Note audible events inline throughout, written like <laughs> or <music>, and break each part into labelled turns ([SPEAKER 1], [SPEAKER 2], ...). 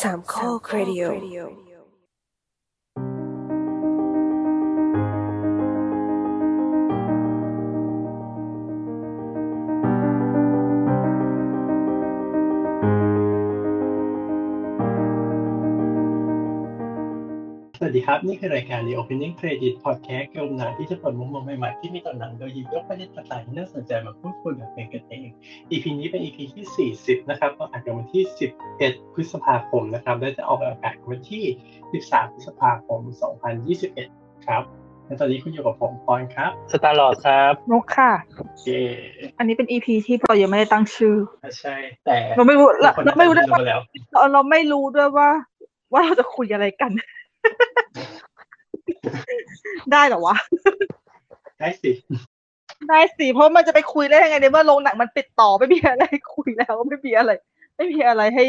[SPEAKER 1] สามข้อครดิโอ
[SPEAKER 2] สวัสดีครับ นี่คือรายการ The Opening Credit Podcast กลุ่มหนังที่จะเปิดมุมมองใหม่ๆที่มีต่อหนังโดยหยิบยกประเด็นต่างๆที่น่าสนใจมาพูดคุยแบบเป็นกันเอง EP นี้เป็น EP ที่ 40 นะครับออกอากาศวันที่ 11 พฤษภาคมนะครับและจะออกอากาศวันที่ 13 พฤษภาคม 2021 ครับและตอนนี้คุณอยู่กับผมปอนครับ
[SPEAKER 3] สตาร์ลอดครับ
[SPEAKER 4] นุกค่ะ
[SPEAKER 2] โอเค
[SPEAKER 4] อันนี้เป็นอีพีที่เรายังไม่ได้ตั้งชื่อ
[SPEAKER 2] ใช่ แต่
[SPEAKER 4] เราไม่รู้เรา
[SPEAKER 2] คน
[SPEAKER 4] เราไม่รู้ด้วย
[SPEAKER 2] ทำ
[SPEAKER 4] ว่า
[SPEAKER 2] แล้ว
[SPEAKER 4] เราเราไม่รู้ด้วยว่า ว่าเราจะคุยอะไรกัน <laughs> ได้เหรอวะ
[SPEAKER 2] ได้สิ
[SPEAKER 4] ได้สิเพราะมันจะไปคุยได้ยังไงในเมื่อโรงหนังมันปิดต่อไม่มีอะไรให้คุยแล้วไม่มีอะไร ไม่มีอะไรให้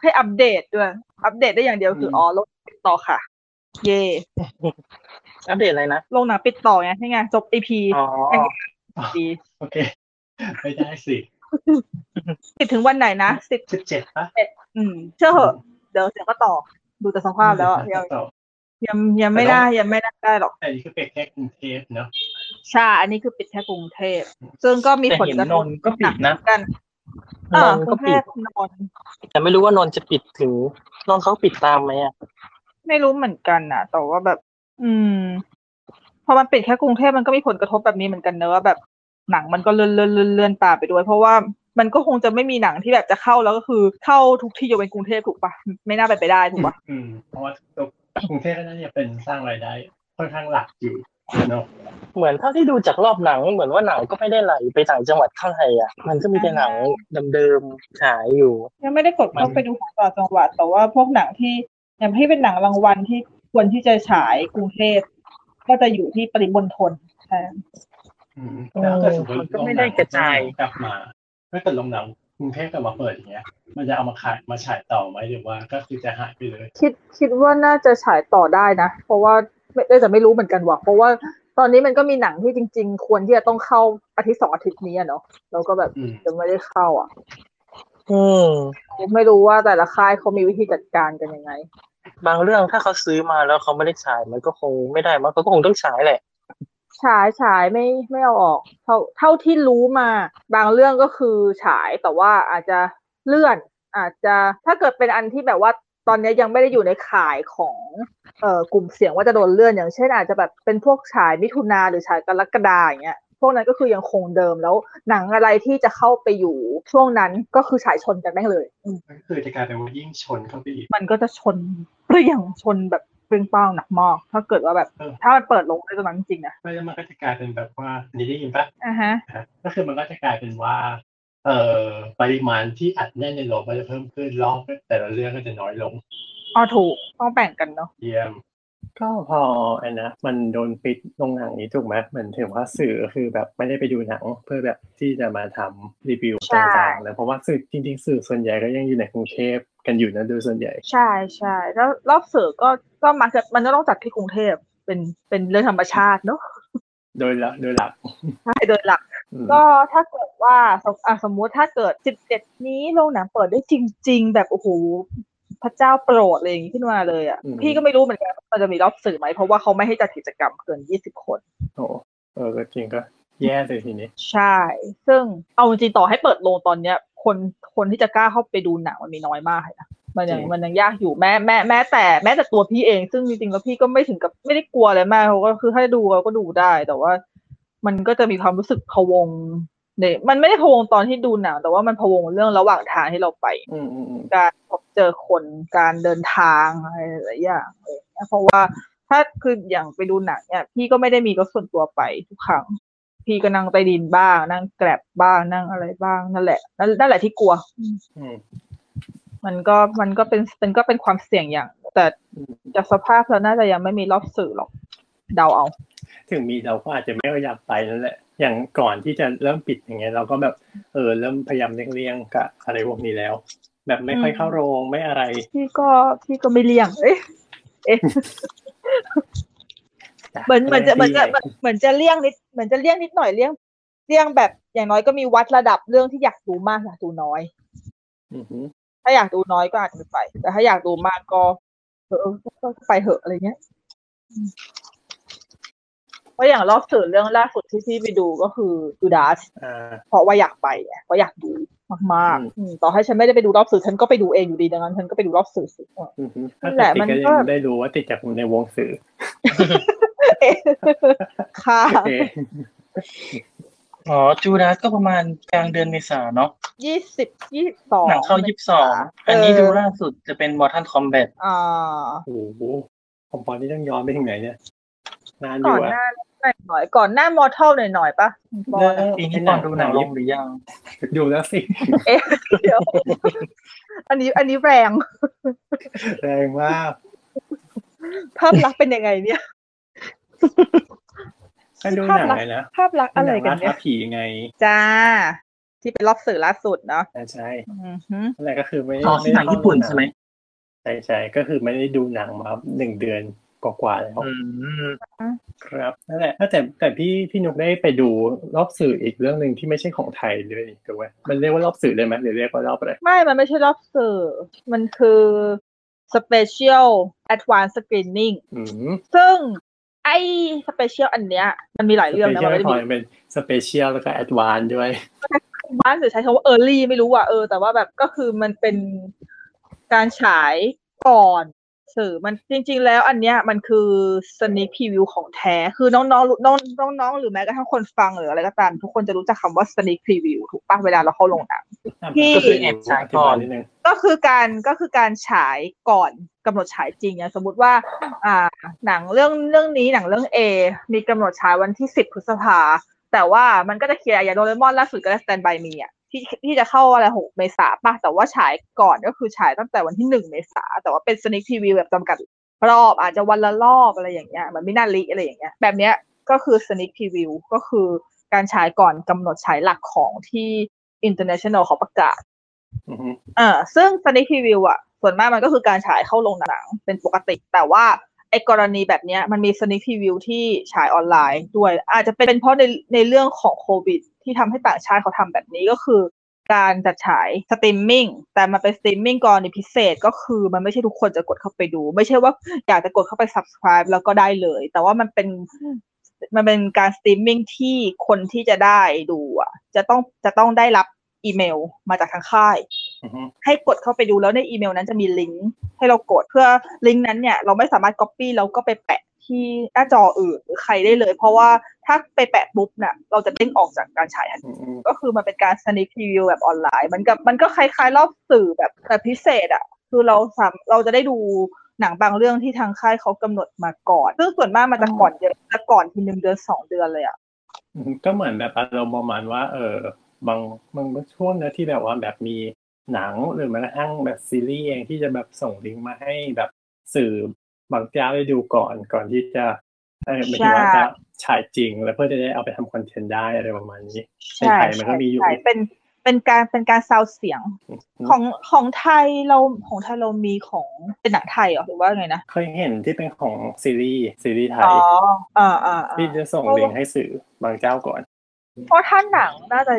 [SPEAKER 4] ให้อัปเดตด้วย อัปเดตได้อย่างเดียวคืออ๋อโรงหนังปิดต่อค่ะ เย่
[SPEAKER 3] อัปเดตอะไรนะ
[SPEAKER 4] โรงหนังปิดต่อไงใช่ไงจบอีพี
[SPEAKER 3] อ๋อ
[SPEAKER 4] ดี
[SPEAKER 2] โอเค ไม่ได้สิ
[SPEAKER 4] สิบถึงวันไหนนะสิบ
[SPEAKER 2] 17ป่ะ
[SPEAKER 4] อืม เชื่อเหอะเดี๋ยวเดี๋ยวก็ต่อ ดูแต่สภาพแล้วอะยัง
[SPEAKER 2] ต่อ
[SPEAKER 4] ยังยังไม่ได้ยังไม่ได้ได้หรอก
[SPEAKER 2] แต่นี่คือเป็กแค่กรุงเทพเนาะ
[SPEAKER 4] ใช่ อันนี้คือปิดแค่กรุงเทพ ซึ่งก็มี
[SPEAKER 3] แต่
[SPEAKER 4] ผล
[SPEAKER 3] เห็น
[SPEAKER 4] กระ
[SPEAKER 3] น
[SPEAKER 4] ทบ
[SPEAKER 3] นท์ก็ปิดนะ
[SPEAKER 4] กัน
[SPEAKER 3] น
[SPEAKER 4] เออน
[SPEAKER 3] ท์
[SPEAKER 4] ก
[SPEAKER 3] ก็
[SPEAKER 4] รุงเท
[SPEAKER 3] ปิ
[SPEAKER 4] พ
[SPEAKER 3] ด
[SPEAKER 4] นนท์
[SPEAKER 3] แต่ไม่รู้ว่านนท์จะปิดถึงนนท์เขาปิดตามไหมอ่ะ
[SPEAKER 4] ไม่รู้เหมือนกันนะแต่ว่าแบบ อืม พอมันปิดแค่กรุงเทพมันก็มีผลกระทบแบบนี้เหมือนกันเนอะว่าแบบหนังมันก็เลื่อนเลื่อนเลื่อนเลื่อนตามไปด้วย เพราะว่ามันก็คงจะไม่มีหนังที่แบบจะเข้าแล้วก็คือเข้าทุกที่ยกเว้นกรุงเทพถูกปะไม่น่าไปนไปได้ถูกปะ
[SPEAKER 2] อืมเพราะว่ากรุงเทพก็น่าจะเป็นสร้างรายได้ค่อนข้างหลักอยู่เนาะ
[SPEAKER 3] เหมือนเท่าที่ดูจากรอบหนังเหมือนว่าหนังก็ไม่ได้ไหลไปต่างจังหวัดเท่าไหร่อ่ะ มันก็มีแต่หนังเดิมๆฉายอยู่
[SPEAKER 4] ยังไม่ได้กดเข้าไปดูของต่างจังหวัด แต่ว่าพวกหนังที่อย่างที่เป็นหนังรางวัลที่ควรที่จะฉายกรุงเทพก็จะอยู่ที่ปริมณฑลใช่
[SPEAKER 2] อืมแล้วถ้าเกิดสมมติ
[SPEAKER 3] มันก็ไม่ได้กระจาย
[SPEAKER 2] กลับมาถ้าเกิดโรงหนังกรุงเทพกลับมาเปิดอย่างเงี้ย มันจะเอามาขายมาฉายต่อไหมหรือว่าก็คือจะหายไปเลย
[SPEAKER 4] คิดคิดว่าน่าจะฉายต่อได้นะ เพราะว่าไม่ได้แต่ไม่รู้เหมือนกันว่ะเพราะว่าตอนนี้มันก็มีหนังที่จริง ๆ ควรที่จะต้องเข้าอาทิตย์สองอาทิตย์นี้อะเนาะแล้วก็แบบ
[SPEAKER 2] อืม
[SPEAKER 4] ยังไม่ได้เข้าอ่ะ
[SPEAKER 3] อืม
[SPEAKER 4] ไม่รู้ว่าแต่ละค่ายเขามีวิธีจัดการกันยังไง
[SPEAKER 3] บางเรื่องถ้าเขาซื้อมาแล้วเขาไม่ได้ฉายมันก็คงไม่ได้มันเขาก็คงต้องฉายแหละ
[SPEAKER 4] ฉายฉายไม่ไม่เอาออก เท่าเท่าที่รู้มา บางเรื่องก็คือฉายแต่ว่าอาจจะเลื่อน อาจจะถ้าเกิดเป็นอันที่แบบว่าตอนนี้ยังไม่ได้อยู่ในข่ายของเอ่อกลุ่มเสี่ยงว่าจะโดนเลื่อน อย่างเช่นอาจจะแบบเป็นพวกฉายมิถุนาหรือฉายกรกฎาอย่างเงี้ยพวกนั้นก็คือยังคงเดิมแล้ว หนังอะไรที่จะเข้าไปอยู่ช่วงนั้นก็คือฉายชนกันแม่งเลย
[SPEAKER 2] ก็คือจะกลายเป็นว่ายิ่งชนเข้าไปอีก
[SPEAKER 4] มันก็จะชนเปรี้ยงชนแบบเปรี้ยงเป้าหนักมากถ้าเกิดว่าแบบ
[SPEAKER 2] เออ
[SPEAKER 4] ถ้ามันเปิดลงได้ตรงนั้นจริงๆนะ
[SPEAKER 2] ไม่แล้วมันก็จะกลายเป็นแบบว่าอันนี้ได้ยินปะ
[SPEAKER 4] อ่าฮะ
[SPEAKER 2] ฮะก็คือมันก็จะกลายเป็นว่า เอ่อปริมาณที่อัดแน่นในโรงมันจะเพิ่มขึ้นรอบแต่ละเรื่องก็จะน้อยลง
[SPEAKER 4] อ๋อถูกต้องแบ่งกันเนาะ
[SPEAKER 2] เยี่ยม
[SPEAKER 5] ก็พอไอ้นะมันโดนปิดลงหนังนี้ถูกไหมเหมือนถึงว่าสื่อก็คือแบบไม่ได้ไปดูหนังเพื่อแบบที่จะมาทำรีวิว
[SPEAKER 4] ใช่
[SPEAKER 5] ต่างๆแล้วเพราะว่าสื่อจริงๆสื่อส่วนใหญ่ก็ยังอยู่ในกรุงเทพกันอยู่นะโดยส่วนใหญ่
[SPEAKER 4] ใช่ใช่แล้วรอบสื่อก็ก็มาจะมันก็ต้องจัดที่กรุงเทพเป็นเป็นเรื่องธรรมชาติเนาะ
[SPEAKER 5] โดยละโดยหลัก
[SPEAKER 4] ใช่โดยหลัก
[SPEAKER 5] อืม
[SPEAKER 4] ก็ถ้าเกิดว่าสมอ่ะสมมุติถ้าเกิด 17 นี้โรงหนังเปิดได้จริง ๆ แบบโอ้โหพระเจ้าโปรดอะไรอย่างงี้ขึ้นมาเลยอ่ะพี่ก็ไม่รู้เหมือนกันว่ามันจะมีรอบสื่อไหมเพราะว่าเขาไม่ให้จัดกิจกรรมเกิน 20 คน
[SPEAKER 5] โอ้เออก็จริงก็แย่เลยทีนี้
[SPEAKER 4] ใช่ ซึ่งเอาจริงๆต่อให้เปิดโรงตอนเนี้ย คนคนที่จะกล้าเข้าไปดูหนังมันมีน้อยมากเลยนะมันยังมันยังยากอยู่แม้แม้แม้แต่แม้แต่ตัวพี่เอง ซึ่งจริงๆแล้วพี่ก็ไม่ถึงกับไม่ได้กลัวอะไรมากเขาก็คือให้ดูเราก็ดูได้แต่ว่า มันก็จะมีความรู้สึกพะวงเนี่ยมันไม่ได้พะวงตอนที่ดูหนังแต่ว่ามันพะวงเรื่องระหว่างทางที่เราไป
[SPEAKER 5] อืมอืมอืม
[SPEAKER 4] การพบเจอคนการเดินทางอะไรหลายๆอย่างอะไรอย่างเลยเพราะว่าถ้าคืออย่างไปดูหนังเนี่ยพี่ก็ไม่ได้มีรถส่วนตัวไปทุกครั้ง พี่ก็นั่งใต้ดินบ้าง นั่งแกลบบ้างนั่งอะไรบ้างนั่นแหละนั่นนั่นแหละที่กลัว
[SPEAKER 5] อืม
[SPEAKER 4] มันก็มันก็เป็นเป็นก็เป็นความเสี่ยงอย่าง แต่จากสภาพแล้วน่าจะยังไม่มีรอบสื่อหรอกเดาเอา
[SPEAKER 5] ถึงมีเราก็อาจจะไม่ค่อยอยากไปนั่นแหละ อย่างก่อนที่จะเริ่มปิดอย่างเงี้ยเราก็แบบเออเริ่มพยายามเลี่ยงๆกับอะไรพวกนี้แล้ว แบบไม่ค่อยเข้าโรงไม่อะไร
[SPEAKER 4] พี่ก็พี่ก็ไม่เลี่ยง เอ๊ะเอ๊ะ เหมือนเหมือนจะเหมือนจะเหมือนเหมือนจะเลี่ยงนิดเหมือนจะเลี่ยงนิดหน่อยเลี่ยงเลี่ยงแบบอย่างน้อยก็มีวัดระดับเรื่องที่อยากดูมากอยากดูน้อย
[SPEAKER 5] อือหือ
[SPEAKER 4] ให้ าอยากดูน้อยก็อาจจะไม่ไป แต่ถ้าอยากดูมากก็เออก็ไปเหอะอะไรเงี้ยเพราะอย่างรอบสื่อเรื่องล่าสุดที่พี่ไปดูก็คือดูดาส
[SPEAKER 5] อ่า
[SPEAKER 4] เพราะว่าอยากไปไงเพราะอยากดูมาก
[SPEAKER 5] อืม
[SPEAKER 4] ๆอืมต่อให้ฉันไม่ได้ไปดูรอบสื่อฉันก็ไปดูเองอยู่ดีดังนั้นฉันก็ไปดูรอบสื่อสิเออ
[SPEAKER 5] อือฮึ
[SPEAKER 4] นั่
[SPEAKER 5] ถ้าน
[SPEAKER 4] แห
[SPEAKER 5] ติ
[SPEAKER 4] ละมั
[SPEAKER 5] ดติด
[SPEAKER 4] น
[SPEAKER 5] ก็
[SPEAKER 4] ก็
[SPEAKER 5] ยังได้รู้ว่าติดจากในวง
[SPEAKER 4] <laughs>
[SPEAKER 5] สื่อ
[SPEAKER 4] ค่ะ
[SPEAKER 5] โอเค
[SPEAKER 3] อ๋อจูดาสก็ประมาณกลางเดือนเมษาเนาะ
[SPEAKER 4] ยี่สิบยี่สิบสอง
[SPEAKER 3] หนังเข้ายี่สิบสองอันนี้ดูล่าสุดจะเป็นมอร์ทันคอมแบท
[SPEAKER 4] อ่า
[SPEAKER 5] โอ้โหผมตอนนี้ต้องย้อนไปถึงไหนเนี่ยนานอ
[SPEAKER 4] ก่อยู่ นห
[SPEAKER 5] อะ
[SPEAKER 4] น้าหน่อยหน่อยๆก่อนหน้ามอทัลหน่อยหน่อยๆปะบอลอะ
[SPEAKER 3] ปีนี้ตอนดูหนังลงหรือยัง
[SPEAKER 5] ดูแล้วสิ
[SPEAKER 4] เอ๊ะเดี๋ยวอันนี้อันนี้แรง
[SPEAKER 5] แรงมาก
[SPEAKER 4] ภาพลักษณ์เป็นยังไงเนี่ย
[SPEAKER 5] ให้ดูหนังเลยนะ
[SPEAKER 4] ภาพลักษณ์อะไรกัน
[SPEAKER 5] หง
[SPEAKER 4] เนี่
[SPEAKER 5] ล่าย ท้าผีไง
[SPEAKER 4] จ้า ที่เป็นรอบสื่อล่าสุดเนาะ
[SPEAKER 5] อ่าใช่
[SPEAKER 4] อือหือ
[SPEAKER 5] นั่นแหละก็คือไม่
[SPEAKER 3] อ๋อ
[SPEAKER 5] ไม่
[SPEAKER 3] หนังญี่ปุ่นใช่ไหม
[SPEAKER 5] ใช่ใช่ก็คือไม่ได้ดูหนังมาหนึ่งเดือนกว่าๆแล้ว
[SPEAKER 3] อืม
[SPEAKER 5] ครับนั่นแหละแต่แต่พี่พี่นุกได้ไปดูรอบสื่ออีกเรื่องหนึ่งที่ไม่ใช่ของไทยด้วยนี่ถูกไหมมันเรียกว่ารอบสื่อได้ไหมหรือเรียกว่ารอบอะไร
[SPEAKER 4] ไม่มันไม่ใช่รอบสื่อ มันคือ special advanced screening
[SPEAKER 5] อืม
[SPEAKER 4] ซึ่งไอ้สเปเชียลอันเนี้ยมันมีหลายเรื่องนะ
[SPEAKER 5] ส
[SPEAKER 4] มันไม่
[SPEAKER 5] เปเชียล
[SPEAKER 4] ได้มี
[SPEAKER 5] พอยเป็นสเปเชียลแล้วก็แอดวานด้วย
[SPEAKER 4] บ้านหรือใช้คำว่าเออร์ลี่ไม่รู้อ่ะเออแต่ว่าแบบก็คือมันเป็นการฉายก่อนสื่อมันจริง ๆ แล้วอันเนี้ยมันคือสนิ p พ e วิวของแท้ คือน้องๆน้องน้องๆหรือแม้กระทั่งคนฟังหรืออะไรก็ตาม ทุกคนจะรู้จักคำว่าสนิ p พ e วิวถูกปะเวลาเราเข้าโรงหนัง พี่
[SPEAKER 5] ก็คือ
[SPEAKER 3] แอบฉาย
[SPEAKER 5] ธิ
[SPEAKER 3] ก่
[SPEAKER 5] บ
[SPEAKER 3] อน
[SPEAKER 5] นิดนึง
[SPEAKER 4] ก็คือการก็คือการฉายก่อนกำหนดฉายจริงอย่างสมมติว่า อ่า หนังเรื่องเรื่องนี้หนังเรื่อง A มีกำหนดฉายวันที่ 10 พฤษภา แต่ว่ามันก็จะเคลียร์อย่างโดเรมอนล่าสุดก็ได้สแตนบายมีอ่ะที่ที่จะเข้าอะไร 6 เมษาป่ะ แต่ว่าฉายก่อนก็คือฉายตั้งแต่วันที่ 1 เมษา แต่ว่าเป็นสนิคทีวีแบบจำกัดรอบอาจจะวันละรอบอะไรอย่างเงี้ยเหมือนมินาลิอะไรอย่างเงี้ยแบบเนี้ยก็คือสนิคทีวีก็คือการฉายก่อนกำหนดฉายหลักของที่ international เขาประกาศ
[SPEAKER 5] อือฮึ
[SPEAKER 4] อ่าซึ่งสนิทีวิวอ่ะ ส่วนมากมันก็คือการฉายเข้าโรงหนังเป็นปกติ แต่ว่าไอ้กรณีแบบเนี้ยมันมีสนิทีวิวที่ฉายออนไลน์ด้วย อาจจะเป็นเพราะในในเรื่องของโควิด ที่ทำให้ต่างชาติเขาทำแบบนี้ก็คือ การจัดฉายสตรีมมิ่งแต่มันเป็นสตรีมมิ่งกรณีพิเศษก็คือมันไม่ใช่ทุกคนจะกดเข้าไปดู ไม่ใช่ว่าอยากจะกดเข้าไป subscribe แล้วก็ได้เลย แต่ว่ามันเป็นมันเป็นการสตรีมมิ่งที่คนที่จะได้ดูอ่ะจะต้องจะต้องได้รับอีเมลมาจากทางค่าย
[SPEAKER 5] อือฮึ
[SPEAKER 4] ให้กดเข้าไปดูแล้วในอีเมลนั้นจะมีลิงก์ให้เรากดเพื่อลิงก์นั้นเนี่ยเราไม่สามารถ Copy แล้วก็ไปแปะที่หน้าจออื่นหรือใครได้เลย เพราะว่าถ้าไปแปะปุ๊บเนี่ยเราจะเด้งออกจากการฉายทันที
[SPEAKER 5] อือฮึ
[SPEAKER 4] ก็คือมันเป็นการสนิทรีวิวแบบออนไลน์ มันกับมันก็คล้ายๆ รอบสื่อแบบแบบพิเศษอะ่ะ คือเราสามเราจะได้ดูหนังบางเรื่องที่ทางค่ายเขากำหนดมาก่อน ซึ่งส่วนมากมันจะก่อนเยอะจะก่อนทีหนึ่งเดือนสองเดือนเลยอะ่ะ
[SPEAKER 5] อือฮึก็เหมือนแบบอารมณ์ประมาณว่าเออบางบางช่วงนะที่แบบว่าแบบมีหนังหรือแม้กระทั่งแบบซีรีส์เองที่จะแบบส่งลิงก์มาให้แบบสื่อบางเจ้าได้ดูก่อนก่อนที่จะเออไม่ใช่ว่าจะฉายจริง แล้วเพื่อจะได้เอาไปทำคอนเทนต์ได้อะไรประมาณนี้ ในไทยมันก็มีอยู่
[SPEAKER 4] ใช่เป็นเป็นการเป็นการซาวเสียง
[SPEAKER 5] อืม
[SPEAKER 4] ของของไทยเราของไทยเรามีของเป็นหนังไทยเหรอหรือว่าไงนะ
[SPEAKER 5] เคยเห็นที่เป็นของซีรีส์ซีรีส์ไท
[SPEAKER 4] อ๋อ
[SPEAKER 5] ย
[SPEAKER 4] อ่าอ่าอ่า
[SPEAKER 5] ที่จะส่งลิงก์ให้สื่อบางเจ้าก่อน
[SPEAKER 4] เพราะถ้าหนังน่าจะ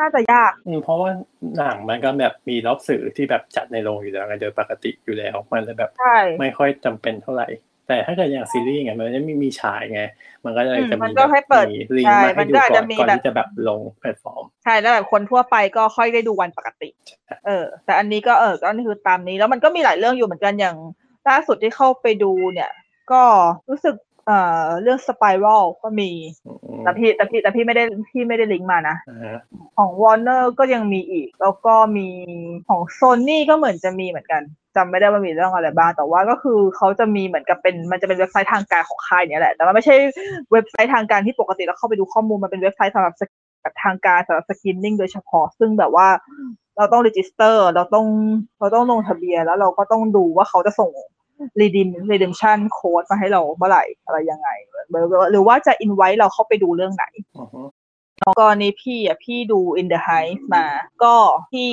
[SPEAKER 4] น่าจะยาก
[SPEAKER 5] อืมเพราะว่าหนังมันก็แบบมีรอบสื่อที่แบบจัดในโรงอยู่แล้วไงโดยปกติอยู่แล้วมันเลยแบบ
[SPEAKER 4] ใช่
[SPEAKER 5] <laughs> ไม่ค่อยจำเป็นเท่าไหร่ แต่ถ้าเกิดอย่างซีรีส์ไงมันจะไม่มีฉายไง มันก็เลย
[SPEAKER 4] อืม
[SPEAKER 5] จะ
[SPEAKER 4] มั
[SPEAKER 5] มี
[SPEAKER 4] นก็
[SPEAKER 5] แบบ
[SPEAKER 4] ให้เปิด
[SPEAKER 5] มีลิง
[SPEAKER 4] ใช่
[SPEAKER 5] ก์มา
[SPEAKER 4] มั
[SPEAKER 5] ให้
[SPEAKER 4] น
[SPEAKER 5] ดู
[SPEAKER 4] ก็อาจ
[SPEAKER 5] ก่อ
[SPEAKER 4] จะ
[SPEAKER 5] น
[SPEAKER 4] มี
[SPEAKER 5] ก่อน
[SPEAKER 4] แบบ
[SPEAKER 5] ที่จะแบบลงแพลตฟอร์ม
[SPEAKER 4] ใช่แล้วแบบคนทั่วไปก็ค่อยได้ดูวันปกติ เออ แต่อันนี้ก็เออก็นี่คือตามนี้แล้วมันก็มีหลายเรื่องอยู่เหมือนกันอย่างล่าสุดที่เข้าไปดูเนี่ย ก็รู้สึกเอ่อเรื่องสไปรัลก็มี
[SPEAKER 5] อืม
[SPEAKER 4] แต่พี่แต่พี่แต่พี่ไม่ได้พี่ไม่ได้ลิงก์มานะ
[SPEAKER 5] อ่า
[SPEAKER 4] ของ Warner ก็ยังมีอีก แล้วก็มีของ Sony ก็เหมือนจะมีเหมือนกันจำไม่ได้ว่ามีเรื่องอะไรบ้าง แต่ว่าก็คือเขาจะมีเหมือนกับเป็นมันจะเป็นเว็บไซต์ทางการของค่ายเนี้ยแหละ แต่มันไม่ใช่เว็บไซต์ทางการที่ปกติเราเข้าไปดูข้อมูลมันเป็นเว็บไซต์สำหรับสกแบบทางการสำหรับสกินนิ่งโดยเฉพาะ ซึ่งแบบว่าเราต้องรีจิสเตอร์ เราต้องเราต้องลงทะเบียนแล้วเราก็ต้องดูว่าเขาจะส่ง redeem redemption code มาให้เราเมื่อไหร่อะไรยังไงหรือว่าจะ invite เราเข้าไปดูเรื่องไหน
[SPEAKER 5] อือฮึ
[SPEAKER 4] กรณีพี่อ่ะพี่ดู In the Heights มา ก็พี่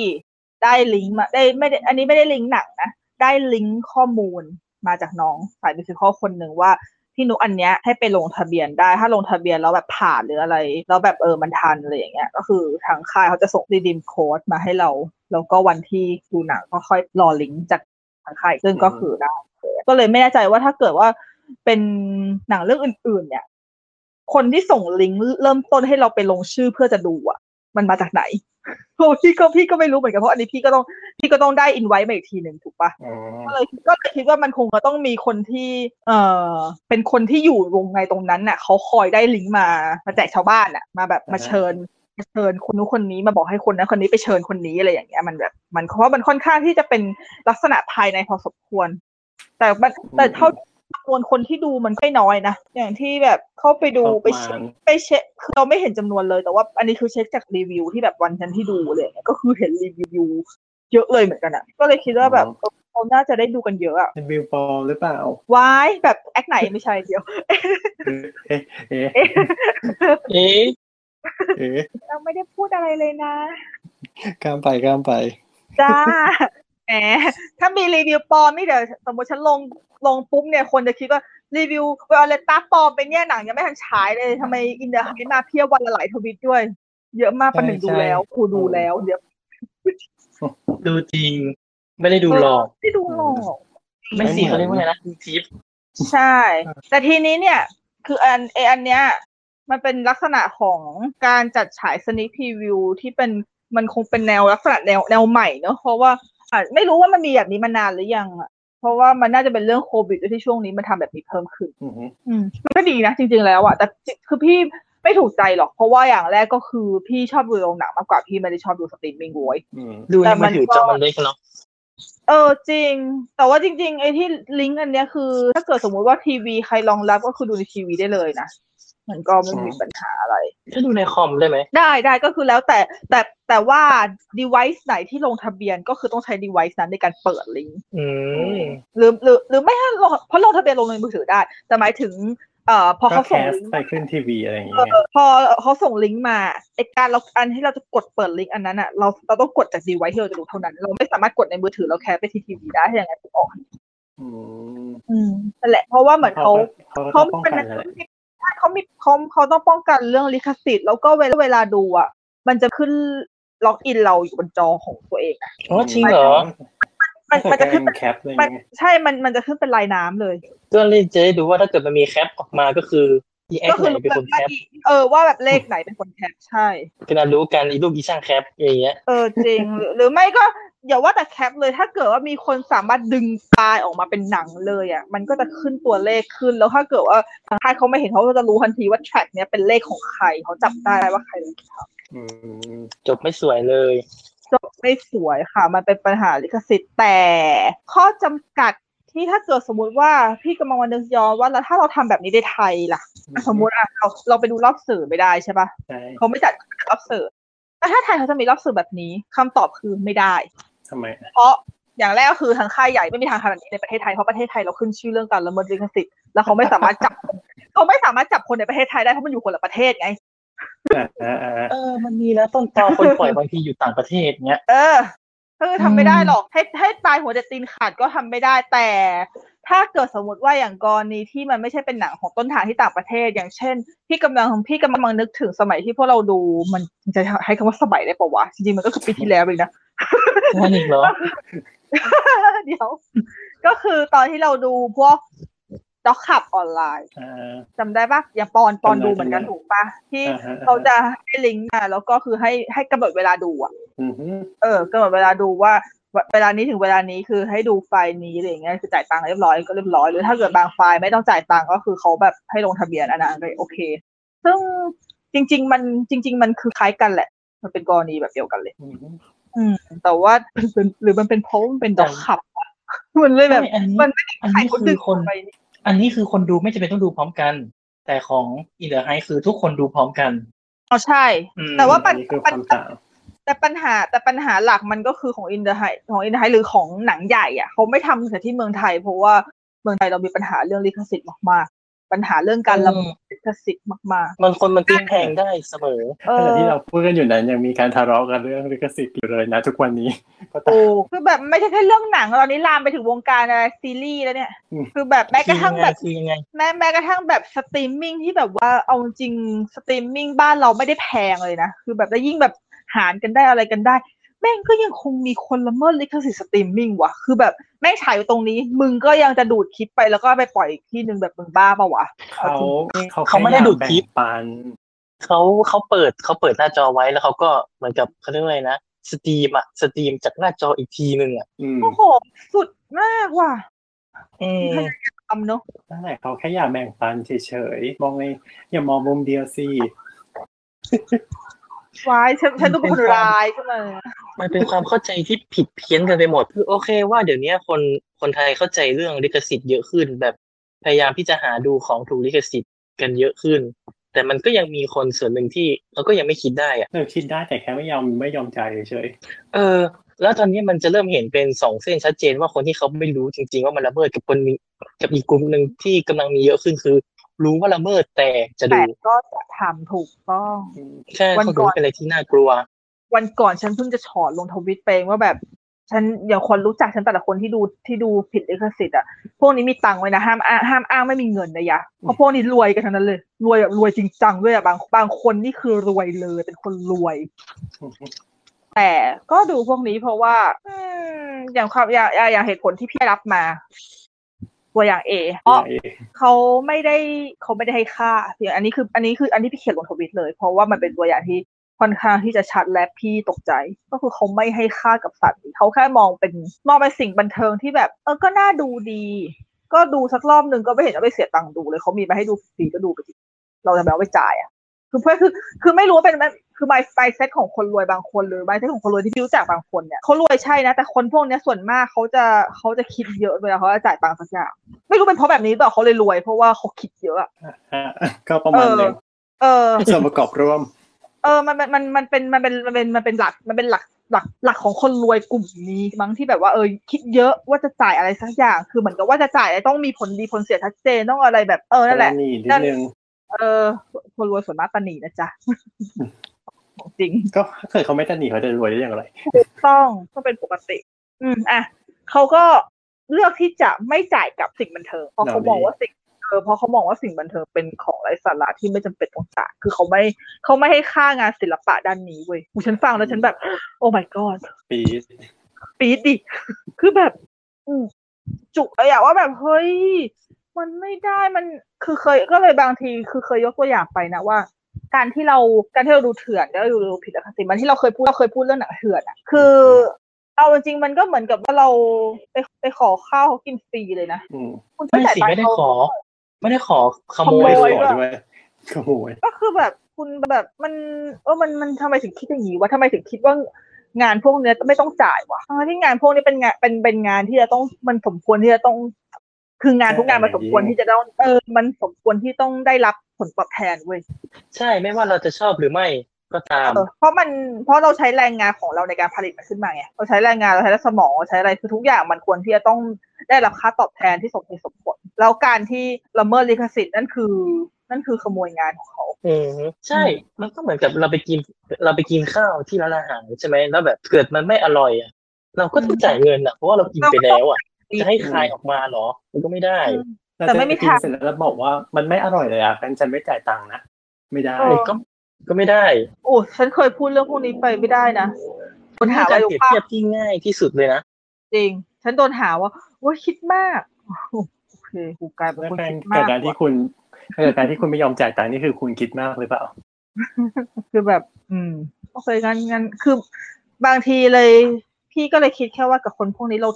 [SPEAKER 4] ได้ลิงก์มาได้ไม่ได้อันนี้ไม่ได้ลิงก์หนังนะ ได้ลิงก์ข้อมูลมาจากน้องสายมิวสิคอลคนหนึ่งว่า พี่นุกอันเนี้ยให้ไปลงทะเบียนได้ ถ้าลงทะเบียนแล้วแบบผ่านหรืออะไร แล้วแบบเออมันทันอะไรอย่างเงี้ย ก็คือทางค่ายเขาจะส่งรีดิมโค้ดมาให้เรา แล้วก็วันที่ดูหนังก็ค่อยรอลิงก์จากทางค่ายซึ่งก็คือได้ ก็เลยไม่แน่ใจว่าถ้าเกิดว่าเป็นหนังเรื่องอื่น ๆ เนี่ย คนที่ส่งลิงก์เริ่มต้นให้เราไปลงชื่อเพื่อจะดูอ่ะ มันมาจากไหน <laughs> โอ้พี่ก็พี่ก็ไม่รู้เหมือนกันเพราะอันนี้พี่ก็ต้องพี่ก็ต้องได้อินไว้มาอีกทีหนึ่งถูกปะ
[SPEAKER 5] อ๋อ
[SPEAKER 4] ก็เลยก็เลยคิดว่ามันคงจะต้องมีคนที่ เอ่อ เป็นคนที่อยู่วงในตรงนั้นน่ะเขาคอยได้ลิงก์มามาแจกชาวบ้านน่ะ มาแบบมาเชิญมาเชิญคนนู้นคนนี้มาบอกให้คนนั้นคนนี้ไปเชิญคนนี้อะไรอย่างเงี้ยมันแบบมันเพราะมันค่อนข้างที่จะเป็นลักษณะภายในพอสมควร แต่มันแต่เท่าจำนวนคนที่ดูมันก็ไม่น้อยนะอย่างที่แบบเข้าไปดูไปเช็ค ไปเช็คคือเราไม่เห็นจำนวนเลยแต่ว่าอันนี้คือเช็คจากรีวิวที่แบบวันฉันที่ดูอะไรอย่างเลยก็คือเห็นรีวิวเยอะเลยเหมือนกันอ่ะ ก็เลยคิดว่าแบบเออเขาน่าจะได้ดูกันเยอะอ่ะ
[SPEAKER 5] เป็นวิวปอลหรือเปล่า
[SPEAKER 4] วายแบบแอคไหนไม่ใช่เดียว
[SPEAKER 5] เอ๊ะเอ๊ะ
[SPEAKER 3] เอ๊ะ
[SPEAKER 5] เอ๊ะ
[SPEAKER 4] เราไม่ได้พูดอะไรเลยนะ
[SPEAKER 5] ข้ามไปข้ามไป
[SPEAKER 4] จ้า <laughs> แหมถ้ามีรีวิวปลอมนี่เดี๋ยวสมมติฉันลงลงปุ๊บเนี่ยคนจะคิดว่ารีวิวเวลเลต้าปลอมเป็นเนี่ยหนังยังไม่ทันฉายเลยทำไมอินเดียไม่มาเพียบวันละหลายทวิตด้วย เยอะมากประหนึ่งดู
[SPEAKER 5] ใช่
[SPEAKER 4] แล้วครูดูแล้วเดี๋ยว
[SPEAKER 3] ดูจริง ไม่ได้ดูหรอก
[SPEAKER 4] ไม่ดูหรอก
[SPEAKER 3] ไม่สิเขาเรียกว่าอะไรนะทิป
[SPEAKER 4] ใช่ แต่ทีนี้เนี่ย คืออันไออันเนี้ย มันเป็นลักษณะของการจัดฉายสนิพรีวิวที่เป็นมันคงเป็นแนวลักษณะแนวแนวใหม่เนอะเพราะว่าอาจไม่รู้ว่ามันมีแบบนี้มานานหรือยังอะเพราะว่ามันน่าจะเป็นเรื่องโควิดด้วยที่ช่วงนี้มันทำแบบนี้เพิ่มขึ้น
[SPEAKER 5] อือหือ
[SPEAKER 4] อืมมันก็ดีนะ จริง ๆ แล้วอะแต่จริคือพี่ไม่ถูกใจหรอก เพราะว่าอย่างแรกก็คือพี่ชอบดูโรงหนังมากกว่าพี่ไม่ได้ชอบดูสตรีมมิ่งโว้ย
[SPEAKER 5] อืม
[SPEAKER 3] ดูใน
[SPEAKER 4] แต่มั
[SPEAKER 3] มือน ถือ
[SPEAKER 4] ก็
[SPEAKER 3] จอมันเล็กเนาะ
[SPEAKER 4] เออจริง แต่ว่าจริง ๆ ไอ้ที่ลิงก์อันเนี้ยคือ ถ้าเกิดสมมุติว่าทีวีใครรองรับก็คือดูในทีวีได้เลยนะ มันก็ไม่มีปัญหาอะไร
[SPEAKER 3] ถ้าดูในคอมได้ไหม
[SPEAKER 4] ได้ได้ก็คือแล้วแต่แต่แต่ว่า device ไหนที่ลงทะเบียนก็คือต้องใช้ device นั้นในการเปิดลิงก์
[SPEAKER 3] อืม
[SPEAKER 4] หรือหรือหรือไม่ให้ลงเพราะลงทะเบียนลงในมือถือได้ แต่หมายถึงเอ่อพอ
[SPEAKER 5] ก็
[SPEAKER 4] เขา
[SPEAKER 5] แค
[SPEAKER 4] ส่ง
[SPEAKER 5] ส
[SPEAKER 4] ลิงก์
[SPEAKER 5] ไป
[SPEAKER 4] มา
[SPEAKER 5] ขึ้นทีวีอะไรอย่าง
[SPEAKER 4] เอ
[SPEAKER 5] เงี้ย
[SPEAKER 4] อพอเขาส่งลิงก์มาไอการเราอันที่เราจะกดเปิดลิงก์อันนั้นอ่ะเราเราต้องกดจาก device ที่เราจะดูเท่านั้น เราไม่สามารถกดในมือถือเราแคสไปที่ทีวีได้ถ้าอย่างนั้นออก
[SPEAKER 5] อืม
[SPEAKER 4] อืมนั่นแหละเพราะว่าเหมือนเขา
[SPEAKER 5] เขาก็
[SPEAKER 4] เขา
[SPEAKER 5] ต้องป้อง
[SPEAKER 4] เป็น
[SPEAKER 5] กัน
[SPEAKER 4] นัก
[SPEAKER 5] แหละ
[SPEAKER 4] ใช่เขามีเขาเขาต้องป้องกันเรื่องลิขสิทธิ์แล้วก็เวลาเวลาดูอ่ะ มันจะขึ้นล็อกอินเราอยู่บนจอของตัวเองอะ
[SPEAKER 3] อ๋อจริงเหรอ
[SPEAKER 4] มันมันจะขึ้น
[SPEAKER 5] แคปอะไร
[SPEAKER 4] มัน
[SPEAKER 5] เงี้ย
[SPEAKER 4] ใช่มันมันจะขึ้นเป็นลายน้ำเลย
[SPEAKER 3] ก็เลยจะได้ดูว่าถ้าเกิดมันมีแคปออกมาก็คืออีแอค
[SPEAKER 4] ก็
[SPEAKER 3] ไห
[SPEAKER 4] คื
[SPEAKER 3] น
[SPEAKER 4] รู้
[SPEAKER 3] เป็น
[SPEAKER 4] แบ
[SPEAKER 3] ค
[SPEAKER 4] บ
[SPEAKER 3] นแค
[SPEAKER 4] ว่า
[SPEAKER 3] ป
[SPEAKER 4] อีเออว่าแบบเลขไหนเป็นคนแคปใช่
[SPEAKER 3] เป็นอันรู้กันอีรูปอีช่างแคปอย่างเงี้ย
[SPEAKER 4] เออจริงหรือหรือไม่ก็อย่าว่าแต่แคปเลยถ้าเกิดว่ามีคนสามารถดึงไฟล์ออกมาเป็นหนังเลยอ่ะมันก็จะขึ้นตัวเลขขึ้นแล้วถ้าเกิดว่าทางค่ายเขาไม่เห็นเขาก็จะรู้ทันทีว่าแทร็กเนี้ยเป็นเลขของใครเขาจับได้ว่าใคร
[SPEAKER 5] อืม
[SPEAKER 3] จบไม่สวยเลย
[SPEAKER 4] จบไม่สวยค่ะ มันเป็นปัญหาลิขสิทธิ์แต่ ข้อจำกัดที่ถ้าเกิดสมมุติว่าพี่กำลังวันนึกย้อนว่าแล้วถ้าเราทำแบบนี้ในไทยล่ะอ่ะสมมุติอ่ะเราเราไปดูรอบสื่อไม่ได้ใช่ปะ
[SPEAKER 5] ใช่
[SPEAKER 4] เขาไม่จัดรอบสื่อแต่ถ้าไทยเขาจะมีรอบสื่อแบบนี้คำตอบคือไม่ได้
[SPEAKER 5] ทำไมอ่ะ
[SPEAKER 4] เพราะอย่างแรกคือทางค่ายใหญ่ไม่มีทางขนาดนี้ในประเทศไทยเพราะประเทศไทยเราขึ้นชื่อเรื่องการละเมิดลิขสิทธิ์แล้วเขาไม่สามารถจับ เขาไม่สามารถจับคนในประเทศไทยได้เพราะมันอยู่คนละประเทศไง
[SPEAKER 5] อ่าอ่า
[SPEAKER 3] เออ มันมีนะต้นตอคนปล่อยบางทีอยู่ต่างประเทศเงี้ย
[SPEAKER 4] เออคือทำไม่ได้หรอกให้ให้ตายหัวแต่ตีนขาดก็ทำไม่ได้แต่ ถ้าเกิดสมมติว่าอย่างกรณีที่มันไม่ใช่เป็นหนังของต้นทางที่ต่างประเทศ อย่างเช่น พี่กำลังพี่กำลังนึกถึงสมัยที่พวกเราดูมันจะใช้คำว่าสมัยได้ปะวะจริงๆมันก็คือปีที่แล้วเองนะ <laughs>
[SPEAKER 3] นั่นอีกเหรอ
[SPEAKER 4] เดี๋ยว ก็คือตอนที่เราดูพวกด็อกขับออนไลน์
[SPEAKER 5] อ่า
[SPEAKER 4] จำได้ปะอย่างปอนปอน
[SPEAKER 5] จำได้
[SPEAKER 4] ดูเหมือนกัน
[SPEAKER 5] จำได้
[SPEAKER 4] ถูกปะที่
[SPEAKER 5] อ่าฮะ
[SPEAKER 4] เขาจะให้ลิงก์มาแล้วก็คือให้ให้กำหนดเวลาดูอะ
[SPEAKER 5] อือหือ
[SPEAKER 4] เออก็เหมือนเวลาดูว่าเวเวลานี้ถึงเวลานี้คือให้ดูไฟล์นี้อะไรอย่างเงี้ยคือจ่ายตังค์เรียบร้อยก็เรียบร้อยหรือถ้าเกิดบางไฟล์ไม่ต้องจ่ายตังค์ก็คือเขาแบบให้ลงทะเบียนอันนั้นก็โอเค ซึ่งจริง ๆ มันจริง ๆ มันคือคล้ายกันแหละ มันเป็นกรณีแบบเดียวกันเลย
[SPEAKER 5] อือหือ
[SPEAKER 4] อืม แต่ว่า <coughs> เป็นหรือมันเป็นเพราะมันเป็นดอกขับอะ <laughs> มันเลยแบบ
[SPEAKER 3] ไม่อันนี้
[SPEAKER 4] มันไม่ได้
[SPEAKER 3] อันนี้
[SPEAKER 4] ขายคนดึง
[SPEAKER 3] คือคน
[SPEAKER 4] ไป
[SPEAKER 3] อันนี้คือคนดูไม่จำเป็นต้องดูพร้อมกัน แต่ของอีเดอร์ไฮคือทุกคนดูพร้อมกัน
[SPEAKER 4] อ๋อใช่
[SPEAKER 3] อืม
[SPEAKER 4] แต่ว่าปั
[SPEAKER 5] อั
[SPEAKER 4] ญ
[SPEAKER 5] นนี้คือค
[SPEAKER 4] ปัญ
[SPEAKER 5] วามต่าง
[SPEAKER 4] แต่ปัญหาแต่ปัญหาหลักมันก็คือของอินเดอร์ไฮของอินเดอร์ไฮหรือของหนังใหญ่อะเขาไม่ทำแต่ที่เมืองไทยเพราะว่าเมืองไทยเรามีปัญหาเรื่องลิขสิทธิ์มากๆ ปัญหาเรื่องการละเมิดลิขสิทธิ์มาก
[SPEAKER 3] มันคนมันทิ้งแพงได้เสมอ
[SPEAKER 4] ๆ เอ
[SPEAKER 5] ขณะ
[SPEAKER 4] อ
[SPEAKER 5] ที่เราพูดกันอยู่นั้นยังมีการทะเลาะกันเรื่องลิขสิทธิ์อยู่เลยนะ ทุกวันนี้ ก็ตา
[SPEAKER 4] โอ้
[SPEAKER 5] ม
[SPEAKER 4] คือแบบไม่ใช่แค่เรื่องหนังตอนนี้ลามไปถึงวงการอะไรซีรีส์แล้วเนี่ย
[SPEAKER 5] อืม
[SPEAKER 4] คือแบบแม้กระทั่งแบบ
[SPEAKER 3] คือยังไง
[SPEAKER 4] แม้แม้กระทั่งแบบสตรีมมิ่งที่แบบว่าเอาจริงสตรีมมิ่งบ้านเราไม่ได้แพงเลยนะ คือแบบแล้วยิ่งแบบหารกันได้อะไรกันได้ แม่งก็ยังคงมีคนละเมิดลิขสิทธิ์สตรีมมิ่งว่ะ คือแบบแม่งฉายอยู่ตรงนี้ มึงก็ยังจะดูดคลิปไปแล้วก็ไปปล่อยอีกที่หนึ่งแบบมึงบ้าปะวะ
[SPEAKER 5] เขา
[SPEAKER 3] เขาไม่ได้ดูดคลิป
[SPEAKER 5] แบ่งปัน
[SPEAKER 3] เขาเขาเปิดเขาเปิดหน้าจอไว้แล้วเขาก็เหมือนกับเขาเรียกว่าอะไรนะสตรีมอะสตรีมจากหน้าจออีกทีหนึ่งอะ
[SPEAKER 5] อืม
[SPEAKER 4] โอ้โห สุดมากว่ะ
[SPEAKER 3] อืม
[SPEAKER 4] ทำเนาะ
[SPEAKER 5] นั่นแหละเขาแค่อยากแบ่งปันเฉยๆมองในอย่ามองมุมเดียวสิ
[SPEAKER 4] วายฉันฉันดูเป็นคนร้ายใช่ไหม
[SPEAKER 3] มันเป็นความเข้าใจที่ผิดเพี้ยนกันไปหมดคือโอเคว่าเดี๋ยวนี้คนคนไทยเข้าใจเรื่องลิขสิทธิ์เยอะขึ้น แบบพยายามที่จะหาดูของถูกลิขสิทธิ์กันเยอะขึ้น แต่มันก็ยังมีคนส่วนหนึ่งที่เขาก็ยังไม่คิดได้อะ
[SPEAKER 5] เราคิดได้แต่แค่ไม่ยอมไม่ยอมใจายเฉย
[SPEAKER 3] เออแล้วตอนนี้มันจะเริ่มเห็นเป็นสองเส้นชัดเจนว่าคนที่เขาไม่รู้จริง ๆ ว่ามันละเมิดกับคนมีกับอีกกลุ่มหนึ่งที่กำลังมีเยอะขึ้นคือ รู้ว่าละเมิดแต่จะดู
[SPEAKER 4] แต่ก็จะทำถูกต้อง
[SPEAKER 3] ใช่
[SPEAKER 4] วัน
[SPEAKER 3] เขา
[SPEAKER 4] ก่
[SPEAKER 3] ดู
[SPEAKER 4] อน
[SPEAKER 3] เป็นอะไรที่น่ากลัว
[SPEAKER 4] วันก่อนฉันเพิ่งจะฉอดลงทวิตไปเองว่าแบบ ฉันอย่างคนรู้จักฉันแต่ละคนที่ดูที่ดูผิดลิขสิทธิ์อ่ะพวกนี้มีตังค์ไว้นะห้ามอ้างห้ามอ้างไม่มีเงินนะยะเพราะพวกนี้รวยกันทั้งนั้นเลย รวยแบบรวยจริงจังด้วยอะบางบางคนนี่คือรวยเลยเป็นคนรวย
[SPEAKER 5] ๆ
[SPEAKER 4] แต่ก็ดูพวกนี้เพราะว่าอืมอย่างความอย่างอย่างอย่างเหตุผลที่พี่รับมา ตัวอย่างเอเพ
[SPEAKER 5] <laughs>
[SPEAKER 4] ราะ เขาไม่ได้เขาไม่ได้ให้ค่าเพียงอันนี้คืออันนี้คืออันนี้พี่เขียนลงทวิตเลย เพราะว่ามันเป็นตัวอย่างที่ค่อนข้างที่จะชัดและพี่ตกใจ ก็คือเขาไม่ให้ค่ากับสัตว์เขาแค่มองเป็นมองเป็นสิ่งบันเทิงที่แบบ เออก็น่าดูดี ก็ดูสักรอบหนึ่งก็ไม่เห็นเอาไปเสียตังค์ดูเลยเขามีมาให้ดูฟรีก็ดูไปสิเราจะไม่เอาไปจ่ายอ่ะคือเพื่อคือ คือไม่รู้ว่าเป็นคือ my my set ของคนรวยบางคนหรือ my set ของคนรวยที่พี่รู้จักบางคนเนี่ยเขารวยใช่นะ แต่คนพวกเนี้ยส่วนมากเขาจะเขาจะคิดเยอะเวลาเขาจะจ่ายตังค์สักอย่าง ไม่รู้เป็นเพราะแบบนี้หรือเปล่าเขาเลยรวย เพราะว่าเขาคิดเยอะอะ
[SPEAKER 5] ฮะก็ประมาณหนึง
[SPEAKER 4] เออ
[SPEAKER 5] ส่วนประกอบร่วม
[SPEAKER 4] เออ มันมันมันมันเป็นมันเป็นมันเป็นมันเป็นหลักมันเป็นหลักหลักหลักของคนรวยกลุ่มนี้มั้งที่แบบว่าเออคิดเยอะว่าจะจ่ายอะไรสักอย่าง คือเหมือนกับว่าจะจ่ายอะไรต้องมีผลดีผลเสียชัดเจนต้องอะไรแบบเออนั่นแหละ
[SPEAKER 5] นี่นิดนึง
[SPEAKER 4] เออ คนรวยส่วนมากตะหนีนะจ๊ะ <laughs> จริง
[SPEAKER 5] ก็ถ้าเกิดเขาไม่ตันหนีเขาจะรวยได้อย่างไร
[SPEAKER 4] ถูกต้องก็เป็นปกติ อืมอ่ะเขาก็เลือกที่จะไม่จ่ายกับสิ่งบันเทิงเพราะ
[SPEAKER 5] เหล่า
[SPEAKER 4] เขา
[SPEAKER 5] นี้
[SPEAKER 4] มองว่าสิ่งเออเพราะเขามองว่าสิ่งบันเทิงเป็นของไร้สาระที่ไม่จำเป็นต้องจ่ายคือเขาไม่เขาไม่ให้ค่างานศิลปะด้านนี้เว้ยอูฉันฟังแล้วฉันแบบ โอ้ my god
[SPEAKER 5] ปีด
[SPEAKER 4] ปีดดิ <laughs> คือแบบอืมจุกเลยอะว่าแบบเฮ้ย มันไม่ได้มันคือเคยก็เลยบางที คือเคยยกตัวอย่างไปนะว่า การที่เราการที่เราดูเถื่อนแล้วเราดูผิดอคติมันที่เราเคยพูดเราเคยพูดเรื่องหนังเถื่อนอะคือ เอาจริงๆมันก็เหมือนกับว่าเราไปไปขอข้าวเขากินฟรีเลยนะ
[SPEAKER 5] อืม
[SPEAKER 4] คุณ
[SPEAKER 3] ไม่สิ
[SPEAKER 4] ตัง
[SPEAKER 3] ไม่
[SPEAKER 4] ค์
[SPEAKER 3] ได้
[SPEAKER 4] เขา
[SPEAKER 3] ขอ ไม่ได้ขอขโม
[SPEAKER 5] ไม่
[SPEAKER 3] ย
[SPEAKER 5] ข
[SPEAKER 4] ข
[SPEAKER 5] อ
[SPEAKER 4] โมย
[SPEAKER 5] ด้วย <laughs> ขโมย
[SPEAKER 4] ก็คือแบบคุณแบบมันเออมันมันทำไมถึงคิดอย่างนี้วะทำไมถึงคิดว่างานพวกเนี้ยไม่ต้องจ่ายวะทั้งที่งานพวกนี้เป็นงานเป็นเป็นงานที่จะต้องมันสมควรที่จะต้อง คืองานทุกงานมันสมควรที่จะต้องเออ มันสมควรที่ต้องได้รับผลตอบแทนเว้ย
[SPEAKER 3] ใช่ไม่ว่าเราจะชอบหรือไม่ก็ตาม
[SPEAKER 4] เออเพราะมันเพราะเราใช้แรงงานของเราในการผลิตมันขึ้นมาไงเราใช้แรงงานเราใช้สมองเราใช้อะไรคือทุกอย่างมันควรที่จะต้องได้รับค่าตอบแทนที่สมเหตุสมผลแล้วการที่ละเมิดลิขสิทธิ์นั่นคือ นั่นคือขโมยงานของเขา
[SPEAKER 3] อืมใช่ มันก็เหมือนกับเราไปกินเราไปกินข้าวที่ร้านอาหารใช่ไหมแล้วแบบเกิดมันไม่อร่อยอะเราก็ต้องจ่ายเงินอะเพราะว่าเรากินไปแล้วอะจะให้คายออกมาเหรอ มันก็ไม่ได้
[SPEAKER 5] เรา
[SPEAKER 4] แต่
[SPEAKER 5] จะ
[SPEAKER 4] ไม่มี
[SPEAKER 5] ไปกิน
[SPEAKER 4] ทาง
[SPEAKER 5] เสร็จแล้วเราบอกว่ามันไม่อร่อยเลยอ่ะงั้นฉันไม่จ่ายตังค์นะ ไม่ได้
[SPEAKER 4] เออ
[SPEAKER 3] ก็ก็ไม่ได้
[SPEAKER 4] โอ้ฉันเคยพูดเรื่องพวกนี้ไปไม่ได้นะโดนหา
[SPEAKER 3] การ
[SPEAKER 4] ว่า
[SPEAKER 3] เปรียบเทียบที่ง่ายที่สุดเลยนะ
[SPEAKER 4] จริง ฉันโดนหาว่าว่าคิดมาก โอเคกูกลายเป็น
[SPEAKER 5] แล้ว
[SPEAKER 4] คน
[SPEAKER 5] การ
[SPEAKER 4] คิดมา
[SPEAKER 5] เกิด
[SPEAKER 4] ก
[SPEAKER 5] การที่
[SPEAKER 4] ว่ะ
[SPEAKER 5] คุณเกิดการที่คุณไม่ยอมจ่ายตังค์นี่คือคุณคิดมากหรือเปล่า
[SPEAKER 4] คือแบบ อืมโอเคงั้นงั้นคือบางทีเลย พี่ก็เลยคิดแค่ว่ากับคนพวกนี้เรา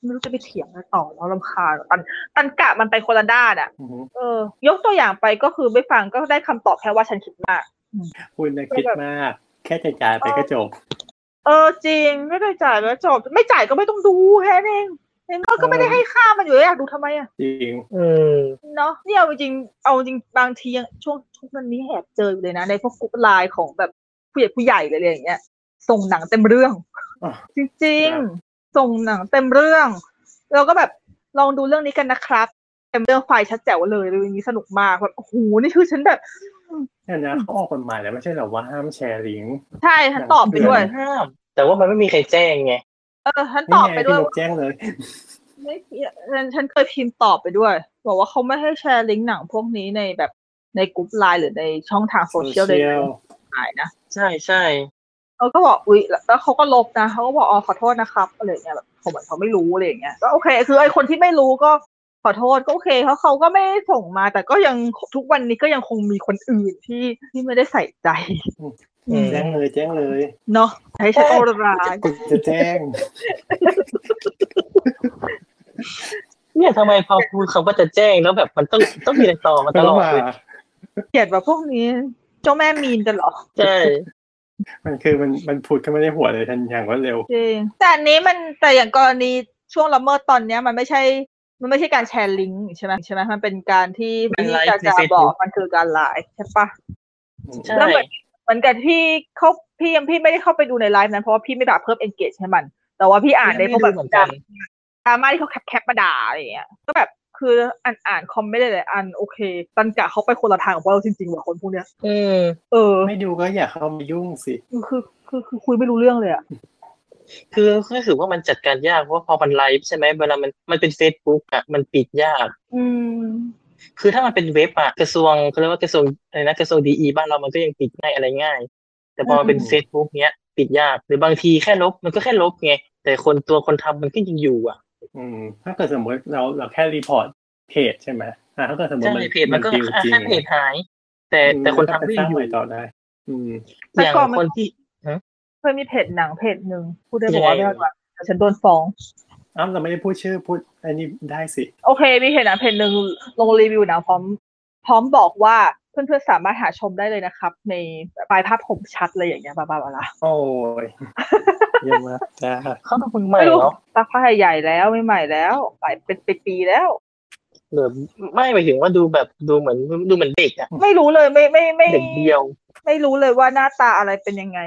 [SPEAKER 4] ไม่รู้จะไปเถียงอะไรต่อเราลำคาญตันตันกะมันไปคนละด้านอ่ะ
[SPEAKER 5] อือฮึ
[SPEAKER 4] เออยกตัวอย่างไปก็คือไม่ฟังก็ได้คำตอบแค่ว่าฉันคิดมาก
[SPEAKER 5] คุณนะคิดมาก แค่จ่ายๆไปก็จบ
[SPEAKER 4] เออจริงไม่ได้จ่ายแล้วจบไม่จ่ายก็ไม่ต้องดูแค่นั้นเองเห็นไหมก็ไม่ได้ให้ค่ามันอยู่แล้วอยากดูทำไมอ่ะ
[SPEAKER 5] จ <laughs> ริง
[SPEAKER 3] อืม
[SPEAKER 4] เนาะเนี่ยเอาจริงๆเอาจริงบางทียังช่วงช่วงนั้นนี้แอบเจออยู่เลยนะ ในพวกกรุ๊ปไลน์ของแบบผู้ใหญ่ผู้ใหญ่เลยอะไรอย่างเงี้ยส่งหนังเต็มเรื่อง
[SPEAKER 5] อ่ะ
[SPEAKER 4] จริง
[SPEAKER 5] ครับ
[SPEAKER 4] ๆ ส่งหนังเต็มเรื่อง เราก็แบบลองดูเรื่องนี้กันนะครับ เต็มเรื่องไฟชัดแจ๋วเลยเลยอย่างนี้สนุกมากแบบโอ้โหนี่คือฉันแบบ
[SPEAKER 5] เนี่ยนะเขาออกกฎหมายแล้วไม่ใช่เหรอว่าห้ามแชร์ลิงก์
[SPEAKER 4] ใช่ฉันตอบไปด้วย
[SPEAKER 3] ห้าม แต่ว่ามันไม่มีใครแจ้งไง
[SPEAKER 4] เออฉันต
[SPEAKER 5] นี่
[SPEAKER 4] อบ
[SPEAKER 5] ไง
[SPEAKER 4] ไปด้
[SPEAKER 5] พี่
[SPEAKER 4] วย
[SPEAKER 5] นกแจ้งเลย
[SPEAKER 4] ไม่ฉันฉันเคยพิมพ์ตอบไปด้วย บอกว่าเขาไม่ให้แชร์ลิงก์หนังพวกนี้ในแบบในกลุ่มไลน์หรือในช่องทางโซเชียลใดๆหายนะ
[SPEAKER 3] ใช่ใช่
[SPEAKER 4] เขาก็บอกอุ้ยแล้วเขาก็ลบนะเขาก็บอกอ๋อขอโทษนะครับอะไรอย่างเงี้ยแบบเขาเหมือนเขาไม่รู้อะไรอย่างเงี้ยก็โอเค คือไอคนที่ไม่รู้ก็ขอโทษก็โอเคเขาเขาก็ไม่ได้ส่งมา แต่ก็ยังทุกวันนี้ก็ยังคงมีคนอื่นที่ที่ไม่ได้ใส่ใจ อืม
[SPEAKER 5] แจ้งเลยแจ้งเลย
[SPEAKER 4] เนาะใช้ใช้ออร่า
[SPEAKER 5] กูจะแจ้ง
[SPEAKER 3] เนี่ยทำไมพอพูดคำว่าจะแจ้งแล้วแบบมันต้องต้องมีอะไรต่อมาตลอดเลย
[SPEAKER 4] เกลียดแบบพวกนี้ เจ้าแม่มีนกันเหรอ
[SPEAKER 3] ใช่
[SPEAKER 5] มันคือมันมันผุดขึ้นมาในหัวเลยทันอย่างรวดเร็ว
[SPEAKER 4] จริงแต่อันนี้มันแต่อย่างกรณีช่วงละเมิดตอนเนี้ยมันไม่ใช่ มันไม่ใช่การแชร์ลิงก์ใช่ไหมใช่ไหมมันเป็นการที่ที่จะจะบอกมันคือการไลน์ใช่ปะ
[SPEAKER 3] ใช่
[SPEAKER 4] แล้วเหมือนเหมือนกับพี่เขาพี่ยังพี่ไม่ได้เข้าไปดูในไลฟ์นั้นเพราะว่าพี่ไม่ได้เพิ่ม engage ให้มัน แต่ว่าพี่อ่านในพวกแบบ
[SPEAKER 3] ไม่รู้เหมือนกัน
[SPEAKER 4] ดราม่าที่เขาแคปแคปมาด่าอะไรอย่างเงี้ยก็แบบคืออ่านอ่านคอมไม่ได้เลยอันโอเคตันกะเขาไปคนละทางกับพวกเราจริงๆว่ะคนพวกเนี้ย
[SPEAKER 3] อืม
[SPEAKER 4] เออ
[SPEAKER 5] ไม่ดูก็อย่าเข้ามายุ่งสิ
[SPEAKER 4] คือคือคือคือคุยไม่รู้เรื่องเลยอะ
[SPEAKER 3] คือคือถือว่ามันจัดการยากเพราะว่าพอมันไลฟ์ใช่ไหมเวลามันมันเป็น Facebook อ่ะมันปิดยาก
[SPEAKER 4] อืม
[SPEAKER 3] คือถ้ามันเป็นเว็บอะกระทรวงเขาเรียกว่ากระทรวงอะไรนะกระทรวงดีบ้านเรามันก็ยังปิดง่ายอะไรง่าย แต่พอมันเป็น
[SPEAKER 5] อืม
[SPEAKER 3] Facebook เนี้ยปิดยากหรือบางทีแค่ลบมันก็แค่ลบไงแต่คนตัวคนทำมันก็ยังอยู่อ่ะ
[SPEAKER 5] อืมถ้าเกิดสมมติเราเราแค่รีพอร์ตเพจใช่ไหมอ่าถ้าเกิดสมมติ
[SPEAKER 3] ใช่
[SPEAKER 5] มัน
[SPEAKER 3] เพจมันก็
[SPEAKER 5] ดิวจริง
[SPEAKER 3] แค่เพจหาย แต่
[SPEAKER 5] อืม
[SPEAKER 3] แต่คน
[SPEAKER 5] ก็
[SPEAKER 3] ทำ
[SPEAKER 5] ไป
[SPEAKER 3] ก็
[SPEAKER 5] ส
[SPEAKER 3] ยั
[SPEAKER 5] ร้าง ง
[SPEAKER 3] อ
[SPEAKER 5] ให
[SPEAKER 3] ยู่
[SPEAKER 5] ม่ต่อได้ อืม
[SPEAKER 3] อย่างคนที่
[SPEAKER 4] เคยมีเพจหนังเพจหนึ่งพูดได้
[SPEAKER 3] ยั
[SPEAKER 4] บอกว่า
[SPEAKER 3] งไง
[SPEAKER 4] ไม่ได้ว่าแต่ฉันโดนฟ้อง
[SPEAKER 5] อ้าวเราไม่ได้พูดชื่อพูดอันนี้ได้สิ
[SPEAKER 4] โอเค มีเพจหนังเพจหนึ่งลงรีวิวหนังพร้อม พร้อมบอกว่าเพื่อนๆสามารถหาชมได้เลยนะครับ ในปลายภาพคมชัดอะไรอย่างเงี้ยบ้าๆละ
[SPEAKER 5] โอ้ <laughs> ยเยังมากจ้า
[SPEAKER 3] เขาต้องมึงใหม่เนาะ
[SPEAKER 4] ตักผ้าใหญ่แล้วไม่ใหม่แล้วหลายเป็นเป็นปีแล้ว
[SPEAKER 3] หรือไม่หมายถึงว่าดูแบบดูเหมือนดูเหมือนเด็กอ่ะ
[SPEAKER 4] ไม่รู้เลยไม่ไม่ไม่
[SPEAKER 3] เด็กเดียว
[SPEAKER 4] ไม่รู้เลยว่าหน้าตาอะไรเป็นยังไง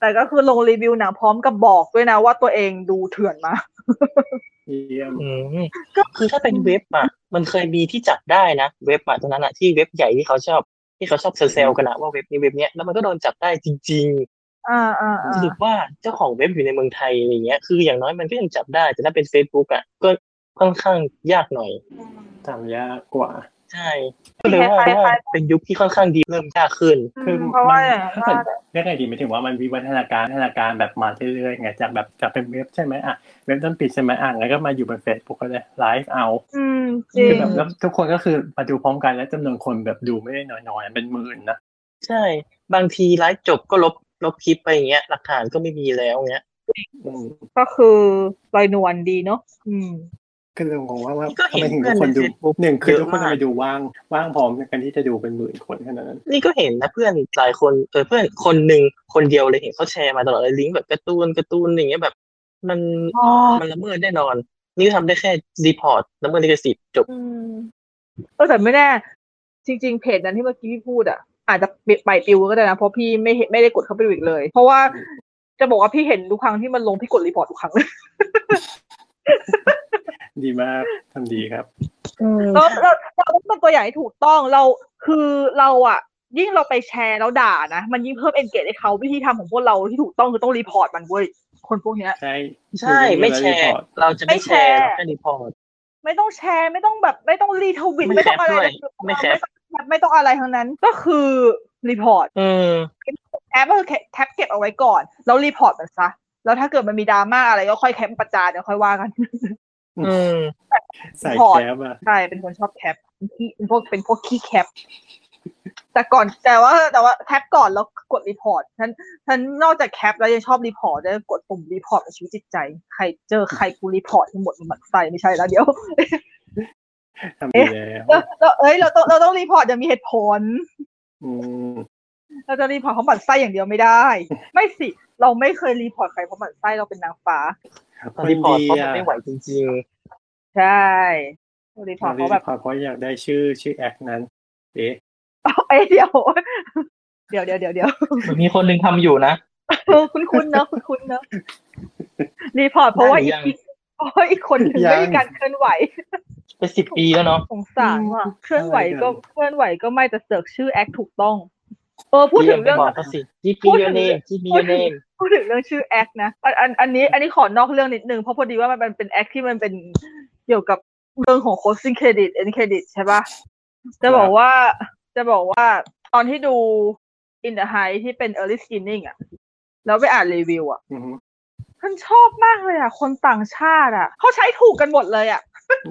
[SPEAKER 4] แต่ก็คือลงรีวิวหนังพร้อมกับบอกด้วยนะว่าตัวเองดูเถื่อนมา
[SPEAKER 5] เยี่ยม
[SPEAKER 3] อืมก็คือถ้าเป็นเว็บอ่ะมันเคยมีที่จับได้นะเว็บอ่ะตรงนั้นอ่ะที่เว็บใหญ่ที่เขาชอบที่เขาชอบเซลล์กันอะว่าเว็บนี้เว็บเนี้ยแล้วมันก็โดนจับได้จริง ๆ
[SPEAKER 4] อ่าอ่า
[SPEAKER 3] รู้สึ
[SPEAKER 4] อ่าก
[SPEAKER 3] ว่าเจ้าของเว็บอยู่ในเมืองไทยอะไรเงี้ย คืออย่างน้อยมันก็ยังจับได้ แต่ถ้าเป็น Facebook อ่ะ ก็ค่อนข้างยากหน่อย
[SPEAKER 5] ทำยากกว่า
[SPEAKER 3] ใช่ ก็เลยว่าว่าเป็นยุคที่ค่อนข้างดีเริ่มยากขึ้น
[SPEAKER 5] คือ
[SPEAKER 4] เพราะว่าอ
[SPEAKER 5] มัน
[SPEAKER 4] ย่างว่า
[SPEAKER 5] ถ้าเกิดเรียกไงดีหมายถึงว่ามันวิวัฒนาการพัฒนาการแบบมาเรื่อยๆไงจากแบบจากเป็นเว็บใช่ไหมอ่ะเว็บต้นปิดใช่ไหมอ่ะแล้วก็มาอยู่บนเฟซบุ๊กก็เลยไลฟ์เอา
[SPEAKER 4] อืมจริ
[SPEAKER 5] คือง แบบแล้วทุกคนก็คือมาดูพร้อมกันและจำนวนคนแบบดูไม่ได้น้อยๆเป็นหมื่นนะ
[SPEAKER 3] ใช่ บางทีไลฟ์จบก็ลบลบคลิปไปอย่างเงี้ย หลักฐานก็ไม่มีแล้วเงี้ย
[SPEAKER 5] อืม
[SPEAKER 4] ก็คือลอยนวลดีเนาะอืม
[SPEAKER 5] ก็เลยงงว่าว่า
[SPEAKER 3] ก็เห็
[SPEAKER 5] ทำ
[SPEAKER 3] น
[SPEAKER 5] ไมถึงทุกคนดู
[SPEAKER 3] เพื่อนใน Facebook
[SPEAKER 5] หนึ่งคือ
[SPEAKER 3] เยอะ
[SPEAKER 5] ทุกคน
[SPEAKER 3] มา
[SPEAKER 5] ทำ
[SPEAKER 3] ก
[SPEAKER 5] ไมดูว่างว่างพร้อมกันที่จะดูเป็นหมื่นคนขนาดนั้น
[SPEAKER 3] นี่ก็เห็นนะเพื่อนหลายคนเออเพื่อนคนหนึ่งคนเดียวเลยเห็นเขาแชร์มาตลอดเลยลิงก์แบบการ์ตูนการ์ตูนอย่างเงี้ยแบบ มันมันละเมิดแน่นอน นี่ทำได้แค่รีพอร์ตละเมิดลิขสิทธิ์จบ
[SPEAKER 4] อืมเออแต่ไม่แน่จริง ๆ เพจนั้นที่เมื่อกี้พี่พูดอ่ะ อาจจะไปปิวก็ได้นะ เพราะพี่ไม่เห็นไม่ได้กดเข้าไปดูอีกเลย เพราะว่าจะบอกว่าพี่เห็นทุกครั้งที่มันลงพี่กดรีพอร์ตทุกครั้งเลย
[SPEAKER 5] ดีมากทำดีครับ
[SPEAKER 4] เราเราเราต้องเป็นตัวอย่างที่ถูกต้องเราคือเราอ่ะ ยิ่งเราไปแชร์แล้วด่านะ มันยิ่งเพิ่มเอนเกจให้เขาวิธีทำของพวกเราที่ถูกต้องคือต้องรีพอร์ตมันเว้ยคนพวกเนี้ย
[SPEAKER 5] ใช่
[SPEAKER 3] ใช่ไม่แชร์ เราจะไม่แชร์เราแค่รีพอร์ต
[SPEAKER 4] ไม่ต้องแชร์ไม่ต้องแบบ ไม่ต้องรีทวิต
[SPEAKER 3] ไม่
[SPEAKER 4] ไม่ต้องอะไร
[SPEAKER 3] แคปด้วย
[SPEAKER 4] ทั้งนั้น
[SPEAKER 3] ไม่แคป
[SPEAKER 4] ไม่ต้องไม่ต้องอะไรทั้งนั้น ก็คือรีพอร์ต
[SPEAKER 3] อืม
[SPEAKER 4] แอปก็คือแคปเก็บเอาไว้ก่อน แล้วรีพอร์ตมันซะ แล้วถ้าเกิดมันมีดราม่าอะไรก็ค่อยแคปประจานเดี๋ยวค่อยว่ากัน <laughs>
[SPEAKER 3] อืม
[SPEAKER 5] ใส่
[SPEAKER 4] พอร์ต
[SPEAKER 5] แคปอ่ะ
[SPEAKER 4] ใช่เป็นคนชอบแคปเป็นขี้เป็นพวกเป็นพวกขี้แคป แต่ก่อนแต่ว่าแต่ว่าแคปก่อนแล้วกดรีพอร์ตฉันฉันนอกจากแคปแล้วยังชอบรีพอร์ตด้วยกดปุ่มรีพอร์ตในชีวิตจิตใจ ใครเจอใครกูรีพอร์ตทั้งหมดมันหมันใส่ไม่ใช่แล้วเดี๋ <laughs> ยว
[SPEAKER 5] ทำดีแล้ว
[SPEAKER 4] เราเราเอ้ยเราต้องเราต้องรีพอร์ตอย่างมีเหตุผล
[SPEAKER 5] อืม
[SPEAKER 4] เราจะรีพอร์ตเขาหมั่นไส้อย่างเดียวไม่ได้ ไม่สิ เราไม่เคยรีพอร์ตใครเพราะหมั่นไส้เราเป็นนางฟ้า
[SPEAKER 5] มัน
[SPEAKER 3] รีพอร์ต
[SPEAKER 5] ดี
[SPEAKER 3] เพราะมัน
[SPEAKER 5] อ่ะ
[SPEAKER 3] ไม่ไหวจริง
[SPEAKER 4] ใช่รีพอ
[SPEAKER 5] มั
[SPEAKER 4] ร์ต
[SPEAKER 5] นดี
[SPEAKER 4] เขาแบบ
[SPEAKER 5] พอเพราะอยากได้ชื่อชื่อแอคนั้น เอ๊ะ
[SPEAKER 4] เอ้ย <laughs> เดี๋ยว เดี๋ยวเดี๋ยว <laughs> เดี๋ยวเดี๋ยว
[SPEAKER 3] ๆมีคนหนึ่งทำอยู่นะ
[SPEAKER 4] คุ้นคุ้นๆเนอะคุ้นคุ้นๆเนอะรีพอร์ตเพราะว่าอี
[SPEAKER 3] ได้หรือยัง
[SPEAKER 4] กเพราะว่าอีกคนหนึ่งไม่มีการเคลื่อนไหว <laughs>
[SPEAKER 3] เป็นสิบปีแล้วเนาะ
[SPEAKER 4] สงสารว่ะเคลื่อนไหวก็
[SPEAKER 5] อะไรกัน
[SPEAKER 4] เคลื่อนไหวก็ไม่แต่เสือกชื่อแอคถูกต้อง เออพูดถึงเรื่อง
[SPEAKER 3] บอกเขาสิจี
[SPEAKER 4] พูดถึ
[SPEAKER 3] พีเย
[SPEAKER 4] ง
[SPEAKER 3] เน
[SPEAKER 4] เรื่อง
[SPEAKER 3] จีพีเยเน
[SPEAKER 4] พูดถึงเรื่องชื่อแอคนะอันอันอันนี้ อันนี้ขอนอกเรื่องนิดนึงเพราะพอดีว่ามันเป็นแอคที่มันเป็นเกี่ยวกับเรื่องของโคสซิ่งเครดิตเอ็นเครดิตใช่ปะจะบอกว่าจะบอกว่าตอนที่ดู In the High ที่เป็น Early Screening อะแล้วไปอ่านรีวิวอะ
[SPEAKER 5] อือฮึ
[SPEAKER 4] ฉันชอบมากเลยอ่ะ คนต่างชาติอ่ะ เขาใช้ถูกกันหมดเลยอ่ะ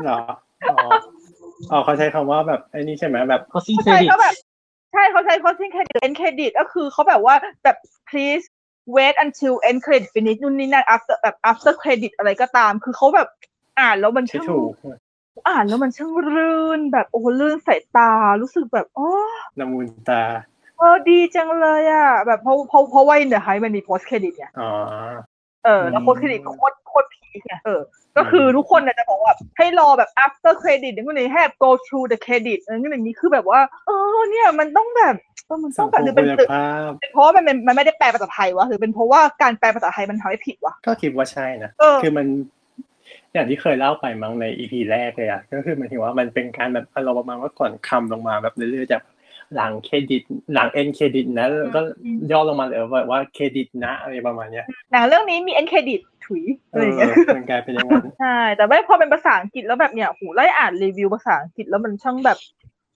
[SPEAKER 5] เหรออ๋ออ๋อเขาใช้คำว่าแบบไอ้นี่ใช่ไหมแบบ
[SPEAKER 3] เขาซิง
[SPEAKER 4] เขา
[SPEAKER 3] เคร
[SPEAKER 4] ใช้
[SPEAKER 3] ดิต
[SPEAKER 4] เขาแบบ ใช่เขาใช้ costing credit end credit ก็คือเขาแบบว่าแบบ please wait until end credit finish นู่นนี่นั่น after แบบ after credit อะไรก็ตาม คือเขาแบบอ่านแล้วมัน
[SPEAKER 5] ใช้
[SPEAKER 4] ช่าง
[SPEAKER 5] ถูก
[SPEAKER 4] อ่านแล้วมันช่างรื่นแบบโอ้โหรื่นสายตารู้สึกแบบอ๋อ
[SPEAKER 5] ละมุนตา
[SPEAKER 4] เออดีจังเลยอ่ะ แบบเพราะเพราะเพราะว่าเดี๋ยวไฮมันมี post credit ไง
[SPEAKER 5] อ๋อ
[SPEAKER 4] เออแล้ว
[SPEAKER 5] อืม
[SPEAKER 4] โค้ดเครดิตโคตรโคตรพีคไงเออ ก็คือทุกคนเนี่ยจะบอกว่าให้รอแบบ after credit อย่างนี้ให้แบบ go through the credit อย่างนี้คือแบบว่า เออเนี่ยมันต้องแบบเออมันต้
[SPEAKER 5] สั
[SPEAKER 4] อง ง
[SPEAKER 5] ค
[SPEAKER 4] แบบ
[SPEAKER 5] ม
[SPEAKER 4] หรือ
[SPEAKER 5] คุ
[SPEAKER 4] เป็น
[SPEAKER 5] ณ
[SPEAKER 4] ตึก
[SPEAKER 5] ภาพ
[SPEAKER 4] เพราะว่ามันเป็นมันไม่ได้แปลภาษาไทยวะหรือเป็นเพราะว่าการแปลภาษาไทยมันทำให้ผิดวะ
[SPEAKER 5] ก็คิดว่าใช่นะ
[SPEAKER 4] เออ
[SPEAKER 5] คือมันอย่างที่เคยเล่าไปมั้งในอีพีแรกเลยอะก็คือหมันถึงว่ามันเป็นการแบบอารมณ์ประมาณว่าก่อนคำลงมาแบบเรื่อยๆจากหลังเครดิต หลังเอ็นเครดิตนะแล้วก็
[SPEAKER 4] อืม
[SPEAKER 5] ย่อลงมาเลยว่าว่าเครดิตนะอะไรประมาณเนี้ย
[SPEAKER 4] หนังเรื่องนี้มี end credit ถุย
[SPEAKER 5] เอ
[SPEAKER 4] อะไรอ
[SPEAKER 5] อย่าง
[SPEAKER 4] เงี้ย
[SPEAKER 5] มันกลายเป็นอย่างนั้น
[SPEAKER 4] ใช่แต่ไม่พอเป็นภาษาอังกฤษแล้วแบบเนี่ยโหไล่อ่านรีวิวภาษาอังกฤษแล้วมันช่างแบบ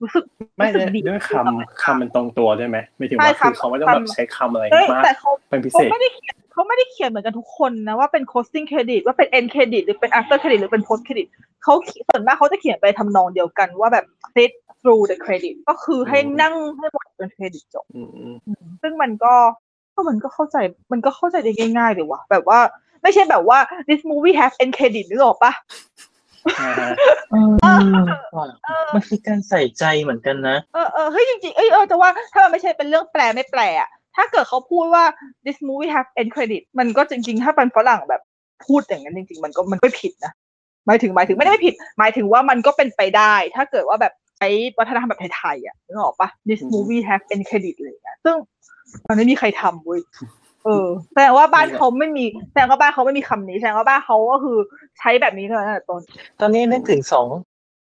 [SPEAKER 4] รู้สึก
[SPEAKER 5] ไม่
[SPEAKER 4] <laughs> รู้สึกดี
[SPEAKER 5] ด้วยคำคำมันตรงตัวด้วยไหมไม่ถึง
[SPEAKER 4] ใช่
[SPEAKER 5] ว่า
[SPEAKER 4] ค่ะ
[SPEAKER 5] คือเขาไม่ต้องแบบ
[SPEAKER 4] คำ
[SPEAKER 5] ใช้คำอะไร
[SPEAKER 4] เฮ้ย
[SPEAKER 5] มาก
[SPEAKER 4] แต่เขา
[SPEAKER 5] เป็นพิเศ
[SPEAKER 4] เขา
[SPEAKER 5] ษ
[SPEAKER 4] ไม่ได้เขียนเขาไม่ได้เขียนเหมือนกันทุกคนนะว่าเป็น costing credit ว่าเป็น end credit หรือเป็น after credit หรือเป็น post credit เขาเขียนส่วนมากเขาจะเขียนไปทำนองเดียวกันว่าแบบ sit through the credit ก็คือให้
[SPEAKER 5] อืม
[SPEAKER 4] นั่งให้หมดจนเครดิตจบ
[SPEAKER 5] อืม
[SPEAKER 4] ซึ่งมันก็ก็มันก็เข้าใจมันก็เข้าใจได้ง่ายๆเลยว่ะแบบว่าไม่ใช่แบบว่า this movie has end credit นึกออกปะ
[SPEAKER 5] อ่าฮะ
[SPEAKER 4] เออ
[SPEAKER 3] มันคือการใส่ใจเหมือนกันนะ
[SPEAKER 4] เออเออเฮ้ยจริงๆเอ้ยเออแต่ว่าถ้ามันไม่ใช่เป็นเรื่องแปลไม่แปลอะถ้าเกิดเขาพูดว่า this movie has end credit มันก็จริงๆ ถ้าเป็นฝรั่งแบบพูดอย่างนั้นจริง ๆ มันก็มันไม่ผิดนะ หมายถึงหมายถึงไม่ได้ไม่ผิด หมายถึงว่ามันก็เป็นไปได้ ถ้าเกิดว่าแบบใช้วัฒนธรรมแบบไทยๆอ่ะนึกออกปะ this movie have end credit อะไรอย่างเงี้ยซึ่งมันไม่มีใครทำเว้ยเออแสดงว่าบ้านเขาไม่มีแสดงว่าบ้านเขาไม่มีคำนี้แสดงว่าบ้านเขาก็คือใช้แบบนี้ตั้งแต่ต้น
[SPEAKER 3] ตอนนี้นึกถึงสอง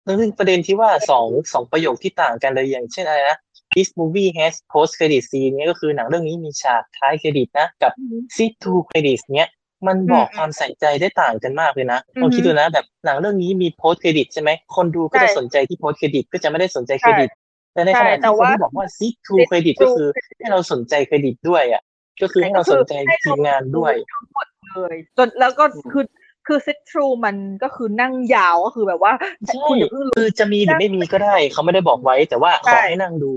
[SPEAKER 3] นึกถึงประเด็นที่ว่าสองสองประโยคที่ต่างกันเลยอย่างเช่นอะไรนะ this movie has post credit scene เนี่ยก็คือหนังเรื่องนี้มีฉากท้ายเครดิตนะ กับ sit to credit เนี่ยมันบอกความใส่ใจได้ต่างกันมากเลยนะลองคิดดูนะแบบหนังเรื่องนี้มี post credit ใช่ไหมคนดูก็จะสนใจที่ post credit ก็จะไม่ได้สนใจเครดิต แต่ในขณะที่คนที่บอกว่า sit to credit ก็คือให้เราสนใจเครดิตด้วยอ่ะก็คือให้เราสนใจทีมงานด้วย
[SPEAKER 4] ทั้งหมดเลยจนแล้วก็คือคือ sit through มันก็คือนั่งยาวก็คือแบบว่า
[SPEAKER 3] ใช่
[SPEAKER 4] คุณอย่าเพิ่ง
[SPEAKER 3] คือจะมีหรือไม่มีก็ได้ เขาไม่ได้บอกไว้ แต่ว่าข
[SPEAKER 4] ใช่
[SPEAKER 3] อให้นั่งดู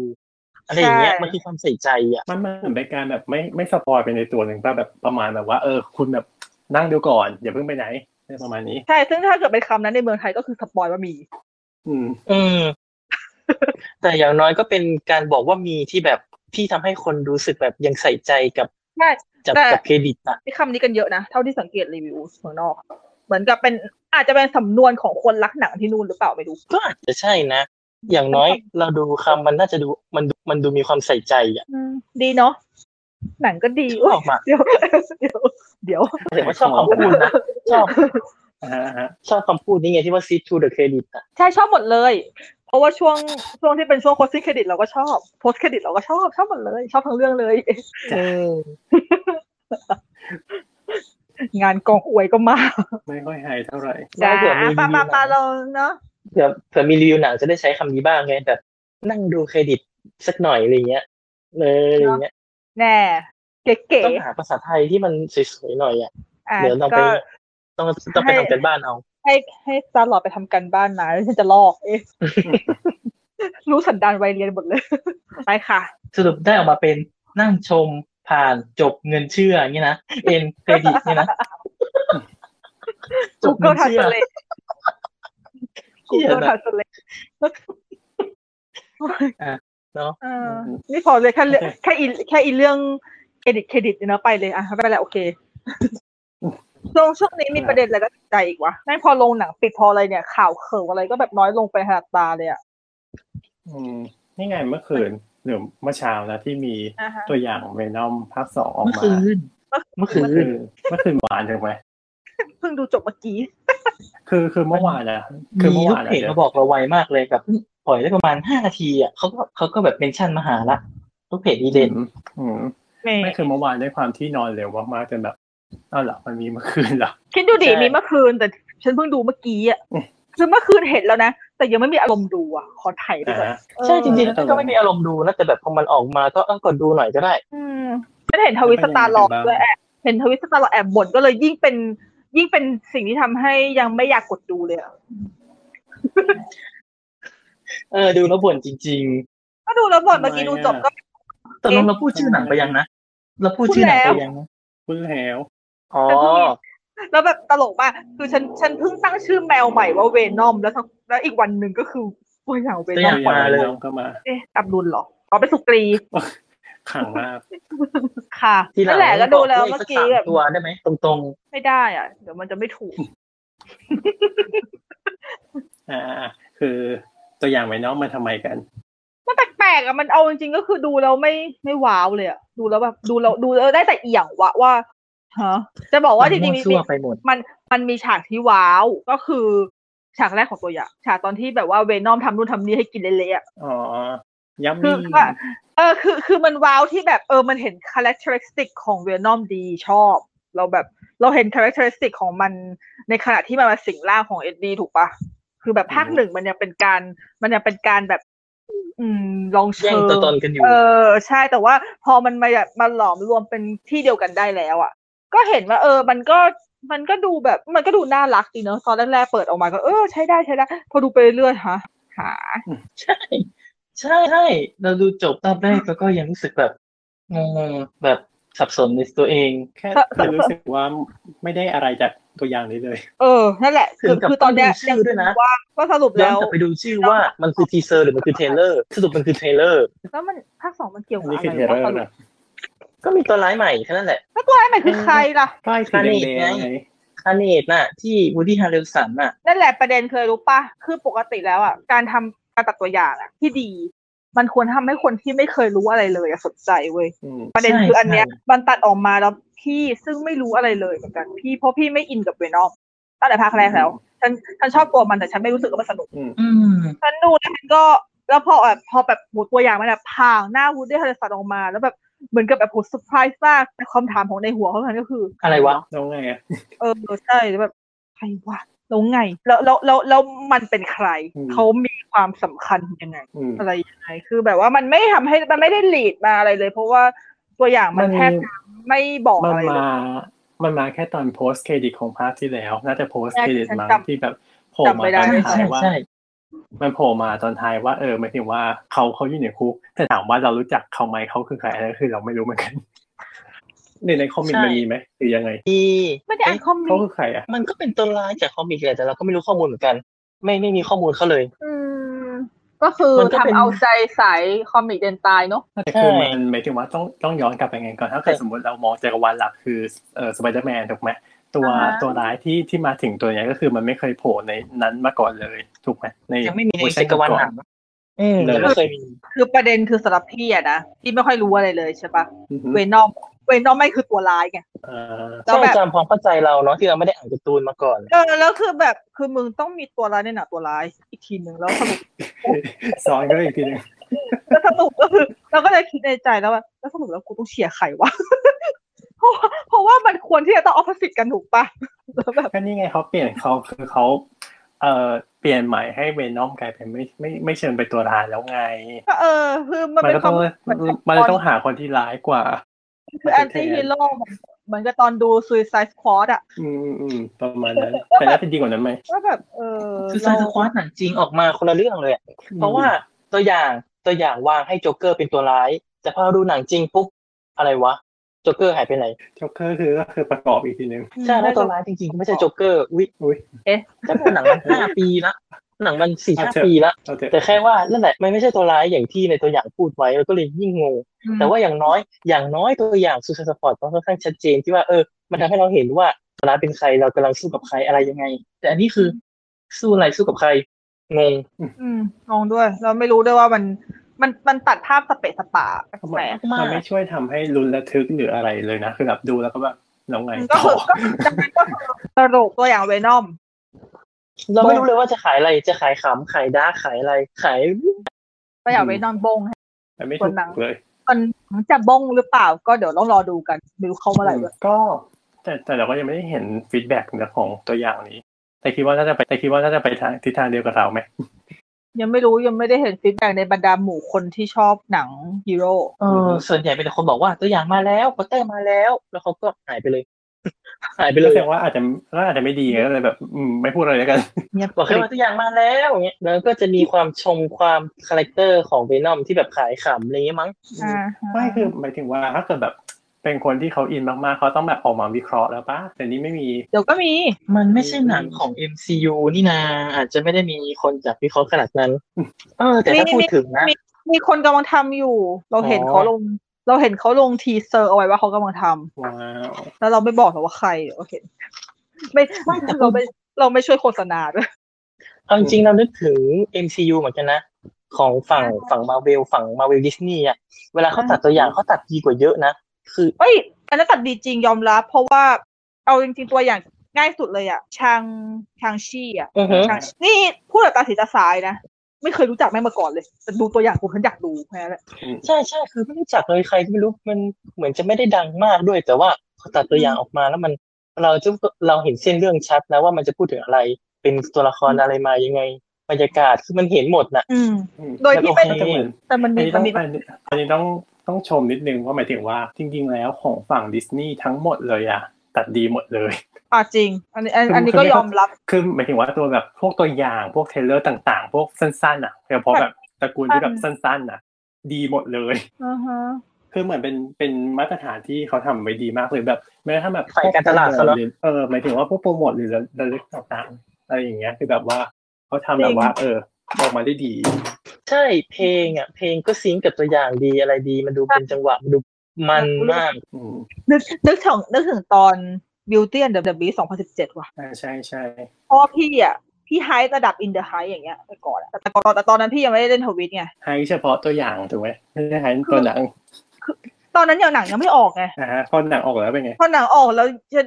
[SPEAKER 3] อะไรอย่างเงี้ย
[SPEAKER 4] ใช่
[SPEAKER 3] มันคือความใส่ใจอ่ะ
[SPEAKER 5] มันมันเหมือนเป็นการแบบไม่ไม่สปอยไปในตัวหนึ่งป่ะแบบประมาณแบบว่า เออ คุณแบบนั่งดูก่อนอย่าเพิ่งไปไหนอะไรประมาณนี้
[SPEAKER 4] ใช่ ซึ่งถ้าเกิดเป็นคำนั้นในเมืองไทยก็คือสปอยว่ามี
[SPEAKER 5] อืม
[SPEAKER 3] อืม แต่อย่างน้อยก็เป็นการบอกว่ามีที่แบบที่ทำให้คนรู้สึกแบบยังใส่ใจกับ
[SPEAKER 4] ใช่
[SPEAKER 3] จับ
[SPEAKER 4] แต่
[SPEAKER 3] กับเครดิตอ่ะ
[SPEAKER 4] ที่คำนี้กันเยอะนะ เท่าที่สังเกตรีวิวเมืองนอก เหมือนกับเป็นอาจจะเป็นสำนวนของคนรักหนังที่นู่นหรือเปล่าไม่รู้
[SPEAKER 3] ก็อาจจะใช่นะ อย่างน้อยเราดูคำมันน่าจะดูมันดูมันดูมีความใส่ใจอ่ะ
[SPEAKER 4] อืม ดีเนาะหนังก็ดี
[SPEAKER 3] ช
[SPEAKER 4] โอ้
[SPEAKER 3] อยบอ่ะ
[SPEAKER 4] เดี๋ยวเดี๋ยวเดี๋ยว
[SPEAKER 3] แต่ว่าชอบคำพูดนะชอบ
[SPEAKER 5] อ่าฮะ
[SPEAKER 3] ชอบคำพูดนี่ไงที่ว่า sit to the credit อ่ะ
[SPEAKER 4] ใช่ชอบหมดเลย เพราะว่าช่วงช่วงที่เป็นช่วงโคสซิ่งเครดิตเราก็ชอบ โพสเครดิตเราก็ชอบ ชอบหมดเลย ชอบทั้งเรื่องเลย
[SPEAKER 3] อืม
[SPEAKER 4] <laughs> งานกองอวยก็มา
[SPEAKER 5] ไม่ค่อยไฮเท่าไหร่
[SPEAKER 3] ได้เผื่อมี
[SPEAKER 4] ปา
[SPEAKER 3] รี
[SPEAKER 4] ปา
[SPEAKER 3] วิวหนั
[SPEAKER 4] ปาง เราเนาะ
[SPEAKER 3] เผื่อเผื่อมีรีวิวหนังจะได้ใช้คำนี้บ้างไงแบบนั่งดูเครดิตสักหน่อยอะไรเงี้ยเอออะไรเงี้ย
[SPEAKER 4] แน่เก๋
[SPEAKER 3] ต้องหาภาษาไทยที่มันสวยๆหน่อยอ่ะ
[SPEAKER 4] ๆอ่ะ
[SPEAKER 3] เดี๋ยวเราไป
[SPEAKER 4] ก็
[SPEAKER 3] ต้องต้องไป
[SPEAKER 4] ให้
[SPEAKER 3] ทำกันบ้านเอา
[SPEAKER 4] ให้ให้ซาร์ลอดไปทำกันบ้านมาแล้วฉันจะลอก
[SPEAKER 3] <laughs>
[SPEAKER 4] เอ๊ะ รู้สันดานวัยเรียนหมดเลย ไปค่ะ
[SPEAKER 3] สรุปได้ออกมาเป็นนั่งชมผ่านจบเงินเชื่ออย่างนี้นะเอ็นเครดิตเนี่ยนะ
[SPEAKER 4] <laughs>
[SPEAKER 3] จบเงิ
[SPEAKER 4] Google
[SPEAKER 3] นเชื่อ
[SPEAKER 4] Translate
[SPEAKER 3] เหี้ย
[SPEAKER 4] Google
[SPEAKER 3] นะ
[SPEAKER 4] Translate
[SPEAKER 3] เนาะ
[SPEAKER 4] เออนี่พอเลยแค่เรื่องแค่อีแค่อีเรื่องเครดิตเครดิตเนี่ยเนาะไปเลยอ่ะไม่เป็นไรโอเคช่วงช่วงนี้มีประเด็นอะไรก็ติดใจอีกวะแม่งพอลงหนังปิดพออะไรเนี่ย ข่าวเขิวอะไรก็แบบน้อยลงไปหาดตาเลยอ่ะ
[SPEAKER 5] อืมนี่ไงเมื่อคืนหรือเมื่อเช้านะที่มี
[SPEAKER 4] อ่าฮะ
[SPEAKER 5] ตัวอย่างเวนอมภาคสองออก
[SPEAKER 3] เมื่อ
[SPEAKER 5] มา
[SPEAKER 3] คืนเมื่อคืน
[SPEAKER 5] เออเมื่อคืนหวานถูกไหม
[SPEAKER 4] เพิ่งดูจบเมื่อกี้
[SPEAKER 5] คือคือเมื่อวานนะคือ
[SPEAKER 3] มี
[SPEAKER 5] เมื่อวาก
[SPEAKER 3] ลู
[SPEAKER 5] น
[SPEAKER 3] เพจมาบอกเราไวมากเลยแบบปล่อยได้ประมาณห้านาทีอ่ะเขาก็เขาก็แบบเมนชั่นมาหาละลูกเพจดีเด่น
[SPEAKER 5] อืมอืม
[SPEAKER 4] นี่
[SPEAKER 5] ไม่คือเมื่อวานด้วยความที่นอนเร็วมากๆจนแบบเอ้าวเหรอมันมีเมื่อคืนเหรอ
[SPEAKER 4] คิดดูดิ
[SPEAKER 3] ใช่
[SPEAKER 4] มีเมื่อคืนแต่ฉันเพิ่งดูเมื่อกี้อ่ะ
[SPEAKER 5] อืม
[SPEAKER 4] คือเมื่อคืนเห็นแล้วนะ แต่ยังไม่มีอารมณ์ดูอ่ะ ขอไถ่ไป
[SPEAKER 5] อ่า
[SPEAKER 4] ก่อน
[SPEAKER 5] ฮะ
[SPEAKER 3] ใช่จริง
[SPEAKER 5] เออ
[SPEAKER 3] ๆก็ไม่มีอารมณ์ดูนะแต่แบบพอมันออกมาก็เออกดดูหน่อยก็ได้
[SPEAKER 4] อืมฉันเห็นทวิตสตาร์ลอกด้วยแอบเห็นทวิตสตาร์ลอกแอบบ่นก็เลยยิ่งเป็นยิ่งเป็นสิ่งที่ทำให้ยังไม่อยากกดดูเลยอะ
[SPEAKER 3] เออดูแล้วบ่นจริง
[SPEAKER 4] ก็ดูแล้วบ่นเมื่อกี้
[SPEAKER 5] ทำไม
[SPEAKER 4] ดูจบ
[SPEAKER 5] อะ
[SPEAKER 4] ก็
[SPEAKER 3] ๆ แต่ลองเราพูดชื่อหนังไปยังนะเราพูดชื่อหนังไปยังนะ
[SPEAKER 5] พูดแล้ว
[SPEAKER 3] อ๋อ
[SPEAKER 4] แล้วแบบตลกมาก คือฉันฉันเพิ่งตั้งชื่อแมวใหม่ว่าเวนอมแล้วทั้งแล้วอีกวันหนึ่งก็คือตัวอย่างเวน
[SPEAKER 3] ตัวอ
[SPEAKER 4] อย่าง ม
[SPEAKER 3] มาเลย
[SPEAKER 5] น้องก็มา
[SPEAKER 4] เอ๊ะอับดุลเหรออ๋อเป็นสุกรี
[SPEAKER 5] ขังมาก
[SPEAKER 4] ค่ะ
[SPEAKER 3] ที่หลั
[SPEAKER 4] นั่
[SPEAKER 3] ง
[SPEAKER 4] นแหละก็ดูแล้ว
[SPEAKER 3] บ
[SPEAKER 4] เมื่
[SPEAKER 3] สั
[SPEAKER 4] อกี้
[SPEAKER 3] สาม
[SPEAKER 4] แบบ
[SPEAKER 3] ตัวได้ไหมตรง
[SPEAKER 4] ไม่ได้อ่ะ เดี๋ยวมันจะไม่ถูก
[SPEAKER 5] อ่าคือตัวอย่างไว้น้องมาทำไมกัน
[SPEAKER 4] มันแปลกๆอ่ะมันเอาจริงๆก็คือดูแล้วไม่ไม่ว้าวเลยอ่ะดูแล้วแบบดูแล้วดูแล้วได้แต่เอี่ยงวะว่าฮะจะบอก
[SPEAKER 3] ๆ
[SPEAKER 4] ว่าจริงๆ
[SPEAKER 3] มั
[SPEAKER 4] มี
[SPEAKER 3] นชั่วไปหมด
[SPEAKER 4] มันมันมีฉากที่ว้าวก็คือ ฉากแรกของตัวอย่างฉากตอนที่แบบว่าเวนอมทำนู่นทำนี่ให้กินเละๆอ่ะ
[SPEAKER 5] อ๋อ ย้ำ
[SPEAKER 4] คื
[SPEAKER 5] มี
[SPEAKER 4] อว่าเออคือคือมันว้าวที่แบบเออมันเห็นคุณลักษณ i c ของเวนอมดีชอบ เราแบบเราเห็นคุณลักษณ i c ของมันในขณะที่มันมาสิงร่างของเอ็ดดี้ถูกปะคือแบบภาคหนึ่งมันยังเป็นการมันยังเป็นการแบบ อืมลอง
[SPEAKER 3] แย่
[SPEAKER 4] เชิ
[SPEAKER 3] ง
[SPEAKER 4] ง
[SPEAKER 3] ตัวตนกันอยู่
[SPEAKER 4] เออใช่แต่ว่าพอมันมาแบบมาหลอมรวมเป็นที่เดียวกันได้แล้วอ่ะ ก็เห็นว่า เออ มันก็มันก็ดูแบบ มันก็ดูน่ารักดีเนอะตอนแรกๆเปิดออกมาก็เออใช้ได้ใช้ได้ พอดูไปเรื่อยๆฮะหา
[SPEAKER 3] ใช่ ใช่ใช่เราดูจบตอนแรกแล้วก็ยังรู้สึกแบบงงๆแบบสับสนในตัวเอง
[SPEAKER 5] แค่คือรู้สึกว่าไม่ได้อะไรจากตัวอย่างนี้เลย
[SPEAKER 4] เออ นั่นแหละ คื
[SPEAKER 3] ถึ
[SPEAKER 4] อง
[SPEAKER 3] กับ
[SPEAKER 4] คือตอนเนี้ย
[SPEAKER 3] ต้องดูชื่อด้วยนะ
[SPEAKER 4] ว่าก็สรุป
[SPEAKER 3] ย้อ
[SPEAKER 4] แล้
[SPEAKER 3] น
[SPEAKER 4] ว
[SPEAKER 3] กลับไปดูชื่อว่ามันคือทีเซอร์หรือมันคือเทรลเลอร์สรุปมันคือเทรลเลอร์
[SPEAKER 4] แล้วมันภาคสองมันเกี่ยว
[SPEAKER 5] อั
[SPEAKER 4] กัน บ
[SPEAKER 5] นี้
[SPEAKER 4] อะ
[SPEAKER 5] คือเท
[SPEAKER 4] ไร
[SPEAKER 5] เลอร์
[SPEAKER 4] วะ
[SPEAKER 5] นะ
[SPEAKER 3] ก็มีตัวร้ายใหม่แค่นั้นแหละ
[SPEAKER 4] แล้วตัวไอ้ใหม่คือใครล่ะ
[SPEAKER 5] ป้ายสีแดงๆไง
[SPEAKER 3] คาเนตน่ะ ที่วูดดี้ฮาร์เรลสันน่ะ
[SPEAKER 4] นั่นแหละประเด็นเคยรู้ปะคือปกติแล้วอ่ะการทำการตัดตัวอย่างอ่ะ ที่ดี มันควรทำให้คนที่ไม่เคยรู้อะไรเลยอะสนใจเว้ย
[SPEAKER 5] อืม
[SPEAKER 4] ประเด็น
[SPEAKER 3] ใช่
[SPEAKER 4] คืออันเนี้ย
[SPEAKER 3] ใช่
[SPEAKER 4] มันตัดออกมาแล้วพี่ซึ่งไม่รู้อะไรเลยเหมือนกันพี่เพราะพี่ไม่อินกับเวนอมตั้งแต่ภาคแรกแล้วฉันฉันชอบตัวมันแต่ฉันไม่รู้สึกว่ามันสนุก
[SPEAKER 3] อืม
[SPEAKER 4] ฉันดูแล้วมันก็แล้วพอแบบพอแบบหมดตัวอย่างมันแบบพางหน้าวูดดี้ฮาริสันออกมา แล้วแบบเหมือนกับแบบโหเซอร์ไพรส์มากแต่คำถามของในหัวของฉันก็คือ
[SPEAKER 3] อะไรวะ
[SPEAKER 5] แล้วไงอ่ะ
[SPEAKER 4] เออใช่แบบใครวะแล้วไงแล้วแล้วแล้วแล้วมันเป็นใครเขามีความสำคัญยังไง
[SPEAKER 5] อืม
[SPEAKER 4] อะไรยังไงคือแบบว่ามันไม่ทำให้มันไม่ได้หลีดมาอะไรเลย เพราะว่าตัวอย่างมั
[SPEAKER 5] มัน น
[SPEAKER 4] แทบไม่บอก
[SPEAKER 5] มัน
[SPEAKER 4] อะไรเลย
[SPEAKER 5] มา มันมาแค่ตอนโพสเครดิตของภาคที่แล้ว น่าจะโพสเครดิต
[SPEAKER 4] ใช่ฉัน
[SPEAKER 5] มา
[SPEAKER 4] จำ
[SPEAKER 5] ที่แบบโผล่มา
[SPEAKER 4] จำไม่ได้
[SPEAKER 5] ตอนท้าย
[SPEAKER 3] ใช่ใช่
[SPEAKER 5] ว่า
[SPEAKER 3] ใช่
[SPEAKER 5] มันโผล่มาตอนท้ายว่าเออหมายถึงว่าเขาเขาอยู่ในคุกแต่ถามว่าเรารู้จักเขาไหมเขาคือใครอันนั้นคือเราไม่รู้เหมือน <laughs> กันในในคอมิก
[SPEAKER 3] ใช่
[SPEAKER 5] มันมีไหมหรือยังไง
[SPEAKER 3] ที่
[SPEAKER 4] ไม่ได้อ่านคอมเมน
[SPEAKER 5] เขา
[SPEAKER 4] ต์
[SPEAKER 5] คือใครอ่ะ
[SPEAKER 3] มันก็เป็นตัวร้ายจากคอมิกแหละแต่เราก็ไม่รู้ข้อมูลเหมือนกัน ไม่ไม่มีข้อมูลเขาเลย
[SPEAKER 4] อืมก็คือ
[SPEAKER 3] มันก็
[SPEAKER 4] ทำ
[SPEAKER 3] เป็น
[SPEAKER 4] เอาใจสายคอมิกเดนตายเนาะ
[SPEAKER 5] แต่คือ
[SPEAKER 3] ใช่
[SPEAKER 5] มันหมายถึงว่าต้องต้องย้อนกลับไปไงก่อนถ้าเกิดสมมติเรามองจักรวาลหลักคือเออสไปเดอร์แมนถูกไหมตัว
[SPEAKER 4] อ่าฮะ
[SPEAKER 5] ตัวร้ายที่ที่มาถึงตัวเนี้ยก็คือมันไม่เคยโผล่ในนั้นมาก่อนเลยถูกไหมใน
[SPEAKER 3] ยังไม่มีใน
[SPEAKER 5] เอร์ชั
[SPEAKER 3] จักรวาลหนังอืมยังไม่เคยมี
[SPEAKER 4] คือประเด็นคือสำหรับพี่อะนะที่ไม่ค่อยรู้อะไรเลยใช่ปะ
[SPEAKER 5] อือฮึ
[SPEAKER 4] เวนอมเวนอมไม่คือตัวร้ายไง
[SPEAKER 5] เออ
[SPEAKER 4] แล้
[SPEAKER 3] ใช่
[SPEAKER 4] วแบบ
[SPEAKER 3] ตามความเข้าใจเราเนาะที่เราไม่ได้อ่านการ์ตูนมาก่อน
[SPEAKER 4] เออแล้วคือแบบคือมึงต้องมีตัวร้ายในหนังตัวร้ายอีกทีหนึ่งแล้วสรุป
[SPEAKER 5] ซ้อนก็อีกทีหนึง
[SPEAKER 4] แล้วสรุปก็คือเราก็เลยคิดในใจแล้วว่าแล้วสรุปแล้วกูต้องเชียร์ใครวะ <laughs> เพราะว่าเพราะว่ามันควรที่จะต้องออฟฟิศกันถูกปะแล้วแบบ
[SPEAKER 5] ก็นี่ไงเขาเปลี่ยนเขาคือเขาเอ่อเปลี่ยนใหม่ให้เวนอมกลายเป็นไม่ไม่ไม่เชิญไปนตัวร้ายแล้วไง
[SPEAKER 4] ก็เออคือมัน
[SPEAKER 5] มัน
[SPEAKER 4] เป็น
[SPEAKER 5] ก็
[SPEAKER 4] ค
[SPEAKER 5] ต้
[SPEAKER 4] วา
[SPEAKER 5] อ
[SPEAKER 4] ม
[SPEAKER 5] งมันเลยต้องหาคนที่ร้ายกว่า
[SPEAKER 4] คือแอนตี้ฮีโร่เหมือนกับตอนดูซูซายสควอตอะ
[SPEAKER 5] อืมอืมอืมประมาณนั้น แต่น่าจะดีกว่านั้นไหม
[SPEAKER 4] ว่าแบบเออ
[SPEAKER 3] คือไซสควอตหนังจริงออกมาคนละเรื่องเลยอะเพราะว่าตัวอย่างตัวอย่างวางให้โจ๊กเกอร์เป็นตัวร้าย แต่พอเราดูหนังจริงปุ๊บอะไรวะ โจ๊กเกอร์หายไปไหน
[SPEAKER 5] จ็อกเกอร์คือก็คือประกอบอีกทีหนึง
[SPEAKER 3] ใช่แล้วตัวร้ายจริงๆไม่ใช่โจ๊กเกอร์วิ
[SPEAKER 5] อุ๊ย
[SPEAKER 3] ก็เป็นหนังมันห้าปีละ หนังมันสี่ห้าปีละ
[SPEAKER 5] เอาเถอะ
[SPEAKER 3] แต่แค่ว่านั่นแหละมันไม่ใช่ตัวร้ายอย่างที่ในตัวอย่างพูดไว้เราก็เลยยิ่งงง
[SPEAKER 4] อืม
[SPEAKER 3] แต่ว่าอย่างน้อยอย่างน้อยตัวอย่างซูซานสปอร์ตมันค่อนข้างชัดเจนที่ว่าเออ มันทำให้เราเห็นว่าตัวร้ายเป็นใครเรากำลังสู้กับใครอะไรยังไง แต่อันนี้คือสู้อะไรสู้กับใครงง
[SPEAKER 4] อืมงงด้วย เราไม่รู้ด้วยว่ามันมันมันตัดภาพสเปะสปะแปลก
[SPEAKER 5] มันไม่ช่วยทำให้รุนระทึกหรืออะไรเลยนะ คือแบบดูแล้วก็แบบ แล้วไง
[SPEAKER 4] ก็
[SPEAKER 5] ต่
[SPEAKER 4] คือ
[SPEAKER 5] อ
[SPEAKER 4] ก็คือดังนั้นก็คือสรุปตัวอย่างเวนอม
[SPEAKER 3] เราไม่รู้เลยว่าจะขายอะไรจะขายขำขายดาร์กขายอะไรขาย
[SPEAKER 4] ตัวอย่างเวนอมบง
[SPEAKER 5] แต่ไม่
[SPEAKER 4] ส่
[SPEAKER 5] ถู
[SPEAKER 4] วนหนัง
[SPEAKER 5] กเลย
[SPEAKER 4] มันจะบงหรือเปล่าก็เดี๋ยวต้องรอดูกันดูเข้าเมื่อไหร่ด้วย
[SPEAKER 5] ก็ แต่แต่เราก็ยังไม่ได้เห็นฟีดแบ็กนะของตัวอย่างนี้ แต่คิดว่าน่าจะไปแต่คิดว่าน่าจะไปทางทิศทางเดียวกับเราไหม
[SPEAKER 4] ยังไม่รู้ยังไม่ได้เห็นฟีดแบ็กในบรรดาหมู่คนที่ชอบหนังฮีโร่
[SPEAKER 3] เออส่วนใหญ่เป็นคนบอกว่าตัวอย่างมาแล้วโปสเตอร์มาแล้ว แล้วเขาก็หายไปเลย <laughs> หายไปเล
[SPEAKER 5] ก็
[SPEAKER 3] ย
[SPEAKER 5] แสดงว่าอาจจะก็อาจจะไม่ดีไงก็เลยแบบอืมไม่พูดอะไรแล้วกัน
[SPEAKER 4] เงียบ
[SPEAKER 3] บอกแค่ว่าตัวอย่างมาแล้วอย่างเงี้ยแล้วก็จะมีความชมความคาแรคเตอร์ของเวนอมที่แบบขายขำอะไรเงี้ยมั้ง
[SPEAKER 4] อ่า
[SPEAKER 5] ไม่คือหมายถึงว่าถ้าเกิดแบบเป็นคนที่เขาอินมากๆเขาต้องแบบออกมาวิเคราะห์แล้วปะแต่นี้ไม่มี
[SPEAKER 4] เดี๋ยวก็มี
[SPEAKER 3] มันไม่ใช่หนังของ MCU นี่นา อาจจะไม่ได้มีคนจากวิเคราะห์ขนาดนั้น เออ แต่ถ้าพูดถึงนะ
[SPEAKER 4] มีคนกำลังทำอยู่ เราเห็น
[SPEAKER 5] อ๋อ
[SPEAKER 4] เขาลง เราเห็นเขาลงทีเซอร์เอาไว้ว่าเขากำลังทำ
[SPEAKER 5] ว้าว
[SPEAKER 4] แล้วเราไม่บอกหรอกว่าใครเดี๋ยวเราเห็น ไม่ไม่เราไม่เราไม่ช่วยโฆษณาด้วย
[SPEAKER 3] เอาจริงๆเรานึกถึง MCU เหมือนกันนะ ของฝั่งฝั่งมาเวลฝั่งมาเวลดิสนีย์อ่ะเวลาเขาตัดตัวอย่างเขาตัดดีกว่าเยอะนะคือ
[SPEAKER 4] เอ้ยอันนั้นตัดดีจริงยอมรับ เพราะว่าเอาจริงๆตัวอย่างง่ายสุดเลยอะชางชางชี่อะ
[SPEAKER 3] อือฮึ
[SPEAKER 4] ชางนี่พูดแบบตาสีตาสายนะ ไม่เคยรู้จักแม่งมาก่อนเลยแต่ดูตัวอย่างกูฉันอยากดูแค่นั้นแหละ
[SPEAKER 3] ใช่ใช่คือไม่รู้จักเลยใครก็ไม่รู้มันเหมือนจะไม่ได้ดังมากด้วย แต่ว่าพอตัดตัวอย่างออกมาแล้วมัน เราจะเราเห็นเส้นเรื่องชัดนะว่ามันจะพูดถึงอะไร เป็นตัวละครอะไรมายังไงบรรยากาศคือมันเห็นหมดน่ะ
[SPEAKER 4] อืม
[SPEAKER 5] อืม
[SPEAKER 4] โดยที่เป็น
[SPEAKER 5] แล้วก็เหมือน
[SPEAKER 4] แต่มัน
[SPEAKER 5] อัน
[SPEAKER 4] มี
[SPEAKER 5] นี้
[SPEAKER 4] มั
[SPEAKER 5] ต้อน ง
[SPEAKER 4] มี
[SPEAKER 5] อันนี้อันนี้ต้องต้องชมนิดนึงว่าหมายถึงว่าจริง ๆ แล้วของฝั่งดิสนีย์ทั้งหมดเลยอะตัดดีหมดเลย
[SPEAKER 4] อ่ะจริง อันนี้อันอันนี้ก็ยอมรับ
[SPEAKER 5] คือหมายถึงว่าตัวแบบพวกตัวอย่างพวกเทรลเลอร์ต่าง ๆ พวกสั้นๆอ่ะเฉพาะแบบตระกูลที่แบบสั้นๆอ่ะ ดีหมดเลย
[SPEAKER 4] อือฮะ
[SPEAKER 5] คือเหมือนเป็นเป็นมาตรฐานที่เขาทำไว้ดีมากเลยแบบแม้กระทั่งแบบ
[SPEAKER 3] ฝ่ายการตลาดเขาเนอะ
[SPEAKER 5] เออหมายถึงว่าพวกโปรโมทหรือระลึกต่างๆอะไรอย่างเงี้ยคือแบบว่าเขาทำแบบว่า เออออกมาได้ดี
[SPEAKER 3] ใช่เพลงอ่ะเพลงก็ซิงก์กับตัวอย่างดีอะไรดี มันดูเป็นจังหวะมันดูมันมาก
[SPEAKER 5] อืม
[SPEAKER 4] นึกนึกถึงนึกถึงตอน Beauty and the Beast 2017 ว่ะ
[SPEAKER 5] อ่าใช่ใช่
[SPEAKER 4] เพราะว่าพี่อ่ะ พี่ไฮระดับ In the High อย่างเงี้ยไปก่อนอะแต่ก่อนแต่ตอนนั้นพี่ยังไม่ได้เล่นทวิตไง
[SPEAKER 5] ให้เฉพาะตัวอย่างถูกไหมไม่ได้ให้ตัวหนัง
[SPEAKER 4] ตอนนั้นยังหนังยังไม่ออกไง
[SPEAKER 5] อ่าฮะพอหนังออกแล้วเป็นไง
[SPEAKER 4] พอหนังออกแล้วจะ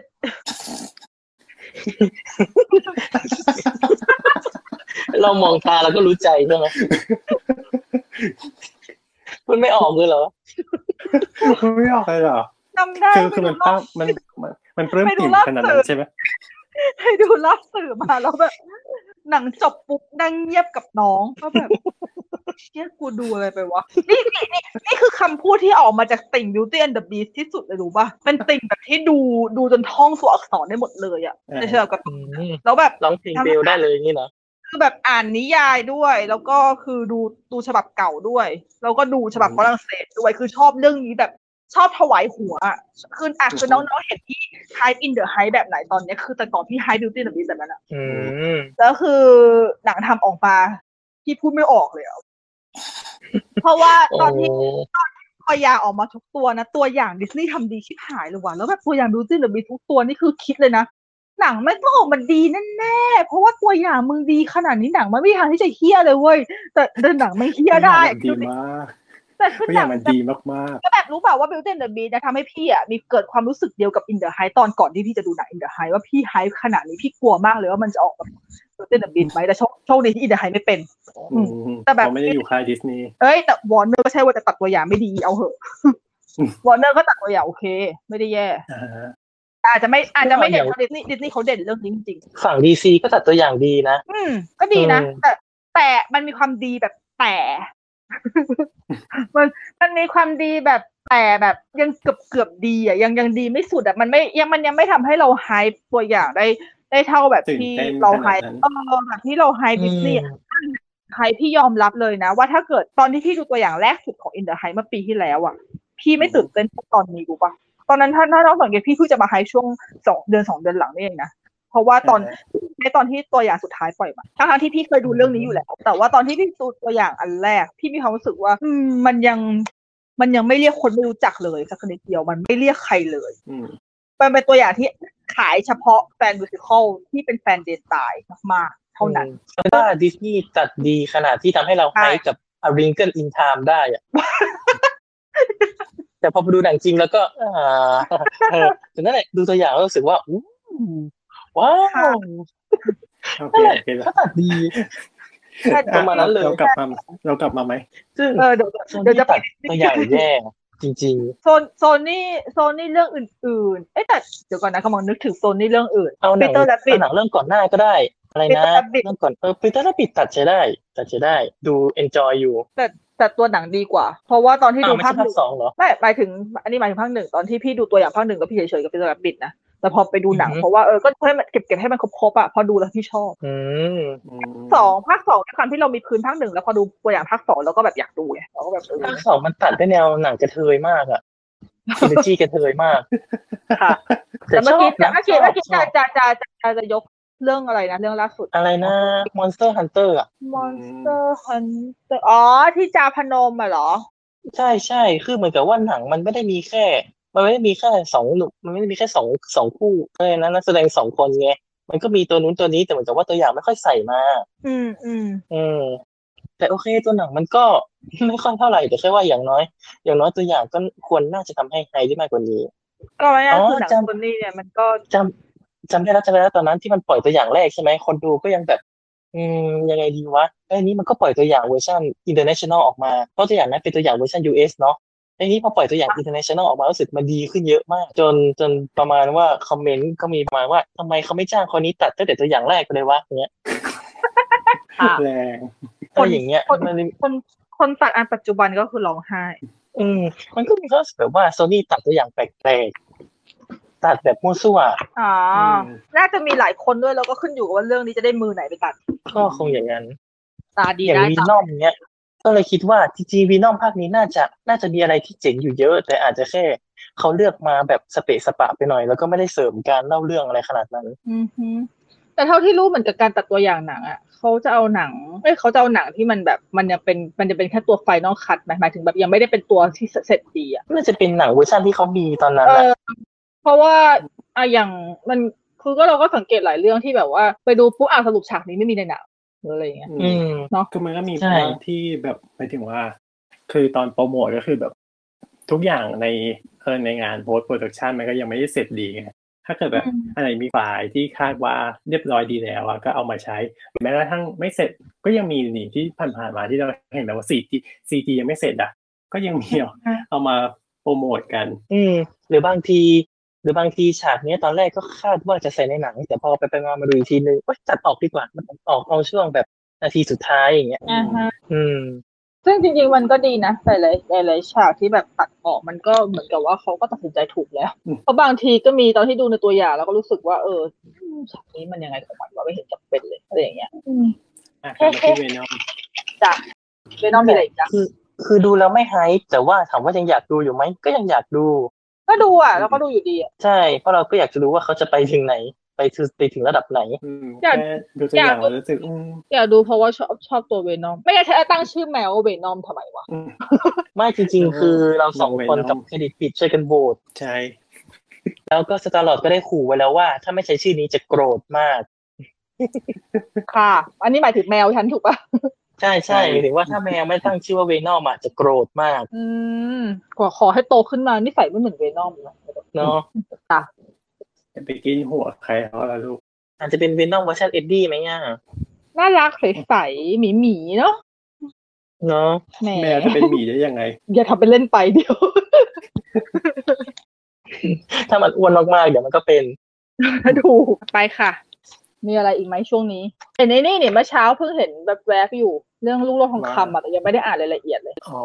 [SPEAKER 3] เรามองตาเราก็รู้ใจใช่ <laughs> ไหม มันไม่ออกเลยเหรอ
[SPEAKER 5] ไม่ออกเลยเหรอ
[SPEAKER 4] จำได้
[SPEAKER 5] คือ
[SPEAKER 4] ไป
[SPEAKER 5] คือ
[SPEAKER 4] ดู
[SPEAKER 5] มัน
[SPEAKER 4] รอ
[SPEAKER 5] ป้า
[SPEAKER 4] บ
[SPEAKER 5] มันมันมันปลื้ม
[SPEAKER 4] ไปดู
[SPEAKER 5] ปิ่ม
[SPEAKER 4] รอบ
[SPEAKER 5] ขนาด
[SPEAKER 4] สื่
[SPEAKER 5] นั้
[SPEAKER 4] อ
[SPEAKER 5] นใช่ไหม
[SPEAKER 4] ไปดูรอบสื่อมาแล้วแบบหนังจบปุ๊บนั่งเงียบกับน้องก็แบบเชี่ยกูดูอะไรไปวะ นี่นี่นี่นี่คือคำพูดที่ออกมาจากติ่ง Beauty and the Beast ที่สุดเลยรู้ป่ะ เป็นติ่งแบบที่ดูดูจนท่องตัวอักษรได้หมดเลยอ่ะในเชิงกับ
[SPEAKER 3] อืม
[SPEAKER 4] แล้วแบบ
[SPEAKER 3] ร้องเพลงเบลได้เลยนี่นะ
[SPEAKER 4] คือแบบอ่านนิยายด้วย แล้วก็คือดูดูฉบับเก่าด้วย แล้วก็ดูฉบับฝรั่งเศสด้วยคือชอบเรื่องนี้แบบชอบถวายหัวอะคืออ่ะคือน้องๆเห็นที่ Hype in the Hype แบบไหนตอนเนี้ยคือแต่ก่อนพี่ Hype Beauty and the Beast แบบนั้นอะ
[SPEAKER 3] อืม
[SPEAKER 4] แล้วคือหนังทำออกมาที่พูดไม่ออกเลยอะเพราะว่าตอนที่ตัวอย่างออกมาทุกตัวนะ ตัวอย่างดิสนีย์ทำดีชิบหายเลยว่ะแล้วแบบตัวอย่าง Beauty and the Beast ทุกตัวนี่คือคิดเลยนะหนังไม่ต้องออกมาดีแน่ๆ แน่เพราะว่าตัวอย่างมึงดีขนาดนี้หนังมันไม่มีทางที่จะเฮี้ยเลยเว้ยแต่แต่หนังไม่เฮี้ยได้
[SPEAKER 5] มันดีมาก
[SPEAKER 4] แต่คือ
[SPEAKER 5] ตัวอ
[SPEAKER 4] หนั
[SPEAKER 5] ย่าง งมัน
[SPEAKER 4] แบบ
[SPEAKER 5] ดีมาก
[SPEAKER 4] ก็แบบรู้เปล่าว่า Beauty and the Beast นะทำให้พี่อ่ะมีเกิดความรู้สึกเดียวกับ In the High ตอนก่อนที่พี่จะดูหนัง In the High ว่าพี่ไฮขนาดนี้พี่กลัวมากเลยว่ามันจะออกแบบ Beauty and the Beast ไหมแต่โชคโชคดีที่ In the High ไม่เป็น
[SPEAKER 5] ๆอืม
[SPEAKER 4] แต่แบบ
[SPEAKER 5] เขาไม่ได้อยู่ค่ายดิสนีย์
[SPEAKER 4] เอ้ยแต่วอร์เนอร์ก็ใช่ว่าจะตัดตัวอย่างไม่ดีเอาเหอะวอร์เนอร์ก็ตัดตัวอย่างโอเค ไม่ได้แย่
[SPEAKER 5] อ่าฮะ
[SPEAKER 4] แต่อาจจะไม่อาจจะไม่เด่น
[SPEAKER 3] เรื่อง
[SPEAKER 4] เท่า
[SPEAKER 3] อ
[SPEAKER 4] ดิ
[SPEAKER 3] ย่าง
[SPEAKER 4] สนีย์ดิสนีย์เขาเด่นเรื่องนี้จริงๆ
[SPEAKER 3] ฝั่งดีซีก็ตัดตัวอย่างดีนะ
[SPEAKER 4] อืมก็ดีนะ
[SPEAKER 3] เออ
[SPEAKER 4] แต่แต่มันมีความดีแบบแต่
[SPEAKER 5] <laughs>
[SPEAKER 4] มันมันมีความดีแบบแต่แบบยังเกือบเกือบดีอ่ะยังยังดีไม่สุดอ่ะมันไม่ยังมันยังไม่ทำให้เราไฮป์ตัวอย่างได้ได้เท่าแบบ
[SPEAKER 5] ตื่น
[SPEAKER 4] ที่
[SPEAKER 5] เต้นข
[SPEAKER 4] เราไฮ
[SPEAKER 5] นาด
[SPEAKER 4] ป์
[SPEAKER 5] นั้น
[SPEAKER 4] เออแบบที่เราไฮป์ดิสนีย์อะไฮป์พี่ยอมรับเลยนะ ว่าถ้าเกิดตอนที่พี่ดูตัวอย่างแรกสุดของอินเดอร์ไฮเมื่อปีที่แล้วอ่ะ พี่ไม่ตื่นเต้นเท่าตอนนี้กูปะตอนนั้นถ้าถ้าน้องสังเกตพี่เพิ่งจะมาไฮป์ช่วงสองเดือนสองเดือนหลังนี่เองนะเพราะว่าตอน ในตอนที่ตัวอย่างสุดท้ายปล่อยมาทั้งทที่พี่เคยดูเรื่องนี้อยู่แล้ว แต่ว่าตอนที่พี่ดูตัวอย่างอันแรก พี่มีความรู้สึกว่า อืมมันยัง มันยังไม่เรียกคนไม่รู้จักเลยสักนิดเดียว มันไม่เรียกใครเลย
[SPEAKER 5] อืม
[SPEAKER 4] มันเป็นตัวอย่างที่ขายเฉพาะแฟนมิวสิควลที่เป็นแฟนเดนตายมากๆเท่านั้น
[SPEAKER 3] แต่ว่าดิสนีย์ตัดดีขนาดที่ทำให้เรา
[SPEAKER 4] ใช่ <laughs>
[SPEAKER 3] ไฮกับอาริงเกิลอินไทม์ได้อะ แต่พอไปดูหนังจริงแล้วก็อ่า <laughs> เออแต่นั่นแหละดูตัวอย่างแล้วรู้สึกว่าอู้ว้าว
[SPEAKER 5] โอเค
[SPEAKER 3] นั่นแหละ
[SPEAKER 5] โอเคแล้ว
[SPEAKER 3] ภาพดี ประมาณนั้นเลย
[SPEAKER 5] เรากลับมาเรากลับมาไหม
[SPEAKER 3] ซึ่ง
[SPEAKER 4] เออเดี๋ยว
[SPEAKER 3] โซนี่
[SPEAKER 4] เดี๋ยวจะไป
[SPEAKER 3] ตัดตัวอย่างแย่จริง
[SPEAKER 4] โซนโซนี่โซนี่เรื่องอื่นๆ เอ๊ะแต่เดี๋ยวก่อนนะกำลังนึกถึงโซนี่เรื่องอื่น
[SPEAKER 3] ๆ เอาหนัง
[SPEAKER 4] Peter Rabbit
[SPEAKER 3] เอาหนังเรื่องก่อนหน้าก็ได้ อะไรนะ
[SPEAKER 4] Peter Rabbit
[SPEAKER 3] เรื่องก่อนเออปีเตอร์ลับปิดตัดใช้ได้ ตัดใช้ได้ ดูเอนจอยอยู่
[SPEAKER 4] แต่ตัวหนังดีกว่า เพราะว่าตอนที่
[SPEAKER 3] อ่า
[SPEAKER 4] ดู
[SPEAKER 3] ไม่
[SPEAKER 4] ภาคห
[SPEAKER 3] ใช่ภาค
[SPEAKER 4] นึ่ง
[SPEAKER 3] สองเหรอ
[SPEAKER 4] ไม่หมายถึง อันนี้หมายถึงภาคหนึ่งตอนที่พี่ดูตัวอย่างภาคหนึ่งก็พี่เฉยๆกับพี่ตัวบิดนะแต่พอไปดูหนัง
[SPEAKER 3] อือฮึ
[SPEAKER 4] เพราะว่าเออก็ให้มันเก็บเก็บให้มันครบๆอ่ะพอดูแล้วพี่ชอบ
[SPEAKER 3] อืม
[SPEAKER 5] อืม
[SPEAKER 4] สองภาคสองด้วยความที่เรามีพื้นภาคหนึ่งแล้วพอดูตัวอย่างภาคสองเราก็แบบอยากดูไงเราก็แบบเออ
[SPEAKER 3] ภาคสองมันตัดด้วยแนวหนังกระเทยมากอะซีรีจีกระเทยมาก
[SPEAKER 4] ค่ะแต่เมื่อกี้
[SPEAKER 3] ชบนะ
[SPEAKER 4] เมื่อกี้เมื่อกี้
[SPEAKER 3] ช
[SPEAKER 4] จะ
[SPEAKER 3] อบ
[SPEAKER 4] จะจะจะจะจะยกเรื่องอะไรนะเรื่องล่าสุด
[SPEAKER 3] อะไรนะ Monster Hunter อ่ะ
[SPEAKER 4] Monster Hunter อ๋อที่จาพนมอ่ะเหรอ
[SPEAKER 3] ใช่ใช่คือเหมือนกับว่าหนังมันไม่ได้มีแค่ มันไม่ได้มีแค่สองหนุ่มมันไม่ได้มีแค่สองสองคู่อะไรนะนักแสดงสองคนไงมันก็มีตัวนู้นตัวนี้แต่เหมือนกับว่าตัวอย่างไม่ค่อยใส่มา
[SPEAKER 4] อืมอืม
[SPEAKER 3] เออ แต่โอเคตัวหนังมันก็ ไม่ค่อยเท่าไหร่แต่แค่ว่าอย่างน้อย อย่างน้อยตัวอย่างก็ควรน่าจะทำให้ไฮได้มากกว่านี้
[SPEAKER 4] ก็ไม่
[SPEAKER 3] อ๋
[SPEAKER 4] น่า
[SPEAKER 3] อ
[SPEAKER 4] คือหนัง
[SPEAKER 3] จำ
[SPEAKER 4] คนนี้เนี่ยมันก็
[SPEAKER 3] จำจำได้แล้วจำได้แล้วตอนนั้นที่มันปล่อยตัวอย่างแรกใช่ไหมคนดูก็ยังแบบ อืมยังไงดีวะไอ้ยนี่มันก็ปล่อยตัวอย่างเวอร์ชัน international ออกมาเพราะตัวอย่างนั้นเป็นตัวอย่างเวอร์ชัน US เนาะไอ้นี่พอปล่อยตัวอย่าง international ออกมารู้สึกมันดีขึ้นเยอะมาก จนจนประมาณว่าคอมเมนต์ก็มีประมาณว่าทำไมเขาไม่จ้างคนนี้ตัดตั้งแต่ตัวอย่างแรกไปเลยวะอย่างเงี้ย
[SPEAKER 4] อ่ะ
[SPEAKER 5] แรง
[SPEAKER 3] อะไรอย่างเงี้ย
[SPEAKER 4] คน
[SPEAKER 3] มัน
[SPEAKER 4] คนคนตัดอันปัจจุบันก็คือร้องไห้
[SPEAKER 3] อืมมันก็มีข้อเสนอว่าโซนี่ตัดตัวอย่างแปลกๆ ตัดแบบมั่วซั่ว
[SPEAKER 4] อ๋ออ
[SPEAKER 5] ม
[SPEAKER 4] น่าจะมีหลายคนด้วยแล้วก็ขึ้นอยู่กับว่าเรื่องนี้จะได้มือไหนไปตัด
[SPEAKER 3] ก็คงอย่างนั้น
[SPEAKER 4] ตาดี
[SPEAKER 3] อย่าง
[SPEAKER 4] ได้
[SPEAKER 3] วี
[SPEAKER 4] ตาน
[SPEAKER 3] อมเนี้ย ก็เลยคิดว่าจริงๆวีนอมภาคนี้น่าจะน่าจะมีอะไรที่เจ๋งอยู่เยอะ แต่อาจจะแค่เขาเลือกมาแบบสเปะสปะไปหน่อย แล้วก็ไม่ได้เสริมการเล่าเรื่องอะไรขนาดนั้น
[SPEAKER 4] อือฮึแต่เท่าที่รู้เหมือนกับการตัดตัวอย่างหนังอ่ะเขาจะเอาหนังเอ้ยเขาจะเอาหนังที่มันแบบมันยังเป็นมันจะเป็นแค่ตัวไฟนอลคัดหมายถึงแบบยังไม่ได้เป็นตัวที่เสร็จดีอ่ะ
[SPEAKER 3] น่าจะเป็นหนังเวอร์ชันที่เขามีตอนนั้น
[SPEAKER 4] เอ
[SPEAKER 3] อะ
[SPEAKER 4] อเพราะว่าอะอย่างมันคือก็เราก็สังเกตหลายเรื่องที่แบบว่า ไปดูปุ๊บอ่ะสรุปฉากนี้ไม่มีในหนังหรืออะไรอย่างเงี้ย
[SPEAKER 3] อืม
[SPEAKER 5] คือมันก็มี
[SPEAKER 3] ใช่
[SPEAKER 5] บ้างที่แบบหมายถึงว่า คือตอนโปรโมทก็คือแบบ ทุกอย่างในเออในงานโพสต์โปรดักชันมันก็ยังไม่ได้เสร็จดีไงถ้าเกิดแบบ
[SPEAKER 4] อืม
[SPEAKER 5] อะไรมีฝ่ายที่คาดว่าเรียบร้อยดีแล้วอะก็เอามาใช้แม้กระทั่งไม่เสร็จก็ยังมีนี่ที่ผ่านๆมาที่เราเห็นแบบว่าซีจีซีจียังไม่เสร็จอ่ะ ก็ยังมีเอาเอามาโปรโมทกัน
[SPEAKER 3] อืม หรือบางที หรือบางทีฉากเนี้ยตอนแรกก็คาดว่าจะใส่ในหนัง แต่พอไปไปมามาดูอีกทีนึงเอ้ยตัดออกดีกว่า มันออกเอาช่วงแบบนาทีสุดท้ายอย่างเงี้ย
[SPEAKER 4] อ่าฮะ
[SPEAKER 3] อืม
[SPEAKER 4] ซึ่งจริงๆมันก็ดีนะหลายๆหลายๆฉากที่แบบตัดออกมันก็เหมือนกับว่าเขาก็ตัดสินใจถูกแล้ว
[SPEAKER 5] อืม
[SPEAKER 4] เพราะบางทีก็มีตอนที่ดูในตัวอย่างแล้วก็รู้สึกว่าเออฉากนี้มันยังไงของมันวะไม่เห็นจำเป็นเลยอะไรอย่างเงี้ย
[SPEAKER 5] อ่ะกลับมาที่เวนอม
[SPEAKER 4] เวนอมมีอะไรอีกจ้ะ
[SPEAKER 3] คือคือดูแล้วไม่ไฮป์แต่ว่าถามว่ายังอยากดูอยู่ไหมก็ยังอยากดู
[SPEAKER 4] ก็ดูอ่ะแล้วก็ดูอยู่ดีอ่ะ
[SPEAKER 3] ใช่ เพราะเราก็อยากจะรู้ว่าเขาจะไปถึงไหน ไปถึงไปถึงระดับไหน
[SPEAKER 5] อืม
[SPEAKER 4] อยาก
[SPEAKER 5] แค่ดูตัวอ
[SPEAKER 4] อยา
[SPEAKER 5] ย่าก งแล้วรู้สึกอืม
[SPEAKER 4] อยากดูเพราะว่าชอบชอบตัวเวนอมไม่ได้นฉันจะตั้งชื่อแมวว่าเวนอมทำไมวะ
[SPEAKER 5] อืม
[SPEAKER 3] ไม่จริงๆ คือเราสองค
[SPEAKER 5] ลองไป
[SPEAKER 3] น
[SPEAKER 5] ลอง
[SPEAKER 3] กับเครดิตปิดช่วยกันโหวต
[SPEAKER 5] ใช่
[SPEAKER 3] แล้วก็สตาร์ลอดก็ได้ขู่ไว้แล้วว่า ถ้าไม่ใช้ชื่อนี้จะโกรธมาก
[SPEAKER 4] ค่ะ อันนี้หมายถึงแมวฉันถูกปะ
[SPEAKER 3] ใช่ใช่หมายถึงว่าถ้าแมวไม่ตั้งชื่อว่าเวนอมอ่ะจะโกรธมาก
[SPEAKER 4] อืมขอขอให้โตขึ้นมานิสัยไม่เหมือนเวนอมนะ
[SPEAKER 3] เนาะ
[SPEAKER 5] อย่าไปกินหัวใครเขาละลูก
[SPEAKER 3] อาจจะเป็นเวนอมเวอร์ชันเอ็ดดี้ไหมอ่ะ
[SPEAKER 4] น่ารักใสๆหมีหมีๆเนาะ
[SPEAKER 3] เนาะ
[SPEAKER 4] แหม
[SPEAKER 5] แมวจะเป็นหมีได้ยังไง
[SPEAKER 4] อย่าทำเป็นเล่นไปเดียว
[SPEAKER 3] ถ้ามันอ้วนมากๆเดี๋ยวมันก็เป็น
[SPEAKER 4] ถูกไปค่ะ มีอะไรอีกไหมช่วงนี้เห็นไอ้นี่เนี่ยเมื่อเช้าเพิ่งเห็นแบบแวบๆอยู่เรื่องลูกโลกทองคำอ่ะแต่ยังไม่ได้อ่านรายละเอียดเลย
[SPEAKER 5] อ๋อ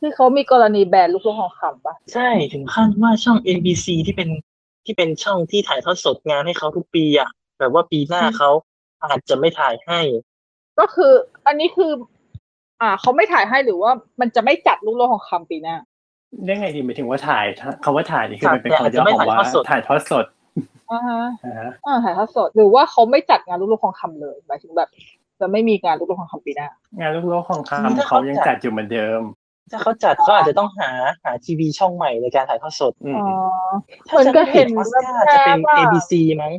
[SPEAKER 4] ที่เขามีกรณีแบนลูกโลกทองคำปะ
[SPEAKER 3] ใช่ถึงขั้นว่าช่อง NBC ที่เป็นที่เป็นช่องที่ถ่ายทอดสดงานให้เขาทุกปีอ่ะแบบว่าปีหน้าเขาอาจจะไม่ถ่ายให้
[SPEAKER 4] ก็คือ อันนี้คือ อ่าเขาไม่ถ่ายให้หรือว่ามันจะไม่จัดลูกโลกทองคำปีหน้า
[SPEAKER 5] ได้ไงดีหมายถึงว่าถ่ายคำว่าถ่ายนี่คือมันเป็น
[SPEAKER 3] ถ่าย
[SPEAKER 5] คำย่อของว่า
[SPEAKER 3] อาจจะไม่ถ่ายทอดสด
[SPEAKER 5] ถ่ายทอดสด
[SPEAKER 4] อ่าฮะ
[SPEAKER 5] นะฮะ
[SPEAKER 4] อ่าถ่ายทอดสดหรือว่าเขาไม่จัดงานลูกโลกทองคำเลยหมายถึงแบบ จะไม่มีงานลูกโลกทองคำปีหน้า
[SPEAKER 5] งานลูกโลกของ
[SPEAKER 3] อืมถ้า
[SPEAKER 5] คำ
[SPEAKER 3] เขา
[SPEAKER 5] เขา
[SPEAKER 3] จัด
[SPEAKER 5] ยังจัดอยู่เหมือนเดิม
[SPEAKER 3] ถ้าเขาจัดเขาอาจจะต้องหาหาทีวีช่องใหม่ในการถ่ายทอดสด
[SPEAKER 5] อืม
[SPEAKER 4] อ๋อ
[SPEAKER 3] ถ้าจะไม่ผิดออสการ์จะ
[SPEAKER 4] มันก็
[SPEAKER 3] เป็น
[SPEAKER 4] เห็นแวบๆว่า
[SPEAKER 3] ABC มั้ง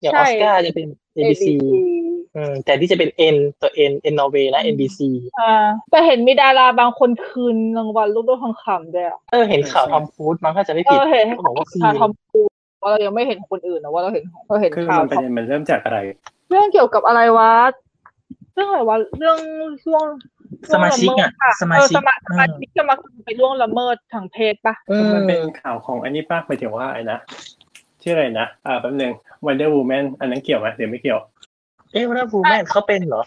[SPEAKER 3] อย่าง
[SPEAKER 4] ใช่
[SPEAKER 3] ออสการ์จะเป็น
[SPEAKER 4] ABC
[SPEAKER 3] ABC อืมแต่ที่จะเป็น N ตัว N N Norway นะ NBC
[SPEAKER 4] อ่าแต่เห็นมีดาราบางคนคืนรางวัลลูกด้วยทองคำด้วยอะ
[SPEAKER 3] เออเห็นข่าวทอมครูซมั้งถ้าจะไม่
[SPEAKER 4] เอ
[SPEAKER 3] ผิด
[SPEAKER 4] อเห็น
[SPEAKER 3] เขาบอกว่าคืน
[SPEAKER 4] ข่าวทอมครูซว่าเรายังไม่เห็นของคนอื่นนะว่าเราเห็นของเราเห็น
[SPEAKER 5] คือ
[SPEAKER 4] ข่าว
[SPEAKER 5] มัน
[SPEAKER 4] ท
[SPEAKER 5] ป
[SPEAKER 4] อ
[SPEAKER 5] ระ
[SPEAKER 4] ม
[SPEAKER 5] เด็นมันเริ่มจากอะไร
[SPEAKER 4] เรื่องเกี่ยวกับอะไรวะเรื่องอะไรวะเรื่องช่วง
[SPEAKER 3] สมาชิกอ่ะ
[SPEAKER 4] ล่วงลเดค่
[SPEAKER 3] สมาชิ
[SPEAKER 4] เออส
[SPEAKER 3] ก
[SPEAKER 4] มาสมาชิกจะมาไปล่วงละเมิดทางเพศปะ
[SPEAKER 3] เออ
[SPEAKER 5] มันเป็นข่าวของอันนี้ป้าหมายถึงว่าไอ้นะชื่ออะไรนะ อ่าแป๊บหนึง Wonder Woman อันนั้นเกี่ยวไหมหรือไม่เกี่ยว
[SPEAKER 3] เอ๊ะวันนั้นบูแมนเขาเป็นเหรอ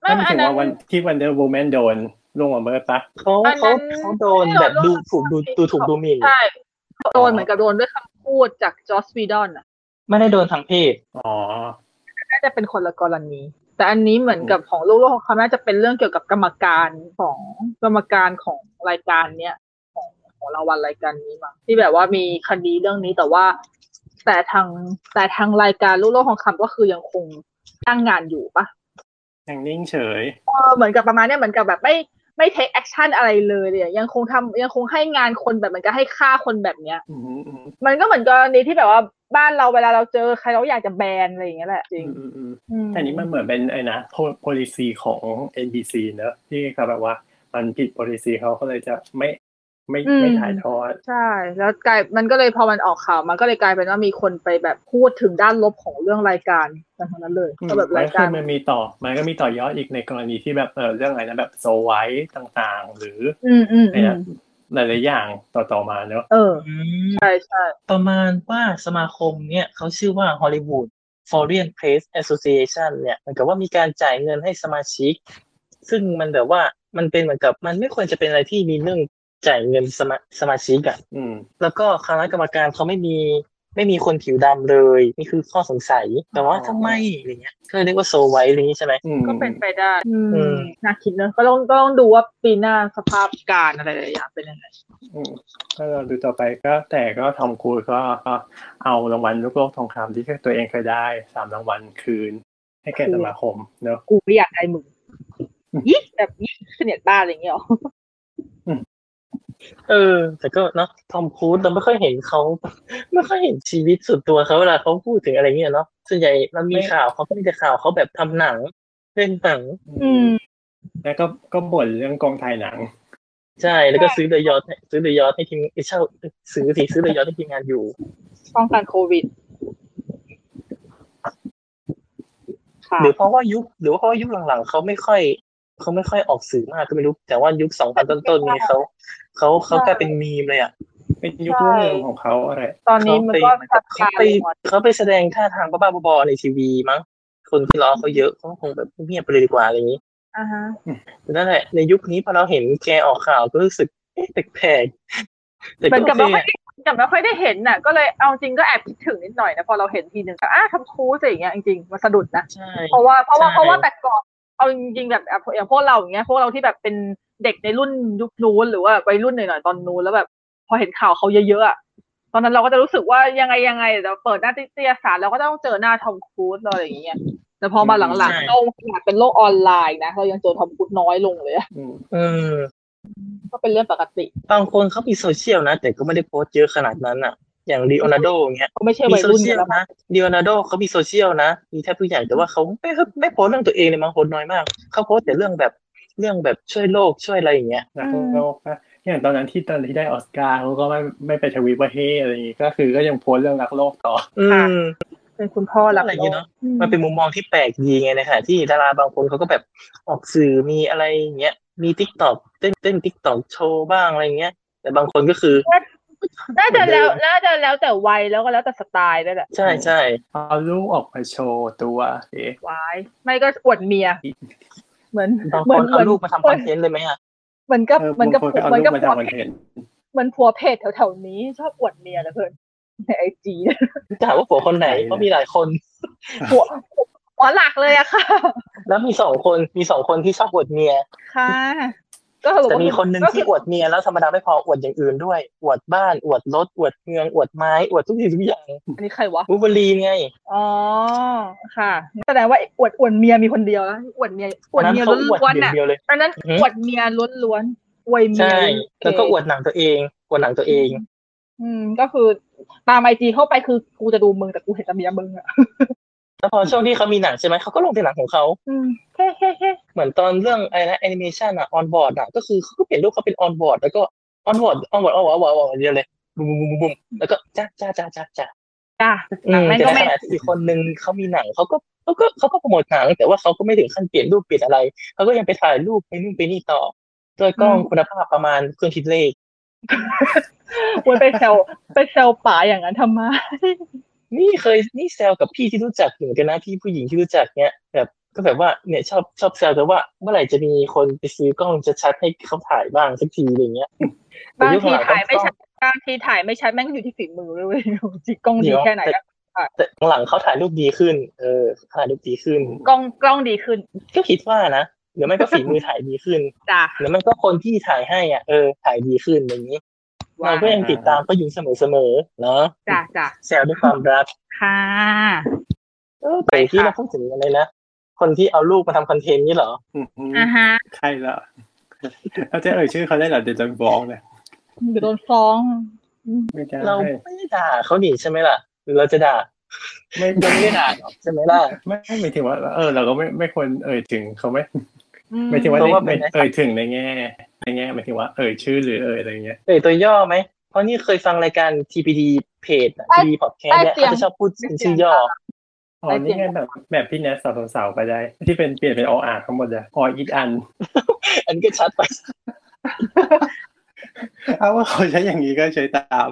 [SPEAKER 5] ไม่หมายถึงว่าวันที่ Wonder Woman โดนล่วงละเมิดปะ
[SPEAKER 3] เขา
[SPEAKER 4] อันนั้น
[SPEAKER 3] เขาเขาโดนแบบดูถูกดูดูถูกดูหมิ่น
[SPEAKER 4] ใช่ โดนเหมือนกับโดนด้วยคำพูดจากจอร์จวีดอนอ่ะ
[SPEAKER 3] ไม่ได้โดนทางเพศ
[SPEAKER 5] อ๋อ
[SPEAKER 4] น่าจะเป็นคนละกรณีแต่อันนี้เหมือนกับของโลกโลกของเขาน่าจะเป็นเรื่องเกี่ยวกับกรรมการของกรรมการของรายการเนี้ยของของรางวัลรายการนี้มาที่แบบว่ามีคดีเรื่องนี้แต่ว่า แต่ทางแต่ทางรายการลูกโลกของคำก็คือยังคงตั้งงานอยู่ปะ
[SPEAKER 5] ยังนิ่งเฉย
[SPEAKER 4] เออเหมือนกับประมาณเนี้ยเหมือนกับแบบไม่ไม่เทคแอคชั่นอะไรเลยเนี่ยยังคงทำยังคงให้งานคนแบบเหมือนกับให้ค่าคนแบบเนี้ย
[SPEAKER 5] อืมอืม
[SPEAKER 4] มันก็เหมือนกรณีที่แบบว่าบ้านเราเวลาเราเจอใครเราอยากจะแบนอะไรอย่างเงี้ยแหละจ
[SPEAKER 5] อื
[SPEAKER 4] ริง
[SPEAKER 5] มอืมอืมแต่นี้มันเหมือนเป็นไอ้นะ policy ของ NBC เนอะที่เขาแบบว่ามันผิด policy เขาก็เลยจะไม่ไม่ไม่ถ่ายทอด
[SPEAKER 4] ใช่ แล้วกลายมันก็เลยพอมันออกข่าวมันก็เลยกลายเป็นว่ามีคนไปแบบพูดถึงด้านลบของเรื่องรายการกันทั้งนั้นเลยก็แบบ
[SPEAKER 5] แล้
[SPEAKER 4] รา
[SPEAKER 5] วย คื
[SPEAKER 4] การ
[SPEAKER 5] อมันมีต่อ มันก็มีต่อยอดอีกในกรณีที่แบบเออเรื่องอะไรนะแบบโซไวท์ต่างๆ หรือ
[SPEAKER 4] อืมอืม
[SPEAKER 5] ไอ้
[SPEAKER 4] อื
[SPEAKER 5] นะ
[SPEAKER 4] ม
[SPEAKER 5] หลายๆอย่างต่อๆมาเนอะ
[SPEAKER 4] เออ
[SPEAKER 3] อืม
[SPEAKER 4] ใช่ใช่
[SPEAKER 3] ประมาณว่าสมาคมเนี่ยเขาชื่อว่า Hollywood Foreign Press Association เนี่ยเหมือนกับว่ามีการจ่ายเงินให้สมาชิก ซึ่งมันแบบว่ามันเป็นเหมือนกับมันไม่ควรจะเป็นอะไรที่มีเรื่องจ่ายเงินสมาสมาชิกอะ
[SPEAKER 5] อืม
[SPEAKER 3] แล้วก็คณะกรรมการเขาไม่มีไม่มีคนผิวดำเลย นี่คือข้อสงสัย แต่ว่า
[SPEAKER 5] อ๋อ
[SPEAKER 3] ทำไมอะไรเงี้ยก็เลยเรียกว่าโซไวท์อะไรอย่างงี้ใช่ไหม
[SPEAKER 5] อืม
[SPEAKER 4] ก็เป็นไปได้ อื
[SPEAKER 3] อื
[SPEAKER 4] ม
[SPEAKER 3] ม
[SPEAKER 4] น่าคิดเนอะก็ต้องก็ต้องดูว่าปีหน้าสภาพการอะไรหลายๆอย่างเป็นยังไง
[SPEAKER 5] อืมก็เราดูต่อไปก็แต่ก็ทอมครูซก็ก็เอารางวัลลูกโลกทองคำที่ตัวเองเคยได้สามรางวัลคืน ให้แก่สมาคมเนอะ
[SPEAKER 4] กูไม่อยากได้มึงยิ่แบบยิ่เสนียดบ้านอะไรอย่างเงี้ยหรอ
[SPEAKER 3] เออ แต่ก็เนาะทอมครูซเราไม่ค่อยเห็นเขา ไม่ค่อยเห็นชีวิตส่วนตัวเขาเวลาเขาพูดถึงอะไรเงี้ยเนาะส่วนใหญ่มันมีข่าวเขาก็มีแต่ข่าวเขาแบบทำหนังเล่นหนัง
[SPEAKER 5] อืมแล้วก็ก็บ่นเรื่องกองถ่ายหนัง
[SPEAKER 3] ใช่แล้วก็ซื้อเรือยอทให้ซื้อเรือยอทให้ทีมเอ้ยเช่าซื้อสิซื้อเรือยอทให้ทีมงานอยู่
[SPEAKER 4] ป้องกันโควิด ค่ะ
[SPEAKER 3] หรือเพราะว่ายุคหรือว่าเพราะว่ายุคหลังๆเขาไม่ค่อยเขาไม่ค่อยออกสื่อมากก็ไม่รู้แต่ว่ายุคสองพันต้นๆเนี่ยเขาเขาเขากลายเป็นมีมเลยอ่ะ
[SPEAKER 5] เป็นยุครุ่งเรืองของเขาอะไร
[SPEAKER 4] ตอนนี้มันก็จัด
[SPEAKER 3] เขา
[SPEAKER 4] การ
[SPEAKER 3] ไปเขาไปแสดงท่าทางบ้าๆบอๆในทีวีมั้งคนที่ล้อเขาเยอะเขาคงแบบเงียบไปเลยดีกว่าอะไรอย่างนี้
[SPEAKER 4] อ่าฮะ
[SPEAKER 3] นั่นแหละในยุคนี้พอเราเห็นแกออกข่าวก็รู้สึกเอ๊ะแปลกๆแต่
[SPEAKER 4] เหมือน
[SPEAKER 3] ก็
[SPEAKER 4] กับ
[SPEAKER 3] โอ
[SPEAKER 4] ไม่
[SPEAKER 3] เค
[SPEAKER 4] ค่อยได้กับไม่ค่อยได้เห็นน่ะ ก็เลยเอาจริงก็แอบคิดถึงนิดหน่อยนะพอเราเห็นทีหนึ่งก็อ้าทำครูสิอย่างเงี้ยจริงๆมันสะดุดนะ
[SPEAKER 3] ใช่
[SPEAKER 4] เพราะว่าเพราะว่า
[SPEAKER 3] ใช่
[SPEAKER 4] เพราะว่าแต่ก่อนเอาจริงๆแบบอย่างพวกเราอย่างเงี้ยพวกเราที่แบบเป็นเด็กในรุ่นยุคนู้นหรือว่าวัยรุ่นหน่อยๆตอนนู้นแล้วแบบ พอเห็นข่าวเขาเยอะๆอะตอนนั้นเราก็จะรู้สึกว่ายังไงยังไงเราเปิดหน้านิตยสารเราก็ต้องเจอหน้าทอมครูซอะไรอย่างเงี้ยแต่พอมาหลัง
[SPEAKER 3] ใช่
[SPEAKER 4] ๆโลกขนาดเป็นโลกออนไลน์นะเรายังเจอทอมครูซน้อยลงเลยอะ
[SPEAKER 5] อืม
[SPEAKER 3] เออ
[SPEAKER 4] ก็เป็นเรื่องปกติ
[SPEAKER 3] บางคนเขามีโซเชียลนะ แต่ก็ไม่ได้โพสต์เยอะขนาดนั้นอ่ะ อย่างลีโอนาร์โดเงี้ย
[SPEAKER 4] ก็ไม่ใช่
[SPEAKER 3] มี
[SPEAKER 4] วัย
[SPEAKER 3] โซ
[SPEAKER 4] รุ่น
[SPEAKER 3] เชียล
[SPEAKER 4] แล้วนะ
[SPEAKER 3] นะลีโอนาร์โดเขามีโซเชียลนะมีแทบทุกอย่างแต่ว่าเขาไม่ไม่โพสต์เรื่องตัวเองเลยมั้งโพสต์น้อยมากเขาโพสต์แต่เรื่องแบบเรื่องแบบช่วยโลกช่วยอะไรอย่างเงี้ย
[SPEAKER 5] นักโลกนะอย่างตอนนั้นที่ตอนที่ได้ออสการ์เขาก็ไม่ไม่ไปทวีตว่าเฮ้อะไรอย่างงี้ก็คือก็ยังโพสต์เรื่องรักโลกต่อ
[SPEAKER 3] อืม
[SPEAKER 4] เป็นคุณพ่อหลัก
[SPEAKER 3] อะไรอย่าง
[SPEAKER 4] โล
[SPEAKER 3] งี้
[SPEAKER 4] ก
[SPEAKER 3] เนอะ มันเป็นมุมมองที่แปลกดีไงในขณะที่ดาราบางคนเขาก็แบบออกสื่อมีอะไรอย่างเงี้ยมีทิกตอกเต้นเต้นทิกตอกโชว์บ้างอะไรอย่างเงี้ย แต่บางคนก็คือ
[SPEAKER 4] น่าจะแล้วน่าจะแล้วแต่วัยแล้วก็แล้วแต่สไตล์ด้วยแหละ
[SPEAKER 3] ใช่ใช่
[SPEAKER 5] เอาลูกออกมาโชว์ตัวเอ๊ะ
[SPEAKER 4] วายไม่ก็อวดเมีย เหมือน
[SPEAKER 3] บาง
[SPEAKER 4] เห
[SPEAKER 3] ค
[SPEAKER 4] มือน น
[SPEAKER 3] เอา
[SPEAKER 4] เหมือน
[SPEAKER 3] ลูกมาทำคอนเทนต์เลยไหมอ่ะ
[SPEAKER 4] เหมือนกับ
[SPEAKER 5] เออ
[SPEAKER 4] เหมือนกับ
[SPEAKER 5] บางคนก็เอา
[SPEAKER 4] เหมือน
[SPEAKER 5] ลูก
[SPEAKER 4] กับผัว
[SPEAKER 5] มาทำคอน
[SPEAKER 4] เพจ
[SPEAKER 5] เทนต์
[SPEAKER 4] เหมือนผัวเพจแถวๆนี้ชอบอวดเมียเหลือเกินในไอจี
[SPEAKER 3] <laughs> จะถามว่าผัวคนไหนเพราะมีหลายคน
[SPEAKER 4] ผัวหัวหลักเลยอะค่ะ
[SPEAKER 3] แล้วมีสองคนมีสองคนที่ชอบอวดเมีย
[SPEAKER 4] ค่ะ ก็สรุป
[SPEAKER 3] แต่
[SPEAKER 4] ว่า
[SPEAKER 3] มีคนหนึ่ง
[SPEAKER 4] ก็
[SPEAKER 3] ที่อวดเมียแล้วธรรมดาไม่พออวดอย่างอื่นด้วยอวดบ้านอวดรถอวดเมืองอวดไม้อวดทุกสิ่งทุกอย่าง
[SPEAKER 4] อันนี้ใครวะ
[SPEAKER 3] บูเบอรีนไง
[SPEAKER 4] อ๋อค่ะแสดงว่าอวดอวดเมียมีคนเดียวนะอวดเมียอวด
[SPEAKER 3] นั้น
[SPEAKER 4] เมีย
[SPEAKER 3] เขาอวด
[SPEAKER 4] ล้วนๆ
[SPEAKER 3] อย่า
[SPEAKER 4] น่ะ
[SPEAKER 3] งเดียวเลย
[SPEAKER 4] อันนั้น
[SPEAKER 3] อือหือ
[SPEAKER 4] อวดเมียล้วนๆอวยเมีย
[SPEAKER 3] ใช่
[SPEAKER 4] เ
[SPEAKER 3] แล้วก็อวดหนังตัวเองอวดหนังตัวเอง
[SPEAKER 4] อืมก็คือตามไอจีเข้าไปคือกูจะดูมึงแต่กูเห็นแต่เมียมึงอะ
[SPEAKER 3] แล้วพอช่วงที่เขามีหนังใช่ไหมเขาก็ลงในหนังของเขา
[SPEAKER 6] อืมเฮ้เฮ้เฮ้
[SPEAKER 3] เหมือนตอนเรื่องอะไรนะแอนิเมชันอะออนบอร์ดอะก็คือเขาก็เปลี่ยนรูปเขาเป็นออนบอร์ดแล้วก็ออนบอร์ดออนบอร์ดออนบอร์ดออนบอร์ดเดียวเลยบุ้มบุ้มบุ้มบุ้มแล้วก็จ้าจ้าจ้าจ้าจ้า
[SPEAKER 4] <laughs>
[SPEAKER 6] จ้ะ
[SPEAKER 3] อื
[SPEAKER 6] หนัง
[SPEAKER 3] ม
[SPEAKER 6] แม่ง
[SPEAKER 3] แต่
[SPEAKER 6] ก็
[SPEAKER 3] ในข
[SPEAKER 6] ไม่
[SPEAKER 3] ณะที่อีกคนนึงเขามีหนังเขาก็เขาก็เขาก็โปรโมทหนังแต่ว่าเขาก็ไม่ถึงขั้นเปลี่ยนรูปเปลี่ยนอะไรเขาก็ยังไปถ่ายรูปไปนู่นไปนี่ต่อด้วยกล้องคุณภาพประมาณเครื่องคิดเลข
[SPEAKER 6] ควรไปแซวไปแซวป๋าอย่างนั้นทำไม
[SPEAKER 3] นี่เคยนี่แซวกับพี่ที่รู้จักเหมือนกันนะพี่ผู้หญิงที่รู้จักเนี้ยแบบก็แบบว่าเนี่ยชอบชอบแซวแต่ว่าเมื่อไหร่จะมีคนไปซื้อกล้องจะชัดๆให้เขาถ่ายบ้างสักทีอะไรเงี้ย
[SPEAKER 6] บางที
[SPEAKER 3] แต่ค
[SPEAKER 6] ถ่ายไม่
[SPEAKER 3] หลั
[SPEAKER 6] ชัดบางทีถ่ายไม่ชัดแม่งอยู่ที่ฝีมือเลยเว้ย <laughs> จริงกล้องดีแค่ไหนอะ
[SPEAKER 3] ๆแต่หลังๆเขาถ่ายรูปดีขึ้น เออถ่ายรูปดีขึ้น
[SPEAKER 6] กล้องกล้องดีขึ้น
[SPEAKER 3] ก็คิดว่านะหรือไม่ก็ฝีมือถ่ายดีขึ้น
[SPEAKER 6] จ้ะ
[SPEAKER 3] หรือไม่ก็คนที่ถ่ายให้อ่ะเออถ่ายดีขึ้นอย่างนี้
[SPEAKER 6] ว่า
[SPEAKER 3] เราก็ยังติดตามก็ยิงเสมอๆเนาะ
[SPEAKER 6] จ้ะจ้ะ
[SPEAKER 3] แซวด้วยความรัก
[SPEAKER 6] ค่ะ
[SPEAKER 3] เออแต่ที่เราพูดถึงอะไรนะคนที่เอาลูกมาทำคอนเทนต์นี่เหรอ
[SPEAKER 5] อือหือ
[SPEAKER 6] อ่าฮะ
[SPEAKER 5] ใครละเราจะเอ่ยชื่อเขาได้เหรอเดี๋ยวจะฟ้องเลย
[SPEAKER 6] เดี๋ยวโดนฟ้อง
[SPEAKER 5] ไม่ได้
[SPEAKER 3] เราไม่ได้ด่าเขาหนีใช่ไหมล่ะหรือเราจะด่า
[SPEAKER 5] ไม่
[SPEAKER 3] เราไม่ได้ด่าหรอกใช่ไหมล่ะ
[SPEAKER 5] ไม่หมายถึงว่า เออ เราก็ไม่ไม่ควรเอ่ยถึงเขาไหม
[SPEAKER 6] อื
[SPEAKER 5] หมายถึงว่า
[SPEAKER 3] เพราะว่า
[SPEAKER 5] ไม่
[SPEAKER 3] เป็น
[SPEAKER 5] เอ่ยถึงในแง่ในแง่หมายถึงว่าเอ่ยชื่อหรือเอ่ยอะไรเงี้ย
[SPEAKER 3] เอ่ยตัวย่อไหมเพราะนี่เคยฟังรายการ TPD เพจ TPD podcast เนี่ยเขาจะชอบพูดเป็นชื่อย่อ
[SPEAKER 5] อ๋อนี่ไงแบบแบบพี่แนทสาวสาวๆไปได้ ที่เป็นเปลี่ยนเป็นออ่างทั้งหมดเลยออีดอัน
[SPEAKER 3] อันนก็ชัดไป
[SPEAKER 5] เอาว่าเขาใช้อย่างนี้ก็ใช้ตาม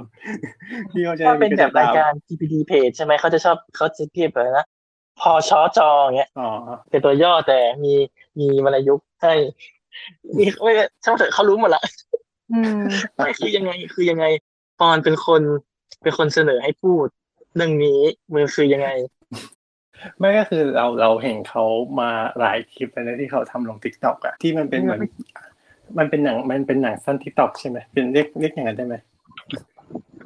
[SPEAKER 5] พี่เขาใช้อ
[SPEAKER 3] ถ้า
[SPEAKER 5] ย่าง
[SPEAKER 3] เป็น
[SPEAKER 5] ก็
[SPEAKER 3] แบ
[SPEAKER 5] ใช้
[SPEAKER 3] บราย
[SPEAKER 5] ตาม
[SPEAKER 3] การ TPD เพจใช่ไหมเขาจะชอบเขาจะเทียบแบบนะพอชอจออย่างเงี้ย
[SPEAKER 5] อ๋อ
[SPEAKER 3] เป็นตัวย่อแต่มีมีวรรณยุกต์ให้มีไม่ช่างเถอะเขารู้หมดละ <laughs>
[SPEAKER 6] อืม
[SPEAKER 3] ไม่คือยังไงคือยังไงปอนเป็นคนเป็นคนเสนอให้พูดเรื่องนี้มันคือยังไง
[SPEAKER 5] ไม่ก็คือเราเราเห็นเขามาหลายคลิปแล้วนะที่เขาทำลงทิกตอกอะที่มันเป็นเหมือนมันเป็นหนังมันเป็นหนังสั้นทิกตอกใช่ไหมเป็นเรียกเรียกอย่างนั้นได้ไหม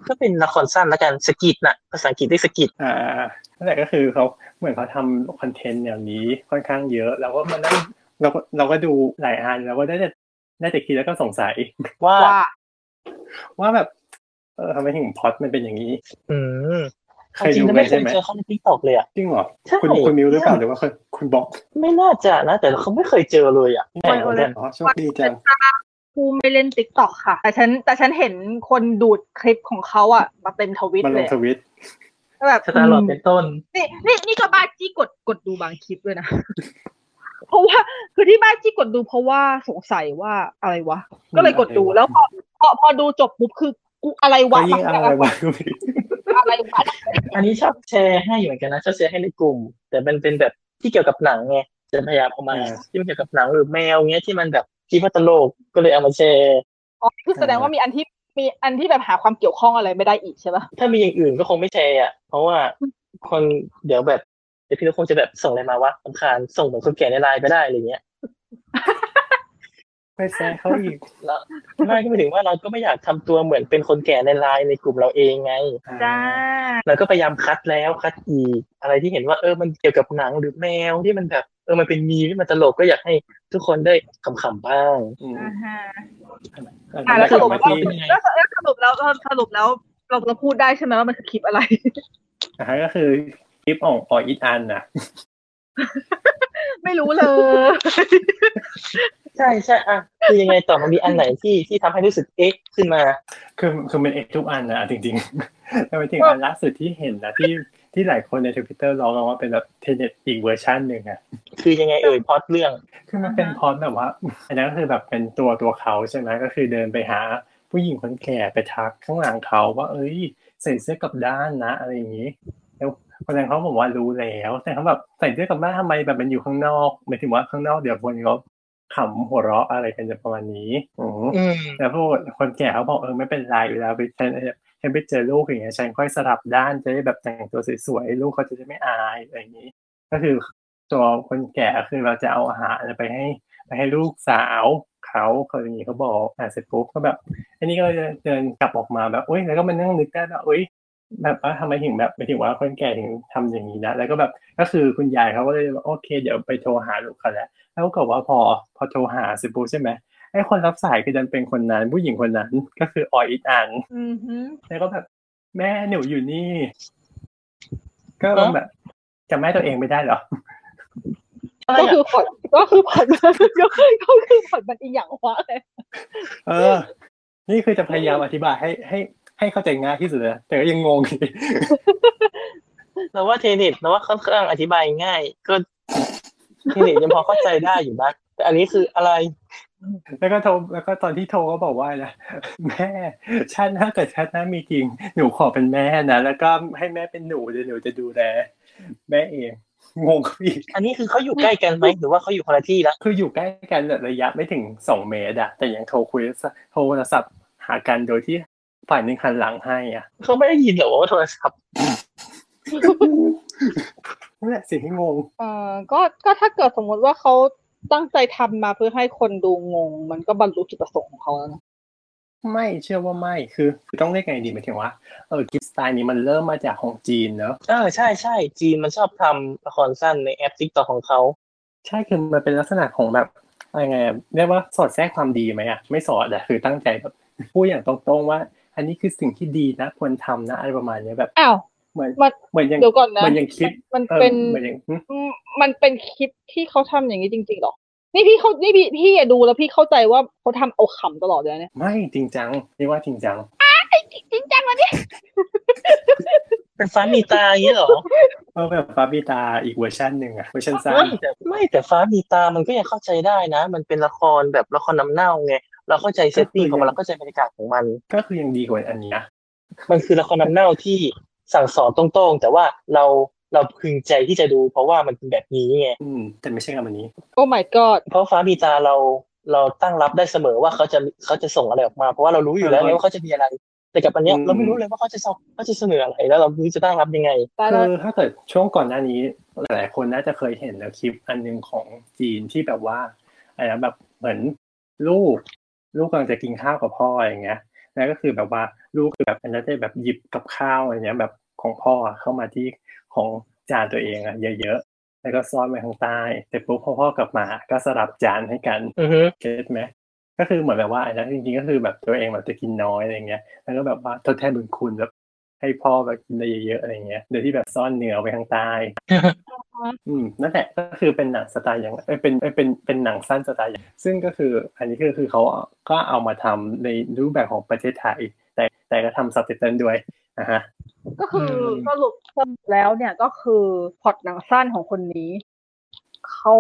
[SPEAKER 3] ก็เป็นละครสั้นละกันสกิดน่ะภาษาอังกฤษได้สกิด
[SPEAKER 5] อ่านั่นแหละก็คือเขาเหมือนเขาทำคอนเทนต์แนวนี้ค่อนข้างเยอะเราก็มานั่งเราก็เราก็ดูหลายอันเราก็ได้แต่ได้แต่คิดแล้วก็สงสัย
[SPEAKER 3] ว่า
[SPEAKER 6] ว่า
[SPEAKER 5] ว่าแบบ เออทำไมถึงพล็อตมันเป็นอย่างนี้
[SPEAKER 3] อืม
[SPEAKER 5] เคย
[SPEAKER 3] จริ
[SPEAKER 5] ดู
[SPEAKER 3] งๆ
[SPEAKER 5] ไหม
[SPEAKER 3] ไม่เค
[SPEAKER 5] ใช่
[SPEAKER 3] ย
[SPEAKER 5] ไหม
[SPEAKER 3] เจอเขาในทิกตอกเลยอ่ะ
[SPEAKER 5] จริงเหรอ
[SPEAKER 3] ใช่
[SPEAKER 5] คุณคุณมิวหรือเปล่าหรือว่าคุณคุณบล็อก
[SPEAKER 3] ไม่น่าจะนะ แต่เขาไม่เคยเจอเลยอ่ะแปลกเหมือนกัน
[SPEAKER 5] อ๋อโชคดีจัง
[SPEAKER 6] ผู้ไม่เล่นติ๊กต็อกค่ะ แต่ฉันแต่ฉันเห็นคนดูดคลิปของเขาอะมาเต็มทวิต
[SPEAKER 5] มันล
[SPEAKER 6] เล
[SPEAKER 5] ง
[SPEAKER 6] ย
[SPEAKER 5] ทวิต
[SPEAKER 6] ก็แบบ
[SPEAKER 3] สตาร์ลอดเป็นต้น
[SPEAKER 6] นี่นี่นี่ก็บ้าจี้กดกดดูบางคลิปด้วยนะ <laughs> เพราะว่าคือที่บ้าจี้กดดูเพราะว่าสงสัยว่าอะไรวะ ก็เลยกดดูแล้วพอพอพอดูจบปุ๊บคือกูอะไร
[SPEAKER 5] ก็
[SPEAKER 6] วะ
[SPEAKER 5] ยิ่งอะไรวะก็ไม่รู้
[SPEAKER 6] อะไรวะ
[SPEAKER 3] อันนี้ชอบแชร์ให้อยู่เหมือนกันนะชอบแชร์ให้ในกลุ่ม แต่มันเป็นแบบที่เกี่ยวกับหนังไงจะพยายามเอามาที่มันเกี่ยวกับหนังหรือแมวเงี้ยที่มันแบบคิดว่าตลกก็เลยเอามาแชร์
[SPEAKER 6] อ๋อคือแสดงว่ามีอันที่มีอันที่แบบหาความเกี่ยวข้องอะไรไม่ได้อีกใช่ปะ
[SPEAKER 3] ถ้ามีอย่างอื่นก็คงไม่แชร์อ่ะ เพราะว่าคนเดี๋ยวแบบเดี๋ยวพี่ลูกคงจะแบบส่งอะไรมาวะสำคาญส่งเหมือนคนแก่ในไลน์ไปได้อะไรเงี้ย
[SPEAKER 5] ไปแซงเขาอีก
[SPEAKER 3] แล้วไม่ก็หมายถึงว่าเราก็ไม่อยากทำตัวเหมือนเป็นคนแก่ในไลน์ในกลุ่มเราเองไง
[SPEAKER 5] อ่า
[SPEAKER 3] เราก็พยายามคัดแล้วคัดอีกอะไรที่เห็นว่าเออมันเกี่ยวกับหนังหรือแมวที่มันแบบเออมันเป็นมีมที่มันตลกก็อยากให้ทุกคนได้ขำๆบ้าง
[SPEAKER 5] อืม
[SPEAKER 6] อ่าฮะ
[SPEAKER 5] อ่ะ
[SPEAKER 6] อ่ะ
[SPEAKER 5] แล้
[SPEAKER 6] แล้ว ว
[SPEAKER 5] ก
[SPEAKER 6] สรุ
[SPEAKER 5] ลั
[SPEAKER 6] ป
[SPEAKER 5] บมา
[SPEAKER 6] ว่า
[SPEAKER 5] ที่
[SPEAKER 3] เป็นยังไง
[SPEAKER 6] แล้วแล้วสรุปแล้วเออสรุปแล้วเราเราพูดได้ใช่ไหมว่ามันคือคลิปอะไร
[SPEAKER 5] อ่ะก็คือคลิปของออีทอันน่ะ
[SPEAKER 6] ไม่รู้เลย
[SPEAKER 3] ใช่ใช่อ่ะคือยังไงต่อมันมีอันไหนที่ที่ทำให้รู้สึกเอ๊ะขึ้นมา
[SPEAKER 5] คือคือมันเอ็กทุกอันนะจริงๆแล้วไปถึงอันล่าสุดที่เห็นนะที่ที่หลายคนในทวิตเตอร์ร้องว่าเป็นแบบเทเน็ตอีกเวอร์ชันหนึ่งอะ
[SPEAKER 3] คือยังไงเอ่ยพล็อดเรื่อง
[SPEAKER 5] คือมันเป็นพล็อตแบบว่า <laughs> อันนั้นก็คือแบบเป็นตัวตัวเขาใช่ไหมก็คือเดินไปหาผู้หญิงคนแก่ไปทักข้างหลังเขาว่า เอ้ยใส่เสื้อกลับด้านนะอะไรอย่างนี้ แล้วคนนั้นเขาบอกว่ารู้แล้วแต่เขาแบบใส่เสื้อกลับด้านทำไมแบบมันอยู่ข้างนอกหมายถึงว่าข้างนอกเดี๋ยวคนเขาขำหัวเราะอะไรกันจะประมาณนี้อืม
[SPEAKER 3] อืม
[SPEAKER 5] แล้วพวกคนแก่เขาบอกเออไม่เป็นไรอยู่แล้วไปฉันฉันไปเจอลูกอย่างเงี้ยฉันค่อยสลับด้านจะได้แบบแต่งตัวสวยๆลูกเขาจะได้ไม่อายอะไรอย่างนี้ ก็คือตัวคนแก่คือเราจะเอาอาหารไปให้ไปให้ลูกสาวเขาเขาอย่างนี้เขาบอกอ่ะเสร็จปุ๊บก็แบบ อันนี้ก็เลยเดินกลับออกมาแบบอุ้ยแล้วก็มานั่งนึกได้ว่าอุ้ยแบบว่าทำไมถึงแบบไปถึงว่าคนแก่ถึงทำอย่างนี้นะแล้วก็แบบก็คือคุณยายเขาก็เลยบอกโอเค เดี๋ยวไปโทรหาลูกเขาแล้วแล้วก็บอกฏว่าพอพอโทรหาเสร็จปุ๊บใช่ไหมไอ้คนรับสายคือดันเป็นคนนั้น ผู้หญิงคนนั้นก็คือออยอิดอัน
[SPEAKER 6] อือหือ
[SPEAKER 5] แล้วก็แบบแม่หนูอยู่นี่ ก็แบบ จำแม่ตัวเองไม่ได้เหรอ
[SPEAKER 3] อะไร
[SPEAKER 4] ก็
[SPEAKER 3] อ่ะ
[SPEAKER 4] คือผ่อนก็คือผ่อนมันก็คือผ่อนมันอีหยังวะเลย
[SPEAKER 5] เออ นี่คือจะพยายามอธิบายให้ให้ให้เข้าใจง่ายที่สุดนะแต่ก็ยังงงอยู่
[SPEAKER 3] เราว่าเทเน็ตเราว่าค่อนข้างอธิบายง่าย ก็เทเน็ตยังพอเข้าใจได้อยู่นะแต่อันนี้คืออะไร
[SPEAKER 5] แล้วก็โทรแล้วก็ตอนที่โทรก็บอกว่านะแม่ชาติหน้าเกิดชาติหน้ามีจริง หนูขอเป็นแม่นะแล้วก็ให้แม่เป็นหนูเดี๋ยวหนูจะดูแลแม่เองงงเข้าไปอีก
[SPEAKER 3] อันนี้คือเขาอยู่ใกล้กันไหมหรือว่าเขาอยู่คนละที่ละ
[SPEAKER 5] คืออยู่ใกล้กันแบบระยะไม่ถึงสองเมตรอะแต่ยังโทรคุยโทรศัพท์หากันโดยที่ฝ่ายหนึ่งหันหลังให้อะ
[SPEAKER 3] เขาไม่ได้ยินเหรอว่าโทรศัพท์
[SPEAKER 5] นั่นแหละสิ่งที่งง
[SPEAKER 4] เออก็ก็ถ้าเกิดสมมติว่าเขาตั้งใจทำมาเพื่อให้คนดูงง มันก็บรรลุจุดประสงค์ของเขาแล้วนะ
[SPEAKER 5] ไม่เชื่อว่าไม่คือคือต้องเรียกไงดีหมายถึงว่าเออกิฟสไตล์นี้มันเริ่มมาจากของจีนเนอะ
[SPEAKER 3] เออใช่ใช่จีนมันชอบทำละครสั้นในแอปติ๊กต็อกของเขา
[SPEAKER 5] ใช่คือมันเป็นลักษณะของแบบอะไรไงอะเรียกว่าสอดแทรกความดีไหมอะไม่สอดอะคือตั้งใจแบบพูดอย่างตรงๆว่า อันนี้คือสิ่งที่ดีนะควรทำนะอะไรประมาณเนี้ยแบบ
[SPEAKER 4] อ้าว
[SPEAKER 5] เหมือน
[SPEAKER 4] มัน
[SPEAKER 5] เหมือนยัง
[SPEAKER 4] เดี๋ยวก่อนนะ
[SPEAKER 5] เหมือนยังคิด
[SPEAKER 4] มัน
[SPEAKER 5] เออ
[SPEAKER 4] เป็น
[SPEAKER 5] เหมือนยังหึ
[SPEAKER 4] อืมมันเป็นคลิปที่เขาทำอย่างนี้จริงๆหรอ นี่พี่เขานี่พี่พี่อะดูแล้วพี่เข้าใจว่าเขาทำเอาขำตลอดเลยนะเนี่ย
[SPEAKER 5] ไม่จริงจังนี่ว่าจริงจัง
[SPEAKER 4] จริงจังวะเนี่ย
[SPEAKER 3] เป็นฟ้ามีตาอย่างนี้เหรอ
[SPEAKER 5] เออแบบปาปิตาอีกเวอร์ชันหนึ่งอะเว
[SPEAKER 4] <laughs>
[SPEAKER 5] อร์ชันสั้น
[SPEAKER 3] ไม่แต่ไม่แต่ฟ้ามีตามันก็ยังเข้าใจได้นะ มันเป็นละครแบบละครน้ำเน่าไง เราเข้าใจเซตติ้งของมันเราเข้าใจบรรยากาศของมัน
[SPEAKER 5] ก็คือยังดีกว่าอันเนี้นะ
[SPEAKER 3] มันคือละครน้ำเน่าที่สั่งสอนตรงๆ แต่ว่าเราเราพึงใจที่จะดู เพราะว่ามันเป็นแบบนี้ไง
[SPEAKER 5] อืม แต่ไม่ใช่งานวันนี้
[SPEAKER 4] โอ้ my god
[SPEAKER 3] เพราะฟ้ามีตาเราเราตั้งรับได้เสมอว่าเขาจะเขาจะส่งอะไรออกมา เพราะว่าเรารู้อยู่แล้ว
[SPEAKER 5] เออ
[SPEAKER 3] ไงว่าเขาจะมีอะไร แต่กับอันเนี้ย
[SPEAKER 5] อืม
[SPEAKER 3] เราไม่รู้เลยว่าเขาจะส่งเขาจะเสนออะไรแล้วเราไม่รู้จะตั้งรับยังไง
[SPEAKER 4] ตายแล้ว
[SPEAKER 5] คือถ้าเกิดช่วงก่อนหน้านี้ หลายๆคนน่าจะเคยเห็นแล้วคลิปอันหนึงของจีนที่แบบว่าอะไรนะแบบเหมือนลูก ลูกกำลังจะกินข้าวกับพ่ออย่างเงี้ยแล้วก็คือแบบว่าลูกคือแบบอันนั้นได้แบบหยิบกับข้าวอะไรเงี้ยแบบของพ่ออะเข้ามาที่ของจานตัวเองอะเยอะๆแล้วก็ซ่อนไว้ข้างใต้แต่ปุ๊บพอพ่อกลับมาก็สลับจานให้กัน
[SPEAKER 3] อือฮึ
[SPEAKER 5] เก็ตไหมก็คือเหมือนแบบว่าอันนั้นจริงๆก็คือแบบตัวเองแบบจะกินน้อยอะไรเงี้ย แล้วก็แบบว่าทดแทนบุญคุณแบบให้พ่อแบบกินได้เยอะๆอะไรเงี้ย โดยที่แบบซ่อนเนื้อไว้ข้างใต้ อืมนั่นแหละก็คือเป็นหนังสไตล์อย่างเอ้ยเป็นเอ้ยเป็นเป็นหนังสั้นสไตล์อย่างซึ่งก็คืออันนี้คือคือเขาก็เอามาทำในรูปแบบของประเทศไทย แต่แต่ก็ทำซับไตเติลด้วยนะฮะ
[SPEAKER 4] ก็คือ
[SPEAKER 3] ม
[SPEAKER 4] สรุปแล้วเนี่ยก็คือพล็อดหนังสั้นของคนนี้ เขา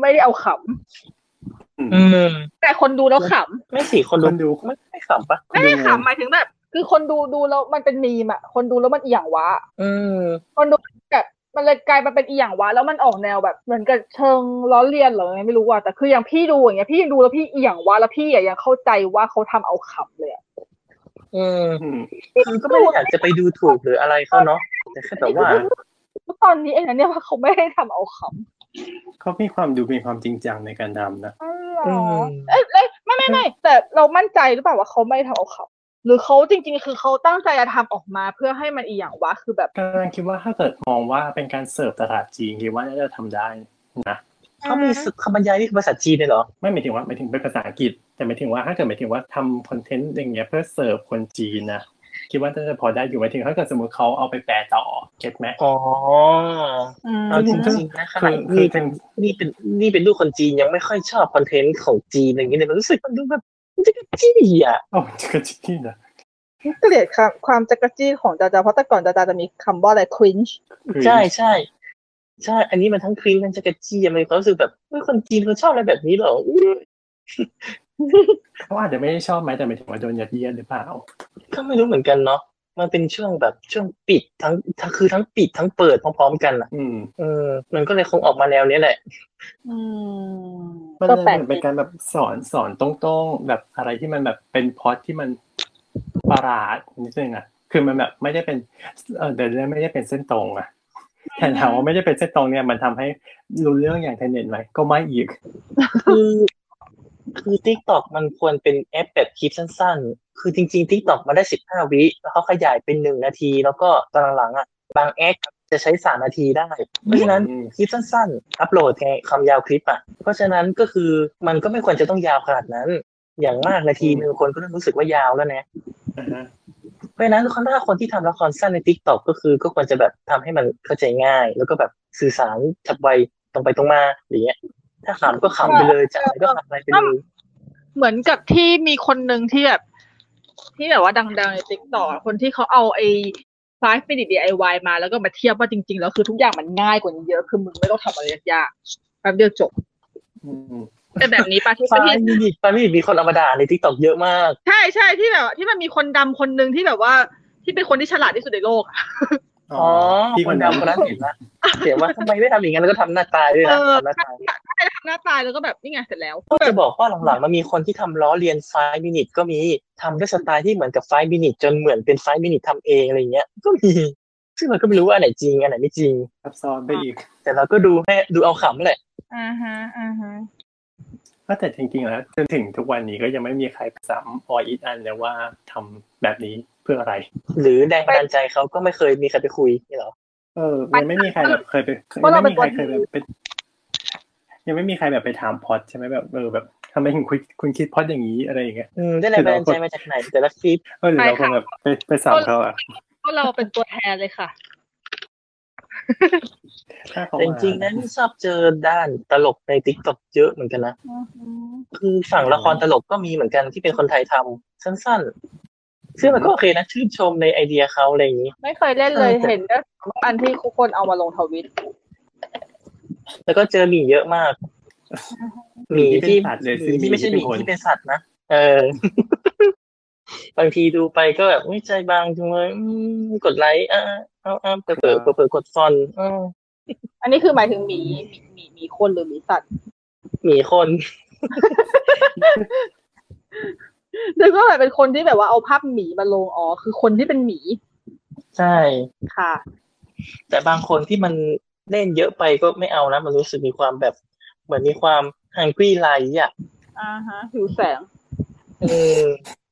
[SPEAKER 4] ไม่ได้เอาข
[SPEAKER 3] อืม
[SPEAKER 4] ำแต่คนดูแล้วข
[SPEAKER 3] ไม่สิคน
[SPEAKER 5] คนดู
[SPEAKER 3] ดูไม่ไม่ขำปะ
[SPEAKER 4] ำไม่ได้ขำหมายถึงแบบ คือคนดูดูแล้วมันเป็นมีมอะคนดูแล้วมันอีหยังวะ
[SPEAKER 3] อืม
[SPEAKER 4] มันดูแบบมันเลยกลายมาเป็นอีหยังวะแล้วมันออกแนวแบบเหมือนกับเชิงล้อเลียนเหรอไงไม่รู้ว่ะแต่คืออย่างพี่ดูอย่างเงี้ยพี่ยังดูแล้วพี่อีหยังวะแล้วพี่อะยังเข้าใจว่าเขาทำเอาขำเลยอะ
[SPEAKER 3] อืม
[SPEAKER 5] อืม
[SPEAKER 3] คือก็ไม่ได้อยากจะไปดูถูกหรืออะไรเขาเนาะแต่แค่แบบว่า
[SPEAKER 4] ตอนนี้เองนะเนี่ยว่าเขาไม่ได้ทำเอาข
[SPEAKER 5] เขามีความดูมีความจริงจังในการทำนะ
[SPEAKER 4] ำ
[SPEAKER 3] อืม
[SPEAKER 4] เอ้ยเอ้ยไม่ไม่ไม่แต่เรามั่นใจหรือเปล่าว่าเขาไม่ได้ทำเอาขำหรือเขาจริง ๆ คือเขาตั้งใจจะทำออกมาเพื่อให้มันอีหยังวะคือแบบ
[SPEAKER 5] กำลังคิดว่าถ้าเกิดมองว่าเป็นการเสิร์ฟตลาดจีนคิดว่าน่าจะทำได้นะ
[SPEAKER 3] เขามีสุดคำบรรยายนี่คือภาษาจีนเลยเหรอ
[SPEAKER 5] ไม่หมายถึงว่าหมายถึงเป็นภาษาอังกฤษแต่หมายถึงว่าถ้าเกิดหมายถึงว่าทำคอนเทนต์อย่างเงี้ยเพื่อเสิร์ฟคนจีนนะคิดว่าน่าจะพอได้อยู่หมายถึงถ้าเกิดสมมติเขาเอาไปแปลต่อเก็ตไหม
[SPEAKER 3] อ๋อ
[SPEAKER 4] อืม
[SPEAKER 3] เอาจริงๆนะขนาด
[SPEAKER 5] คือ
[SPEAKER 3] นี่
[SPEAKER 5] คือเป็
[SPEAKER 3] เป็น
[SPEAKER 5] น
[SPEAKER 3] นี่เป็นนี่เป็นลูกคนจีนยังไม่ค่อยชอบคอนเทนต์ของจีนอย่างนี้เลยมันรู้สึกมันดูแบบมันจะกระจี้อ่ะ
[SPEAKER 5] เอาจริงจริงนะ
[SPEAKER 4] เกลียดความความจักรจี้ของจาจาเพราะแต่ก่อนจาจาจะมีคำว่าอะไร cringe
[SPEAKER 5] คือ
[SPEAKER 3] ใช่ใช่ใช่ อันนี้มันทั้งครีมทั้งจะกระจี้มันมีความรู้สึกแบบเฮ้ยคนจีนเขาชอบอะไรแบบนี้เหรออื้อ
[SPEAKER 5] เขาอาจจะไม่ได้ชอบไหมแต่หมายถึงว่าโดนยัดเยียดหรือเปล่า
[SPEAKER 3] ก็ไม่รู้เหมือนกันเนาะมันเป็นช่วงแบบช่วงปิดทั้งทั้งคือทั้งปิดทั้งเปิดพร้อมๆกันอ่ะ
[SPEAKER 5] อืม
[SPEAKER 3] เออมันก็เลยคงออกมาแนวนี้แหละ
[SPEAKER 4] อืม
[SPEAKER 5] มัน
[SPEAKER 4] ก็
[SPEAKER 5] เลย
[SPEAKER 4] แปลก
[SPEAKER 5] เหมือน
[SPEAKER 4] ดี
[SPEAKER 5] เป็นการแบบสอนสอนตรงๆแบบอะไรที่มันแบบเป็นพล็อดที่มันประหลาดนิดนึงอ่ะคือมันแบบไม่ได้เป็นเออเดินเรื่องไม่ได้เป็นเส้นตรงอ่ะ แต่ถามว่าไม่ได้เป็นเส้นตรงเนี่ยมันทำให้รู้เรื่องอย่างไทเน็ตไหมก็ไม่อีก
[SPEAKER 3] คือคือ TikTok มันควรเป็นแอปแบบคลิปสั้นๆ คือจริงๆ TikTok มันได้สิบห้าวิ แล้วเขาขยายเป็นหนึ่งนาที แล้วก็ตอนหลังๆอ่ะ บางแอปจะใช้สามนาทีได้ เพราะฉะนั้น
[SPEAKER 5] อืม
[SPEAKER 3] คลิปสั้นๆ อัปโหลดแค่ความยาวคลิปอ่ะ เพราะฉะนั้นก็คือมันก็ไม่ควรจะต้องยาวขนาดนั้น อย่างมากนาทีหนึ่งคนก็เริ่มรู้สึกว่ายาวแล้วนะ เพราะฉะนั้นคนถ้าคนที่ทำละครสั้นใน TikTok ก็คือก็ควรจะแบบทำให้มันเข้าใจง่าย แล้วก็แบบ สื่อสารฉับไวตรงไปตรงมาอย่างเงี้ย ถ้าขำก็ขำไปเลยจะอะไรก็อะไรไปเลย
[SPEAKER 6] เหมือนกับที่มีคนหนึ่งที่แบบ ที่แบบว่าดังๆในติ๊กต่อคนที่เขาเอาไอ้ five minute DIY มาแล้วก็มาเทียบว่าจริง ๆ แล้วคือทุกอย่างมันง่ายกว่านี้เยอะคือมึงไม่ต้องทำอะไรยากๆแป๊บเดียวจบ
[SPEAKER 5] อืม
[SPEAKER 6] แต่แบบ <laughs> นี้ปะที่
[SPEAKER 3] ปา
[SPEAKER 6] ที่
[SPEAKER 3] ไม่มีปาไม่มีคนเอามาด่าในทิกตอกเยอะมาก
[SPEAKER 6] ใช่ใช่ที่แบบว่าที่มันมีคนดำคนหนึ่งที่แบบว่าที่เป็นคนที่ฉลาดที่สุดในโลกอะ
[SPEAKER 3] อ๋อ
[SPEAKER 5] ที่
[SPEAKER 3] คน
[SPEAKER 5] ดัง
[SPEAKER 3] ดำคนนั้นเห็นละเห็นว่าทำไมไม่ทำอย่างนั้นแล้วก็ทำหน้าตายด้วย
[SPEAKER 6] เออ
[SPEAKER 3] นะทำหน้าตาย
[SPEAKER 6] ใช่หน้าตายแล้วก็แบบนี่ไงเสร็จแล้ว
[SPEAKER 3] ก็จะบอกว่าหลังๆมันมีคนที่ทำล้อเลียนไฟมินิทก็มีทำด้วยสไตล์ที่เหมือนกับไฟมินิทจนเหมือนเป็นไฟมินิททำเองอะไรเงี้ย ก็มี ซึ่งเราก็ไม่รู้ว่าอันไหนจริงอันไหนไม่จริง
[SPEAKER 5] ซับซ้อนไปอีก
[SPEAKER 3] แต่เราก็ดูให้ดูเอาขำแหละ
[SPEAKER 6] อ่าฮะอ่าฮะ
[SPEAKER 5] ก็แต่จริงๆแล้วจนถึงทุกวันนี้ก็ยังไม่มีใครสามออีกอันเลยว่าทำแบบนี้เพื่ออะไร
[SPEAKER 3] หรือแรงบันดาลใจเขาก็ไม่เคยมีใครไปคุยนี่หรอ
[SPEAKER 5] เออยังไม่มีใครแบบเคยไป
[SPEAKER 4] เพราะ
[SPEAKER 5] ยั
[SPEAKER 4] เรา
[SPEAKER 5] ง
[SPEAKER 4] เป็น
[SPEAKER 5] ไม่มีใค
[SPEAKER 4] ค
[SPEAKER 5] ร
[SPEAKER 4] น
[SPEAKER 5] เคยแบบเป็นยังไม่มีใครแบบไปถามพอดใช่ไหมแบบเออแบบทำไมถึงคุณคุณคิดพอดอย่างนี้อะไรอย่างเงี้ย
[SPEAKER 3] อืมได้แรงบันดาลใจมาจากไหนแต่ละคลิป
[SPEAKER 5] เออหรือเราคงแบบไปไปสามเขาอะ
[SPEAKER 6] ก็เราเป็นตัวแทนเลยค่ะ
[SPEAKER 5] ถ้าเขา
[SPEAKER 3] แต่จ
[SPEAKER 5] มา
[SPEAKER 3] ริงๆนั้นชอบเจอด้านตลกในทิกตอกเยอะเหมือนกันนะ คือฝั่งละครตลกก็มีเหมือนกันที่เป็นคนไทยทำสั้นๆ ซึ่งมันก็โอเคนะชื่นชมในไอเดียเขาอะไรอย่างนี้
[SPEAKER 4] ไม่เคยเล่นเลย
[SPEAKER 3] ใช่แต่
[SPEAKER 4] เห็นแต่อันที่ทุกคนเอามาลงทวิต
[SPEAKER 3] แล้วก็เจอหมีเยอะมากห
[SPEAKER 5] มี
[SPEAKER 3] มี
[SPEAKER 5] ที่เป็น
[SPEAKER 3] ที่
[SPEAKER 5] สัตว์เลย
[SPEAKER 3] ห
[SPEAKER 5] ซึ่ง
[SPEAKER 3] มี
[SPEAKER 5] มี
[SPEAKER 3] ที่ไม่ใช่
[SPEAKER 5] ที่เป็น
[SPEAKER 3] หมี
[SPEAKER 5] คน
[SPEAKER 3] ที่เป็นสัตว์นะเอ <laughs> อ บางทีดูไปก็แบบไม่ใจบางจังเลยอืมกดไลค์อ่ะเอาเอาเผลอเผลอเผลอๆกดฟอนต์อ่า
[SPEAKER 4] อันนี้คือหมายถึงหมีหมีหมีคนหรือหมีสัตว์
[SPEAKER 3] หมีคน
[SPEAKER 4] นึกว่าแบบเป็นคนที่แบบว่าเอาภาพหมีมาลงอ๋อคือคนที่เป็นหมี
[SPEAKER 3] ใช่
[SPEAKER 4] ค่ะ
[SPEAKER 3] แต่บางคนที่มันเล่นเยอะไปก็ไม่เอานะมันรู้สึกมีความแบบ เหมือนมีความฮังกี้ไลท์อ่ะ
[SPEAKER 4] อ่าฮะหิวแสง
[SPEAKER 3] เออ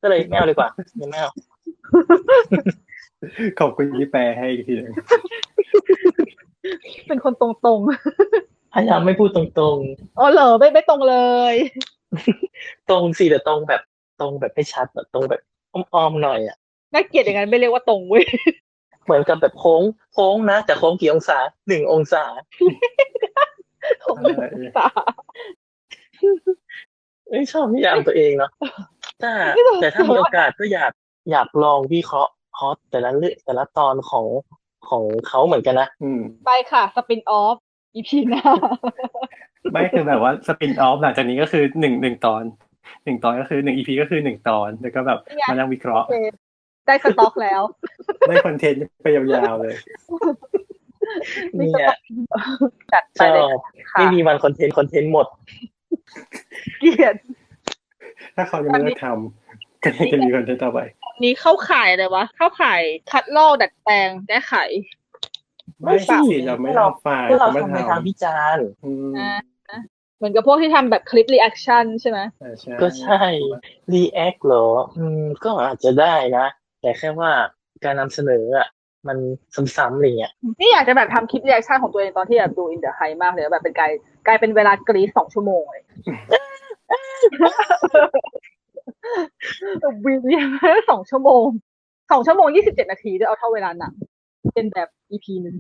[SPEAKER 3] ก็เลยไม่เอาดีกว่ายังไม่เอา
[SPEAKER 5] <laughs> ขอบคุณที่แปลให้อีกทีหนึ่ง
[SPEAKER 4] เป็นคนตรง
[SPEAKER 3] พยายามไม่พูดตรง
[SPEAKER 4] ๆ อ๋อเหรอไม่ไม่ตรงเลย
[SPEAKER 3] ๆ ตรงสิแต่ตรงแบบตรงแบบไม่ชัดอะตรงแบบอ้อมๆหน่อยอ่ะ
[SPEAKER 4] น่าเกลียดอย่างนั้นไม่เรียกว่าตรงเว้ย <laughs>
[SPEAKER 3] เหมือนกับแบบโค้งโค้งนะแต่โค้งกี่องศาหนึ่งองศา
[SPEAKER 4] ตรงเลยตา
[SPEAKER 3] เอ้ยชอบนิยามตัวเองเนาะแต่
[SPEAKER 4] ไม่บอก
[SPEAKER 3] แต่ถ้ามีโอกาสก็อยากอยากลองวิเคราะห์พอดแต่ละเรื่องแต่ละตอนของของเขาเหมือนกันนะ
[SPEAKER 5] อืม
[SPEAKER 4] ไปค่ะสปินออฟอีพีหน้า
[SPEAKER 5] ไม่คือแบบว่าสปินออฟหลังจากนี้ก็คือหนึ่งหนึ่งตอนหนึ่งตอนก็คือหนึ่งอีพีก็คือหนึ่งตอน แล้วก็แบบ
[SPEAKER 4] เนี่ย
[SPEAKER 5] มานั่งวิเคราะห์
[SPEAKER 4] โอเคได้สต็อกแล้ว
[SPEAKER 5] ได้คอนเทนต์ไปยาวๆเลย
[SPEAKER 4] นี่
[SPEAKER 3] เนี่
[SPEAKER 4] ก็
[SPEAKER 3] ย
[SPEAKER 4] จัดไป
[SPEAKER 3] ชอ
[SPEAKER 4] เลย
[SPEAKER 3] บ
[SPEAKER 4] ค่ะ
[SPEAKER 3] ไม่มีวันคอนเทนต์คอนเทนต์หมด
[SPEAKER 4] เกลียด
[SPEAKER 5] ถ้าเขายังไม่เลิกทำก็ยังจะมีคอนเทนต์ต่อไป
[SPEAKER 6] นี้เข้าข่ายอะไรวะ เข้าข่ายคัดลอกดัดแปลงแก้ไข
[SPEAKER 5] ไม่
[SPEAKER 3] ไม่
[SPEAKER 5] สิ
[SPEAKER 3] สิ
[SPEAKER 5] เราไม่
[SPEAKER 3] เรา
[SPEAKER 5] ทำฝ่าย
[SPEAKER 3] เพื่อเรา
[SPEAKER 5] ไม่
[SPEAKER 3] ทำในทาง
[SPEAKER 5] ทำ
[SPEAKER 3] วิจารณ์
[SPEAKER 5] อืม
[SPEAKER 4] อ่าเหมือนกับพวกที่ทำแบบคลิปรีแอคชั่นใช่ไหม
[SPEAKER 5] ใช่ใช่
[SPEAKER 3] ก็ใช่รีแอคเหรอ อืม ก็อาจจะได้นะ แต่แค่ว่าการนำเสนออ่ะ มันซ้ำๆอะไรเงี้ย
[SPEAKER 4] นี่อยากจะแบบทำคลิปรีแอคชั่นของตัวเองตอนที่แบบดูอินเดอะไฮมากเลยแบบเป็นกลายกลายเป็นเวลากรีดสองชั่วโมง
[SPEAKER 6] <laughs>
[SPEAKER 4] เลยแบบวิ่งเนี่ยสองชั่วโมงสองชั่วโมงยี่สิบเจ็ดนาทีด้วยเอาเท่าเวลาหนังเป็นแบบอีพีหนึ่ง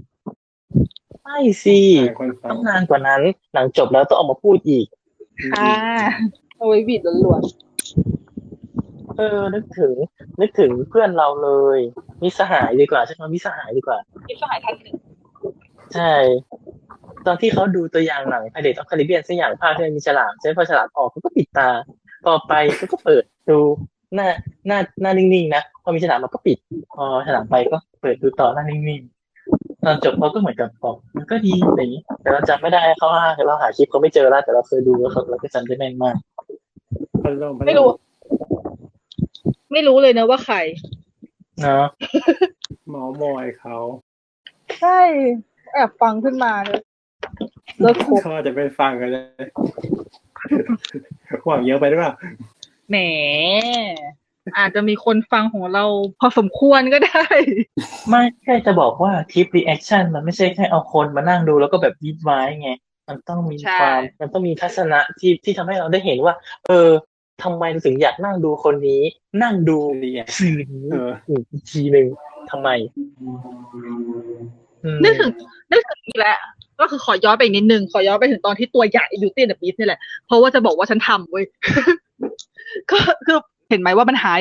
[SPEAKER 3] ไม่สิ
[SPEAKER 5] ใช่คนฟั
[SPEAKER 3] ต้
[SPEAKER 5] ง
[SPEAKER 3] องนานกว่านั้น หลังจบแล้วต้องออกมาพูดอีก
[SPEAKER 6] อ่า
[SPEAKER 4] เอาไว้บีดล้วน
[SPEAKER 3] เออ นึกถึง นึกถึงเพื่อนเราเลย มิตรสหายดีกว่าใช่ไหมมิตรสหายดีกว่า
[SPEAKER 4] ๆที่สหายท่านหนึ่ง
[SPEAKER 3] ใช่ ตอนที่เขาดูตัวอย่างหนังไพเดตออฟคาริเบียนสักอย่างภาคที่มันมีฉลามใช่ไหมพอฉลามออกเขาก็ปิดตา ต่อไปเขาก็เปิดดูหน้าหน้าหน้านิ่งๆนะพอมีฉลามมันก็ปิด พอฉลามไปก็เปิดดูต่อหน้านิ่งๆตอนจบเขาก็เหมือนกับบอกมันก็ดีอะไรอย่างนี้แต่เราจำไม่ได้เขาว่าเราหาคลิปเขาไม่เจอแล้วแต่เราเคยดูแล้วเขาเราก็จำได้แม่นมาก
[SPEAKER 5] พันลมพันล
[SPEAKER 6] ไม่รู้ ไม่รู้เลยนะว่าใคร
[SPEAKER 3] เนาะ
[SPEAKER 5] เมาส์มอยเขา
[SPEAKER 4] ใช่แอบฟังขึ้นมาเลยเลิกคบ
[SPEAKER 5] เขาอาจจะไปฟังกันเลย หวังเยอะไปหรือเปล่า
[SPEAKER 6] แหม อาจจะมีคนฟังของเราพอสมควรก็ได้
[SPEAKER 3] ไม่แค่จะบอกว่าคลิปรีแอคชั่นมันไม่ใช่แค่เอาคนมานั่งดูแล้วก็แบบยิ้มไว้ไง มันต้องมี
[SPEAKER 6] ใช่
[SPEAKER 3] ความมันต้องมีทัศนะที่ที่ทำให้เราได้เห็นว่า เออทำไมเราถึงอยากนั่งดูคนนี้ นั่งดู
[SPEAKER 5] เรียน
[SPEAKER 3] สื่อนี้
[SPEAKER 5] เออ
[SPEAKER 3] อีกทีหนึ่งทำไม อืม
[SPEAKER 6] นึกถึงนึกถึงอีกแล้ว
[SPEAKER 4] ก็คือขอย้อนไปอีกนิดนึง ขอย้อนไปถึงตอนที่ตัวใหญ่ Beauty and the Beast นี่แหละ เพราะว่าจะบอกว่าฉันทำเว้ย <laughs> ก็คือเห็นไหมว่ามันหาย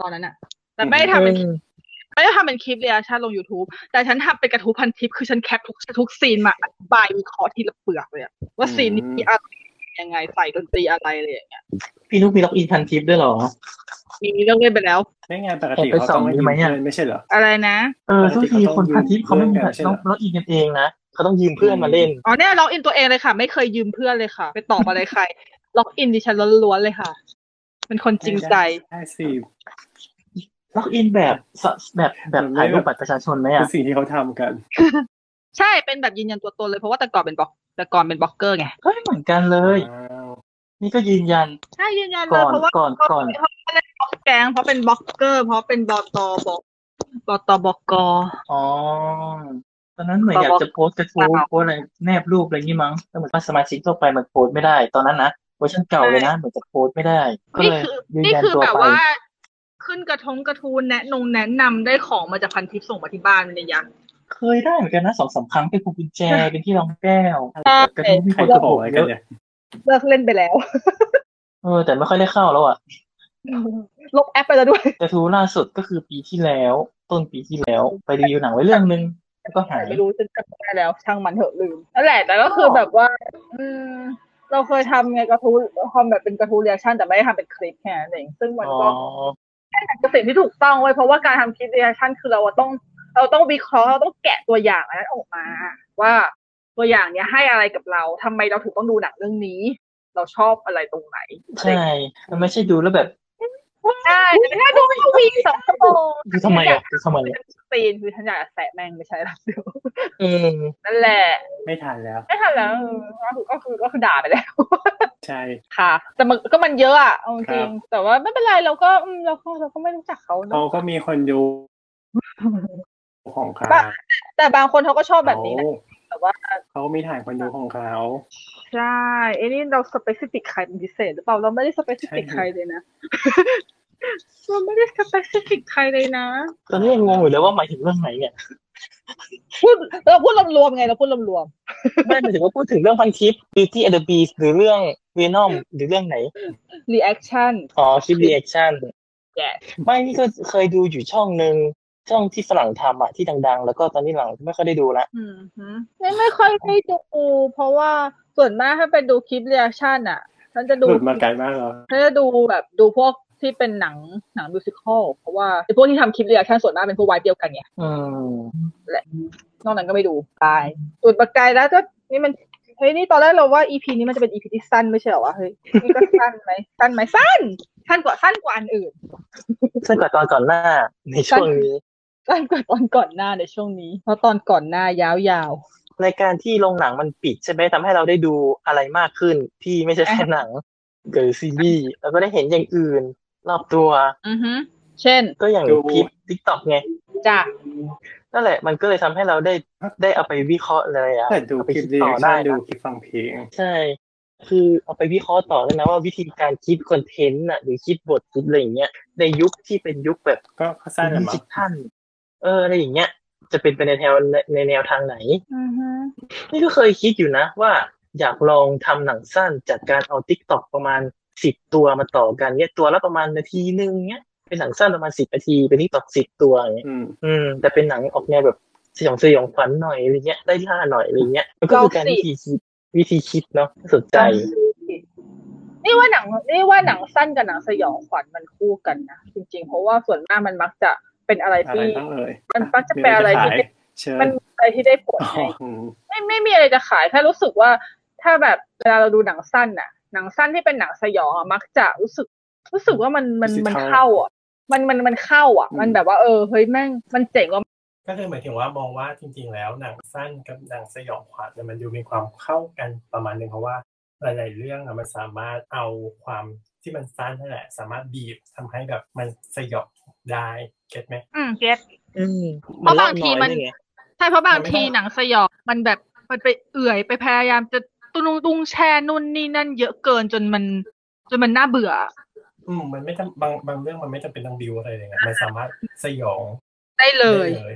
[SPEAKER 4] ตอนนั้นอะแต่ไม่ได้ทำเป็น ไม่ได้ทำเป็นคลิปเรียชั่นลง YouTube แต่ฉันทำเป็นกระทู้พันทิป คือฉันแคปทุกทุกซีนมาอธิบายวิเคราะห์ทีละเปลือกเลยอะว่าซีนนี้มีอะไรยังไงใส่ดนตรีอะไรอะไรอย่างเงี้ย
[SPEAKER 3] พี่นุ๊กมีล็อกอินพันทิปด้วยเหรอ
[SPEAKER 4] มีเรื่องเล่นไปแล้ว
[SPEAKER 1] ไม่งานปกติเขาต้อง
[SPEAKER 3] ไปส่องดีไหมอะ
[SPEAKER 1] ไม่ใช่เหรอ
[SPEAKER 4] อะไรนะ
[SPEAKER 3] เออทุกทีคนพันทิปเขาไม่มี
[SPEAKER 1] เพื่อนกันใช่เหรอ
[SPEAKER 3] ต้องล็อกอินกันเองนะเขาต้องยืมเพื่อนมาเล่น
[SPEAKER 4] อ๋อเนี่ยล็อกอินตัวเองเลยค่ะ ไม่เคยยืมเพื่อนเลยค่ะ ไปตอบอะไรใคร <laughs> ล็อกอินดิฉันล้วนๆเลยค่ะ เป็นคนจริงใจ
[SPEAKER 1] ใช่สิ
[SPEAKER 3] ล็อกอินแบบสแบบแบบถ่ายรูปบัตรประชาชนไหม
[SPEAKER 1] คือ
[SPEAKER 3] อ่ะ
[SPEAKER 1] สิ่งที่เขาทำกัน
[SPEAKER 4] ใช่เป็นแบบยืนยันตัวตนเลยเพราะว่าแต่ก่อนเป็นบล็อกแต่ก่อนเป็นบล็อกเกอร์ไง
[SPEAKER 3] เฮ้ยเหมือนกันเลย นี่ก็ยืนยัน
[SPEAKER 4] ใช่ยืนยันเล
[SPEAKER 3] ก่
[SPEAKER 4] ย
[SPEAKER 3] อน
[SPEAKER 4] เพราะว่า
[SPEAKER 3] ก่อนก่อน
[SPEAKER 4] เพราะเป็นบล็อกแกงเพราะเป็นบล็อกเกอร์ เพราะเป็นบอตอบกบอตบก
[SPEAKER 3] อ๋อตอนนั้นเหมือนอยากจะโพสต์กระทู้
[SPEAKER 4] เปล่า
[SPEAKER 3] โพสต์อะไรแนบรูปอะไรงี้มั้งแล้วเหมือนว่าสมาชิกทั่วไปมันโพสต์ไม่ได้ตอนนั้นนะเวอร์ชันเก่าเลยนะเหมือนจะโพสต์ไม่ได้ก็
[SPEAKER 4] นี่
[SPEAKER 3] เลย
[SPEAKER 4] คือ
[SPEAKER 3] ยืน
[SPEAKER 4] นี่
[SPEAKER 3] ยัน
[SPEAKER 4] คือ
[SPEAKER 3] ตัว
[SPEAKER 4] แบบ
[SPEAKER 3] ไป
[SPEAKER 4] ว่า ขึ้นกระทงกระทูนแนะนงแนะนำได้ของมาจากพันทิปส่งมาที่บ้านเลยยัง
[SPEAKER 3] เคยได้เหมือนกันนะสองสามครั้งเป็นพวงกุญแจเป็นที่รองแก้ว
[SPEAKER 4] ใช่
[SPEAKER 3] กระทู้มี
[SPEAKER 1] ใค
[SPEAKER 3] ค
[SPEAKER 1] ร
[SPEAKER 3] น
[SPEAKER 1] จะ
[SPEAKER 3] กระ
[SPEAKER 1] บอก
[SPEAKER 3] โดด
[SPEAKER 1] อะไร
[SPEAKER 3] เย
[SPEAKER 1] กัน
[SPEAKER 3] อะ
[SPEAKER 1] เนี่ย
[SPEAKER 4] เลิกเล่นไปแล้ว <laughs>
[SPEAKER 3] เออแต่ไม่ค่อยได้เข้าแล้วอ่ะ
[SPEAKER 4] ลบแอปไปแล้วด้วย
[SPEAKER 3] กระทู้ล่าสุดก็คือปีที่แล้ว ต้นปีที่แล้วไปรีวิวหนังไว้เรื่องนึงแล้วก็หาย
[SPEAKER 4] ไม่รู้ฉันจำไม่ได้แล้ว ช่างมันเถอะลืมนั่นแหละแต่ก็คือแบบว่า อืม เราเคยทำไงกระทู้ทำแบบเป็นกระทู้เรียชั่นแต่ไม่ได้ทำเป็นคลิปแค่นั้นเองซึ่งมัน
[SPEAKER 3] อ๋อ
[SPEAKER 4] ก็ เป็นสิ่งที่ถูกต้องเว้ยเพราะว่าการทำคลิปเรียชั่นคือเราอะต้อง เราต้องวิเคราะห์เราต้องแกะตัวอย่างอันนั้นออกมา ว่าตัวอย่างเนี้ยให้อะไรกับเราทำไมเราถึงต้องดูหนังเรื่องนี้ เราชอบอะไรตรงไหน
[SPEAKER 3] ใช่มันไม่ใช่ดูแล้วแบบ
[SPEAKER 4] ใช่แต่ถ้าดูแค่วีสองชั่วโมง
[SPEAKER 3] ดูทำไมอ่ะดูทำไม
[SPEAKER 4] คือ
[SPEAKER 3] อ่ะ
[SPEAKER 4] ฉันสตรีนคือฉันอยากจะแสะแม่งไม่ใช่ละเดี๋ยว
[SPEAKER 3] เออ
[SPEAKER 4] นั่นแหละ
[SPEAKER 1] ไม่ทันแล้ว
[SPEAKER 4] ไม่ทันแล้วก็คือก็คือก็คือด่าไปแล้ว
[SPEAKER 1] ใช่
[SPEAKER 4] ค่ะ แต่มันก็มันเยอะอะเอา
[SPEAKER 1] ค
[SPEAKER 4] จ
[SPEAKER 1] รั
[SPEAKER 4] ริง
[SPEAKER 1] บ
[SPEAKER 4] ๆแต่ว่าไม่เป็นไรเราก็อืมเราก็เราก็ไม่รู้จักเขาเน
[SPEAKER 1] เขา
[SPEAKER 4] อะ
[SPEAKER 1] ก็มีคนดูของเขา
[SPEAKER 4] บ้า แต่บางคนเขาก็ชอบแบบนี้นะ แต่ว่า
[SPEAKER 1] เขามีฐานคนดูของเขา
[SPEAKER 4] ใช่ไอ้นี่เราสเปซิฟิกใครเป็นพิเศษหรือเปล่า เราไม่ได้สเปซิฟิกใครเลยนะ <laughs> เราไม่ได้สเปซิฟิกใครเลยนะ
[SPEAKER 3] ตอนนี้ยังงงอยู่เลยว่าหมายถึงเรื่องไหนเนี่ย
[SPEAKER 4] พูดเราพูดรวมๆไงเราพูดรวม
[SPEAKER 3] ไม่หมายถึงว่าพูดถึงเรื่องพันทิป Beauty and the Beast หรือเรื่อง Venom หรือเรื่องไหน
[SPEAKER 4] ๆ reaction
[SPEAKER 3] อ๋อคลิป reaction
[SPEAKER 4] Yes
[SPEAKER 3] ไม่นี่ก็เคยดูอยู่ช่องหนึ่งช่องที่ฝรั่งทำอ่ะที่ดังๆ แล้วก็ตอนนี้หลังไม่ค่อยได้ดูละ
[SPEAKER 4] อืมฮึไม่ไม่ค่อยได้ดูเพราะว่าส่วนมากถ้าไปดูคลิป reaction อ่ะฉันจะดู
[SPEAKER 1] หลุดมาไกลมากแล้ว
[SPEAKER 4] ฉันจะดูแบบดูพวกที่เป็นหนังหนังมิวสิควลเพราะว่าไอ้พวกที่ทำคลิป reaction ส่วนมากเป็นพวกวายเดียวกันไง
[SPEAKER 3] อืม
[SPEAKER 4] นอกนั้นก็ไม่ดูตายส่วนประกายแล้วก็นี่มันเฮ้ยนี่ตอนแรกเราว่า EP นี้มันจะเป็น EP ที่สั้นไม่ใช่เหรอวะเฮ้ยนี่ก็สั้นไหมสั้นไหมสั้นสั้นกว่าสั้นกว่าอันอื่น
[SPEAKER 3] ซึ่งกว่าตอนก่อนหน้าในช่วงนี้
[SPEAKER 4] สั้นกว่าตอนก่อนหน้าในช่วงนี้ เพราะตอนก่อนหน้ายาว
[SPEAKER 3] รายการที่โรงหนังมันปิดใช่ไหมทำให้เราได้ดูอะไรมากขึ้น ที่ไม่ใช่แค่หนังหรือซีรีส์แล้วก็ได้เห็นอย่างอื่น รอบตัว
[SPEAKER 4] ๆอือฮึเช่น
[SPEAKER 3] ก็อย่างคลิปทิกตอกไง
[SPEAKER 4] จ้ะ
[SPEAKER 3] นั่นแหละมันก็เลยทำให้เราได้ได้เอาไปวิเคราะห์เลยอะ
[SPEAKER 1] แต่ดู
[SPEAKER 3] เอาไป
[SPEAKER 1] คลิป
[SPEAKER 3] คิด
[SPEAKER 1] ดี
[SPEAKER 3] ต่อ
[SPEAKER 1] ชั่
[SPEAKER 3] ได้
[SPEAKER 1] นดู
[SPEAKER 3] นะ
[SPEAKER 1] คลิปฟังเพลง
[SPEAKER 3] ใช่ คือเอาไปวิเคราะห์ต่อเลยนะว่าวิธีการคิดคอนเทนต์น่ะหรือคิดบทคิดอะไรอย่างเงี้ยในยุคที่เป็นยุคแบบ
[SPEAKER 1] ก็สั้นแหละ
[SPEAKER 3] ดิ
[SPEAKER 1] มั้
[SPEAKER 3] จิ
[SPEAKER 1] ง
[SPEAKER 3] ทัลเอออะไรอย่างเงี้ย จะเป็นไปในแนวในในแนวทางไหน
[SPEAKER 4] อือฮึ
[SPEAKER 3] นี่ก็เคยคิดอยู่นะว่าอยากลองทำหนังสั้นจากการเอาติ๊กต็อกประมาณสิบตัวมาต่อกันเนี่ยตัวละประมาณนาทีนึงเนี้ยเป็นหนังสั้นประมาณสิบนาทีเป็นติ๊กต็อกสิบตัวอย่างเงี้ย
[SPEAKER 1] อืม
[SPEAKER 3] อืมแต่เป็นหนังออกแนวแบบสยองสยองขวัญหน่อยอะไรเงี้ยได้ล่าหน่อยอะไรเงี้ยมันก็คือการวิธีคิดวิธีคิดเนาะน่าสนใจ
[SPEAKER 4] นี่ว่าหนังนี่ว่าหนังสั้นกับหนังสยองขวัญมันคู่กันนะจริงๆ เพราะว่าส่วนมากมันมักจะเป็นอะไร
[SPEAKER 1] อะไร
[SPEAKER 4] ที่
[SPEAKER 1] บ้างเอ่ย
[SPEAKER 4] มันมักจะเป็นอะไรที่
[SPEAKER 1] มีขายเชิญ
[SPEAKER 4] มันอะไรที่ได้ผล
[SPEAKER 1] อ๋
[SPEAKER 4] ไง
[SPEAKER 1] ออืม
[SPEAKER 4] ไม่ไม่มีอะไรจะขายแค่รู้สึกว่าถ้าแบบเวลาเราดูหนังสั้นน่ะ หนังสั้นที่เป็นหนังสยองอะมักจะรู้สึก รู้สึกว่ามันมันมันเข้าอ่ะ มันมันมันเข้าอ่ะ มันแบบว่าเออเฮ้ยแม่งมันเจ๋งว่ะ
[SPEAKER 5] ก็คือหมายถึงว่ามองว่าจริง ๆ แล้วหนังสั้นกับหนังสยองขวัญเนี่ยมันดูมีความเข้ากันประมาณหนึ่งเพราะว่าหลายๆเรื่องอะมันสามารถเอาความที่มันสั้นนั่นแหละ สามารถบีบทำให้แบบมันสยองได้เก็ตไหม
[SPEAKER 4] อืมเก็ต
[SPEAKER 3] อืม
[SPEAKER 4] เพราะบางทีมัน
[SPEAKER 3] เล่าอยไง
[SPEAKER 4] ใช่เพราะบางที
[SPEAKER 5] มันไม่ได้
[SPEAKER 4] หนังสยองมันแบบมันไปเอื่อยไปพยายามจะตุงตุงแช่นู่นนี่นั่นเยอะเกินจนมันจนมันน่าเบื่อ
[SPEAKER 5] อืมมันไม่จำบางบางเรื่องมันไม่จำเป็นต้องบิวอะไรเลยไงมันสามารถสยอง
[SPEAKER 4] ได้เล
[SPEAKER 5] ได้
[SPEAKER 4] ย
[SPEAKER 5] เลย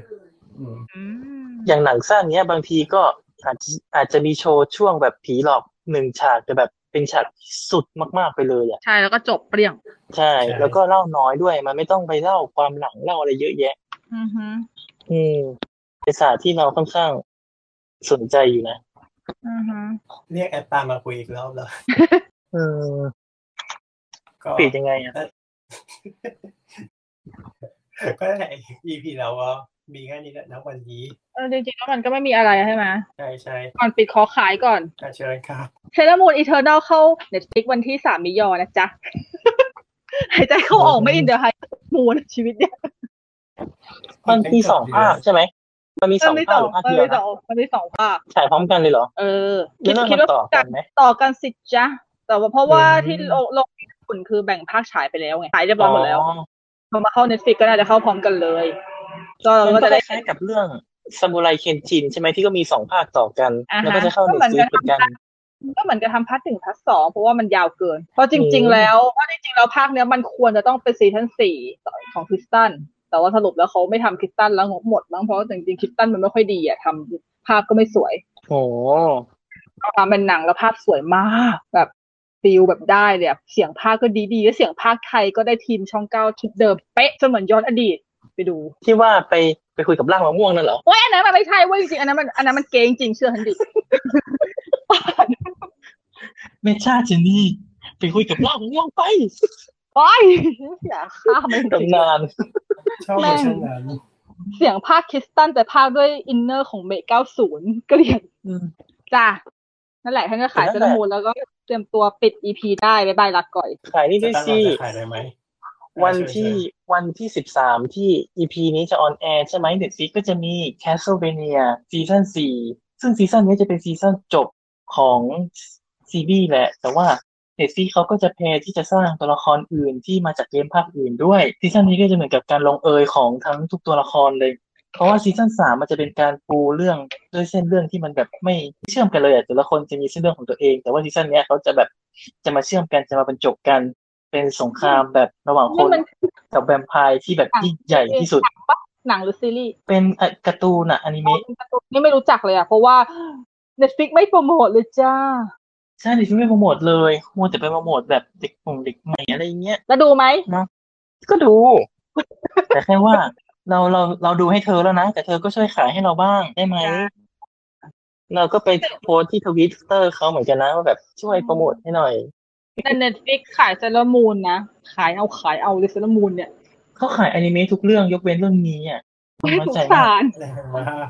[SPEAKER 5] อืม
[SPEAKER 4] อืม
[SPEAKER 3] อย่างหนังสั้นเนี้ยบางทีก็ อาจจะอาจจะมีโชว์ช่วงแบบผีหลอกหนึ่งฉากแต่แบบเป็นฉากสุดมากๆไปเลยอ่ะ
[SPEAKER 4] ใช่แล้วก็จบเปรี้ยง
[SPEAKER 3] ใช่
[SPEAKER 5] ใช่
[SPEAKER 3] แล้วก็เล่าน้อยด้วย มันไม่ต้องไปเล่าความหลังเล่าอะไรเยอะแยะ
[SPEAKER 4] อือฮึ
[SPEAKER 3] อืมเป็นศาสตร์ที่เราค่อนข้างสนใจอยู่นะ
[SPEAKER 4] อือฮึ
[SPEAKER 5] เรียกแอปตามมาคุยอีกรอบแล้ว
[SPEAKER 3] เออ
[SPEAKER 5] ก็
[SPEAKER 3] ปิดยังไงอ่ะ
[SPEAKER 5] ก็นั่นแหละ EP เราก็มีแค่นี้แหละนะวันนี้
[SPEAKER 4] เออจริงๆแล้วมันก็ไม่มีอะไรใช่ไหม
[SPEAKER 5] ใช่ใช่
[SPEAKER 4] ก่อนปิดขอขายก่อน
[SPEAKER 5] อ่ะเชิญครับ
[SPEAKER 4] เทเลมูนอีเทอร์นลเข้าเน็ตฟิกวันที่สามมิยอนะจ๊ะ <laughs> หายใจเข้าออกไม่อินเดอร์ไฮมูนชีวิตเนี่ย
[SPEAKER 3] มันมีสองภาคใช่ไหม มันมีส
[SPEAKER 4] มั
[SPEAKER 3] อน ง
[SPEAKER 4] มี
[SPEAKER 3] ภา
[SPEAKER 4] ส
[SPEAKER 3] ค
[SPEAKER 4] อง
[SPEAKER 3] หรื
[SPEAKER 4] มัน
[SPEAKER 3] อภาคเดียว
[SPEAKER 4] มีส
[SPEAKER 3] นะ
[SPEAKER 4] องมันมีสองภาค
[SPEAKER 3] ฉายพร้อมกันเลยเหรอ
[SPEAKER 4] เออ
[SPEAKER 3] แล้วเรื่องมันต่อกันไหม
[SPEAKER 4] ต่อกันสิจ๊ะ แต่ว่าเพราะว่า
[SPEAKER 3] อืม
[SPEAKER 4] ที่โรงโรงญี่ปุ่นคือแบ่งภาคฉายไปแล้วไงฉายเรียบร้อยหมดแล้ว
[SPEAKER 3] อ๋อ
[SPEAKER 4] พอมาเข้าเน็ตฟิกก็น่าจะเข้าพร้อมกันเลย ก็
[SPEAKER 3] มัน
[SPEAKER 4] ก็
[SPEAKER 3] ก็
[SPEAKER 4] จะได้
[SPEAKER 3] คล้ายๆกับเรื่องซามูไรเคนจินใช่ไหมที่ก็มีสองภาคต่อกัน
[SPEAKER 4] อ่าฮะ
[SPEAKER 3] แล้วก็จะเข้า
[SPEAKER 4] ก็
[SPEAKER 3] เน็ต
[SPEAKER 4] เหมือนกัน
[SPEAKER 3] ฟลิกเหมือนกัน
[SPEAKER 4] ก็เหมือนกับทำพาร์ทหนึ่งพาร์ทสองเพราะว่ามันยาวเกิน เพราะจริง
[SPEAKER 3] อืม
[SPEAKER 4] ๆ แล้วว่าจริงๆแล้วภาคเนี้ยมันควรจะต้องเป็นซีซั่นสี่ของคริสตัน แต่ว่าสรุปแล้วเขาไม่ทำคริสตันแล้วงบหมดมั้งเพราะว่าจริงๆคริสตันมันไม่ค่อยดีอะทำภาพก็ไม่สวย
[SPEAKER 3] โอ้โห
[SPEAKER 4] เอามาเป็นหนังแล้วภาพสวยมาก แบบฟิลแบบได้เลยอะเสียงภาคก็ดีๆแล้วเสียงภาคไทยก็ได้ทีมช่องเก้าชุดเดิมเป๊ะจนเหมือนย้อนอดีตไปดู
[SPEAKER 3] ที่ว่าไปไปคุยกับร่างมะม่วงนั่นเหรอ
[SPEAKER 4] โอ้ยอันนั้นมันไม่ใช่เว้ยจริงๆอันนั้นมันอันนั้นมันเกงจริงเชื่อฉันดิ
[SPEAKER 3] เมชาเจนี่ ไปคุยกับร่างมะม่วงไป
[SPEAKER 4] โอ้ยอย่าฆ่ามันจริง
[SPEAKER 3] ตำนาน
[SPEAKER 5] ชอบเวอร์ชันนั้น
[SPEAKER 4] ๆเสียงภาคคริสตันแต่ภาคด้วยอินเนอร์ของเมก้าศูนย์เกลียด
[SPEAKER 3] อืม
[SPEAKER 4] จ้านั่นแหละท่านก็ขาย
[SPEAKER 3] นั่
[SPEAKER 4] เซ
[SPEAKER 3] นแห
[SPEAKER 4] รา
[SPEAKER 3] ละ
[SPEAKER 4] มูลแล้วก็เตรียมตัวปิดอีพีได้บ๊ายบายลาก่อย
[SPEAKER 3] ขายนี่
[SPEAKER 5] จะ
[SPEAKER 3] ด้วย
[SPEAKER 5] ตั้ง
[SPEAKER 3] สิ
[SPEAKER 5] เราจะขายได้ไหม
[SPEAKER 3] วันที่วันที่สิบสามที่ EP นี้จะออนแอร์ใช่ไหมเด็ดฟิกก็จะมี Castlevania ซีซั่นสี่ซึ่งซีซั่นนี้จะเป็นซีซั่นจบของซีรีส์แหละ แต่ว่าเด็ดฟิกเขาก็จะเพลที่จะสร้างตัวละครอื่นที่มาจากเกมภาคอื่นด้วยซีซั่นนี้ก็จะเหมือนกับการลงเอยของทั้งทุกตัวละครเลย เพราะว่าซีซั่นสามมันจะเป็นการปูเรื่องด้วยเส้นเรื่องที่มันแบบไม่เชื่อมกันเลยอะแต่ละคนจะมีเส้นเรื่องของตัวเอง แต่ว่าซีซั่นเนี้ยเขาจะแบบจะมาเชื่อมกันจะมาบรรจบกัน เป็นสงครามแบบระหว่างค
[SPEAKER 4] นี่
[SPEAKER 3] น
[SPEAKER 4] มัน
[SPEAKER 3] กับแวมไพร์ที่แบบยิ่งใหญ่ที่สุด
[SPEAKER 4] หนังหรือซีรีส์
[SPEAKER 3] เป็นเอ่อการ์ตูนอะอนิเมะ
[SPEAKER 4] นี่ไม่รู้จักเลยอ่ะ เพราะว่า Netflix ไม่โปรโมทเลยจ้า
[SPEAKER 3] ใช่ดิฉันไม่โปรโมทเลยมัวแต่ไปโปรโมทแบบเด็กผมเด็กใหม่อะไรเงี้ย
[SPEAKER 4] แล้วดูไหม
[SPEAKER 3] ก็ดู แต่แค่ว่าเราเราเราดูให้เธอแล้วนะ แต่เธอก็ช่วยขายให้เราบ้างได้ไหม
[SPEAKER 4] จ้ะ
[SPEAKER 3] เราก็ไปโพสต์ที่ทวิตเตอร์เขาเหมือนกันนะว่าแบบช่วยโปรโมทให้หน่อย
[SPEAKER 4] แต่ Netflix ขายเซรามูนนะ ขายเอาขายเอาเลยเซรามูนเนี่ย
[SPEAKER 3] เขาขายอนิเมะทุกเรื่องยกเว้นเรื่องนี้อ่ะ
[SPEAKER 4] ไม่
[SPEAKER 3] น้อ
[SPEAKER 4] ส
[SPEAKER 3] ย
[SPEAKER 4] ง
[SPEAKER 3] ใจ
[SPEAKER 4] สา
[SPEAKER 3] มา
[SPEAKER 4] ก ร
[SPEAKER 5] แรงมาก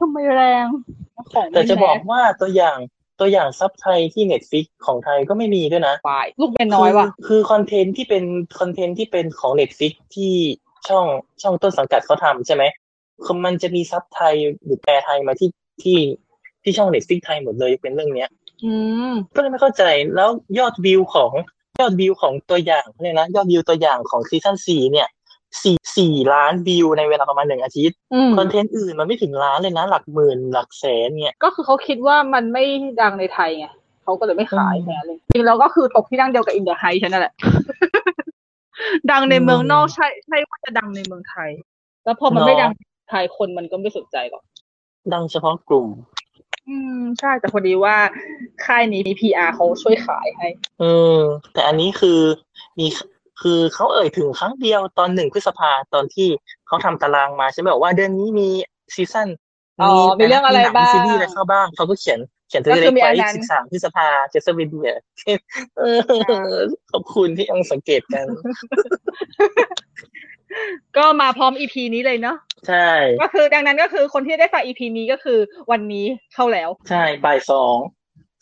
[SPEAKER 4] ทำไมแรงของ
[SPEAKER 3] แต่จะบอก
[SPEAKER 4] แ
[SPEAKER 3] ว่าตัวอย่างตัวอย่างซับไทยที่เน็ตฟิกของไทยก็ไม่มีด้วยนะ
[SPEAKER 4] ฝ่าย ลูกเป็นน้อยว่ะ
[SPEAKER 3] คือคือคอนเทนต์ที่เป็นคอนเทนต์ที่เป็นของ Netflix ที่ช่องช่องต้นสังกัดเขาทำใช่ไหมคือมันจะมีซับไทยหรือแปลไทยมาที่ที่ที่ช่อง Netflix ไทยหมดเลยยกเป็นเรื่องเนี้ย
[SPEAKER 4] อืม
[SPEAKER 3] ก็เลยไม่เข้าใจแล้วยอดวิวของยอดวิวของตัวอย่างเนี่ยนะยอดวิวตัวอย่างของซีซั่นสี่เนี่ยสี่สี่ล้านวิวในเวลาประมาณหนึ่งอาทิตย์
[SPEAKER 4] อืม
[SPEAKER 3] คอนเทนต์อื่นมันไม่ถึงล้านเลยนะ หลักหมื่นหลักแสนเนี่ย
[SPEAKER 4] ก็คือเขาคิดว่ามันไม่ดังในไทยไงเขาก็เลยไม่ขาย
[SPEAKER 3] อืม
[SPEAKER 4] แค่เลยจริงแล้วก็คือตกที่ดังเดียวกับอินเดอ h ไฮฉันนั่นแหละ <laughs> ดังในเมืองนอก
[SPEAKER 3] อืม
[SPEAKER 4] ใช่ใช่ว่าจะดังในเมืองไทย แล้วพอมันไม่
[SPEAKER 3] เนาะ
[SPEAKER 4] ดังในเมืองไทยคนมันก็ไม่สนใจหรอก
[SPEAKER 3] ดังเฉพาะกลุ่ม
[SPEAKER 4] อืมใช่แต่พอดีว่าค่ายนี้มี PR เขาช่วยขายให้
[SPEAKER 3] เออแต่อันนี้คือมีคือเขาเอ่ยถึงครั้งเดียวตอนหนึ่งพฤษภาตอนที่เขาทำตารางมาใช่ไหมบอกว่าเดือนนี้มีซีซั่น
[SPEAKER 4] อ๋อมีเรื่องอะไร
[SPEAKER 3] หนัมีซีรี
[SPEAKER 4] บ้าง
[SPEAKER 3] ส์อะไรเข้าบ้างเขาก็เขียนเขียนตัว
[SPEAKER 4] ก็
[SPEAKER 3] เล
[SPEAKER 4] คือ
[SPEAKER 3] ข
[SPEAKER 4] มีอั
[SPEAKER 3] ไว้
[SPEAKER 4] นนั้น
[SPEAKER 3] สิบสามพฤษภาเจสเบเดีย <laughs> เออขอบคุณที่ยังสังเกต
[SPEAKER 4] <laughs>
[SPEAKER 3] กัน
[SPEAKER 4] ก็มาพร้อม EP นี้เลยเนาะ
[SPEAKER 3] ใช่
[SPEAKER 4] ก็คือดังนั้นก็คือคนที่ได้ฟัง EP นี้ก็คือวันนี้เข้าแล้ว
[SPEAKER 3] ใช่บ่ายสอง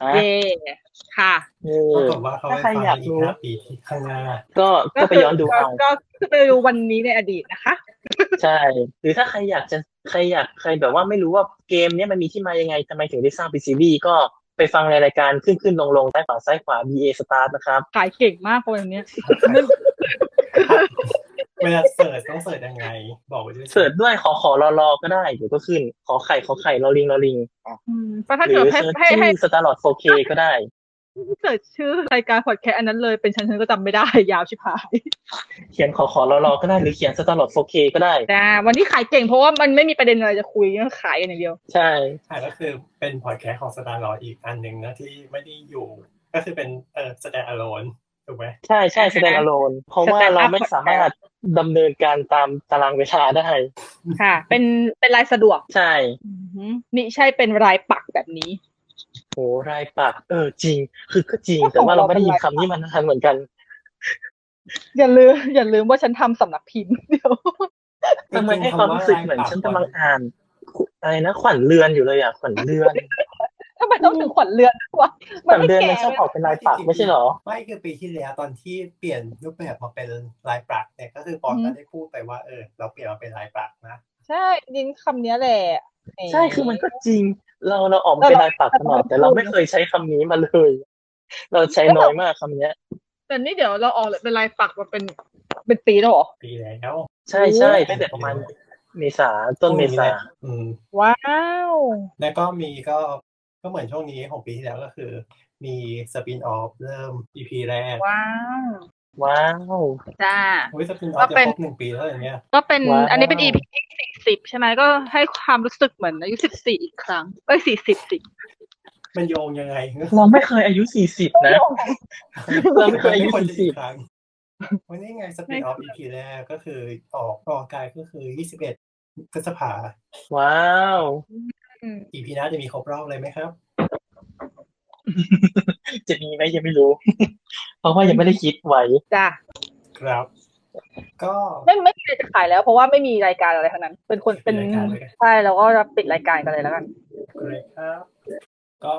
[SPEAKER 3] นะ
[SPEAKER 4] เย่ค่ะ
[SPEAKER 3] เอ
[SPEAKER 5] ปรา
[SPEAKER 3] อ
[SPEAKER 5] กฏว่าเขาไปฟังอีกห้าปีที่ข้างหน้า
[SPEAKER 3] ก็ก็ไปย้อนดูเอา
[SPEAKER 4] ก็ก็ไปดูวันนี้ในอดีตนะคะ
[SPEAKER 3] ใช่ หรือถ้าใครอยากจะใครอยากใครแบบว่าไม่รู้ว่าเกมเนี้ยมันมีที่มายังไงทำไมถึงได้สร้างเป็นซีรีส์ก็ไปฟังในรายการขึ้นขึ้นลงลงใต้ายขวาซ้ายขวา BA Start นะครับ
[SPEAKER 4] ขายเก่งมากคนอันเนี้
[SPEAKER 3] <laughs>
[SPEAKER 4] ย
[SPEAKER 5] เวลาเสิร์ชต้องเสิร์ชยังไง บอกไว้ด้วย
[SPEAKER 3] เสิร์ชด้วยขอขอรอรอก็ได้เดี๋ยวก็ขึ้น ขอไข่ขอไข่รอลิงรอลิง
[SPEAKER 4] อืมเพราะถ้า
[SPEAKER 3] หรื
[SPEAKER 4] เกิด
[SPEAKER 3] อ
[SPEAKER 4] ให้ให้
[SPEAKER 3] เสิร์ชชื่
[SPEAKER 4] ให้
[SPEAKER 3] อ Starlord 4K ก็ได้
[SPEAKER 4] เสิร์ชชื่อรายการพอดแคสต์อันนั้นเลยเป็นฉันฉันก็จำไม่ได้ยาวชิบหาย <laughs>
[SPEAKER 3] เขียนขอขอรอรอก็ได้หรือเขียนสตาร์ลอด 4K ก็ได้
[SPEAKER 4] นะวันนี้ขายเก่งเพราะว่ามันไม่มีประเด็นอะไรจะคุยก็ขายกันอย่างเดียว
[SPEAKER 3] ใช่
[SPEAKER 5] ใช่ก็คือเป็นพอดแคสต์ของสตาร์ลออีกอันหนึ่งนะที่ไม่ได้อยู่ ก็คือเป็นเออสแตนอะโลนถูกไหม
[SPEAKER 3] ใช่ใช่แสดงอารมณ์เพราะว่าเราไม่สามารถดำเนินการตามตารางเวลาได้
[SPEAKER 4] ค่ะ เป็นเป็นรายสะดวก
[SPEAKER 3] ใช่
[SPEAKER 4] มิใช่เป็นรายปักแบบนี้
[SPEAKER 3] โหรายปากเออจริง คือก็จริง แต่ว่าเราไม่ได้ยินคำนี้มานานเหมือนกัน
[SPEAKER 4] อย่าลืมอย่าลืมว่าฉันทำสำนักพิมพ์ <laughs> เดี๋ยว
[SPEAKER 3] ทำไมให้ความรู้สึกเหมือนฉันกำลังอ่านอะไรนะขวัญเรือนอยู่เลยอ่ะขวัญเรือน
[SPEAKER 4] ทำไมต้องถึงขวัญเรือนด้วยวะ
[SPEAKER 3] ขวัญเรือนมัน
[SPEAKER 4] แก่
[SPEAKER 3] ชอบออกเป็นลายปากไม่ใช่เหรอ
[SPEAKER 5] ไม่คือปีที่แล้วตอนที่เปลี่ยนรูปแบบมาเป็นลายปลักเนี่ยก็คือปอนก็ได้พูดไปว่าเออเราเปลี่ยนมาเป็นลายปลักนะ
[SPEAKER 4] ใช่ยินคำเนี้ยแหละ
[SPEAKER 3] ใช่คือมันก็จริง เราเราออกมาเป็นลายปากตลอดแต่เราไม่เคยใช้คำนี้มาเลย เราใช้น้อยมากคำเนี้ย
[SPEAKER 4] แต่นี่เดี๋ยวเราออกเป็นรายปักมาเป็นเป็นปีแล้วเหรอ
[SPEAKER 5] ปีแล้ว
[SPEAKER 3] ใช่ใช่ตั้งแต่ประมาณเมษาต้นเมษา
[SPEAKER 5] อืม
[SPEAKER 4] ว้าว
[SPEAKER 5] แล้วก็มีก็ก็เหมือนช่วงนี้ของปีที่แล้วก็คือ มีสปินออฟเริ่ม EP แรก
[SPEAKER 4] ว้าว
[SPEAKER 3] ว้าว
[SPEAKER 4] จ้า
[SPEAKER 5] อุ้ยสปินออ
[SPEAKER 4] ก็
[SPEAKER 5] ฟ
[SPEAKER 4] เป็
[SPEAKER 5] จะ
[SPEAKER 4] น
[SPEAKER 5] ครบหนึ่งปีแล้วอย่างเงี้ย
[SPEAKER 4] ก็เป็น
[SPEAKER 3] ว้าว
[SPEAKER 4] อันนี้เป็น EP ที่สี่สิบใช่ไหมก็ให้ความรู้สึกเหมือนอายุสิบสี่อีกครั้งเอ้ยสี่สิบสิ
[SPEAKER 5] มันโยงยังไง
[SPEAKER 3] เราไม่เคยอายุสี่สิบนะ เราไม่เคยอายุ
[SPEAKER 5] น
[SPEAKER 3] สี่
[SPEAKER 5] จะ
[SPEAKER 3] สิ
[SPEAKER 5] อี
[SPEAKER 3] บ
[SPEAKER 5] กครั้งวันนี้ไงสปินออฟ EP แรกก็คือออกออกอากายก็คือ 21พฤษภา
[SPEAKER 3] ว้าว
[SPEAKER 5] EP หน้าจะมีครบรอบเลยไหมครับ
[SPEAKER 3] จะมีไหมยังไม่รู้ <laughs> เพราะว่ายังไม่ได้คิดไว้
[SPEAKER 4] จ้ะ
[SPEAKER 5] ครับ ก็
[SPEAKER 4] ไม่ไม่มีอะไรจะขายแล้ว เพราะว่าไม่มีรายการอะไรทั้งนั้น เป็นคนเป็น
[SPEAKER 5] รายการเลย
[SPEAKER 4] ใช่เราก็จะปิดรายการกันเลยแล้วกัน
[SPEAKER 5] เลยครับ ก็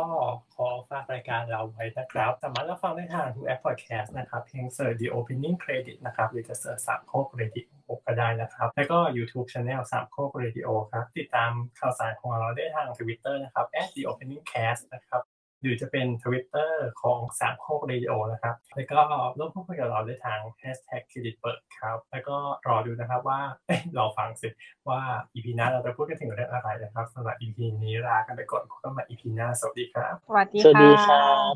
[SPEAKER 5] ขอฝากรายการเราไว้นะครับ สามารถรับฟังได้ทางทุกแอปพอดแคสต์นะครับ เพียงเสิร์ช The Opening Credit นะครับ หรือจะเสิร์ชสามโคก Radio ก็ได้นะครับ แล้วก็ YouTube Channel สามโคก Radio ครับ ติดตามข่าวสารของเราได้ทาง Twitter นะครับ at The Opening Cast นะครับ หรือจะเป็น Twitter ของสามโคก Radio นะครับ แล้วก็ร่วมพูดคุยกับเราได้ทาง Hashtag เครดิตเปิดครับ แล้วก็รอดูนะครับว่าเอ้ยรอฟังสิ ว่า EP หน้าเราจะพูดกันถึงเรื่องอะไรนะครับสำหรับ EP นี้ลากันไปก่อนพบกันใหม่ EP หน้าสวัสดีครับ
[SPEAKER 4] สวัสดี
[SPEAKER 3] สวัสดีค
[SPEAKER 4] ค่ะ
[SPEAKER 3] รับ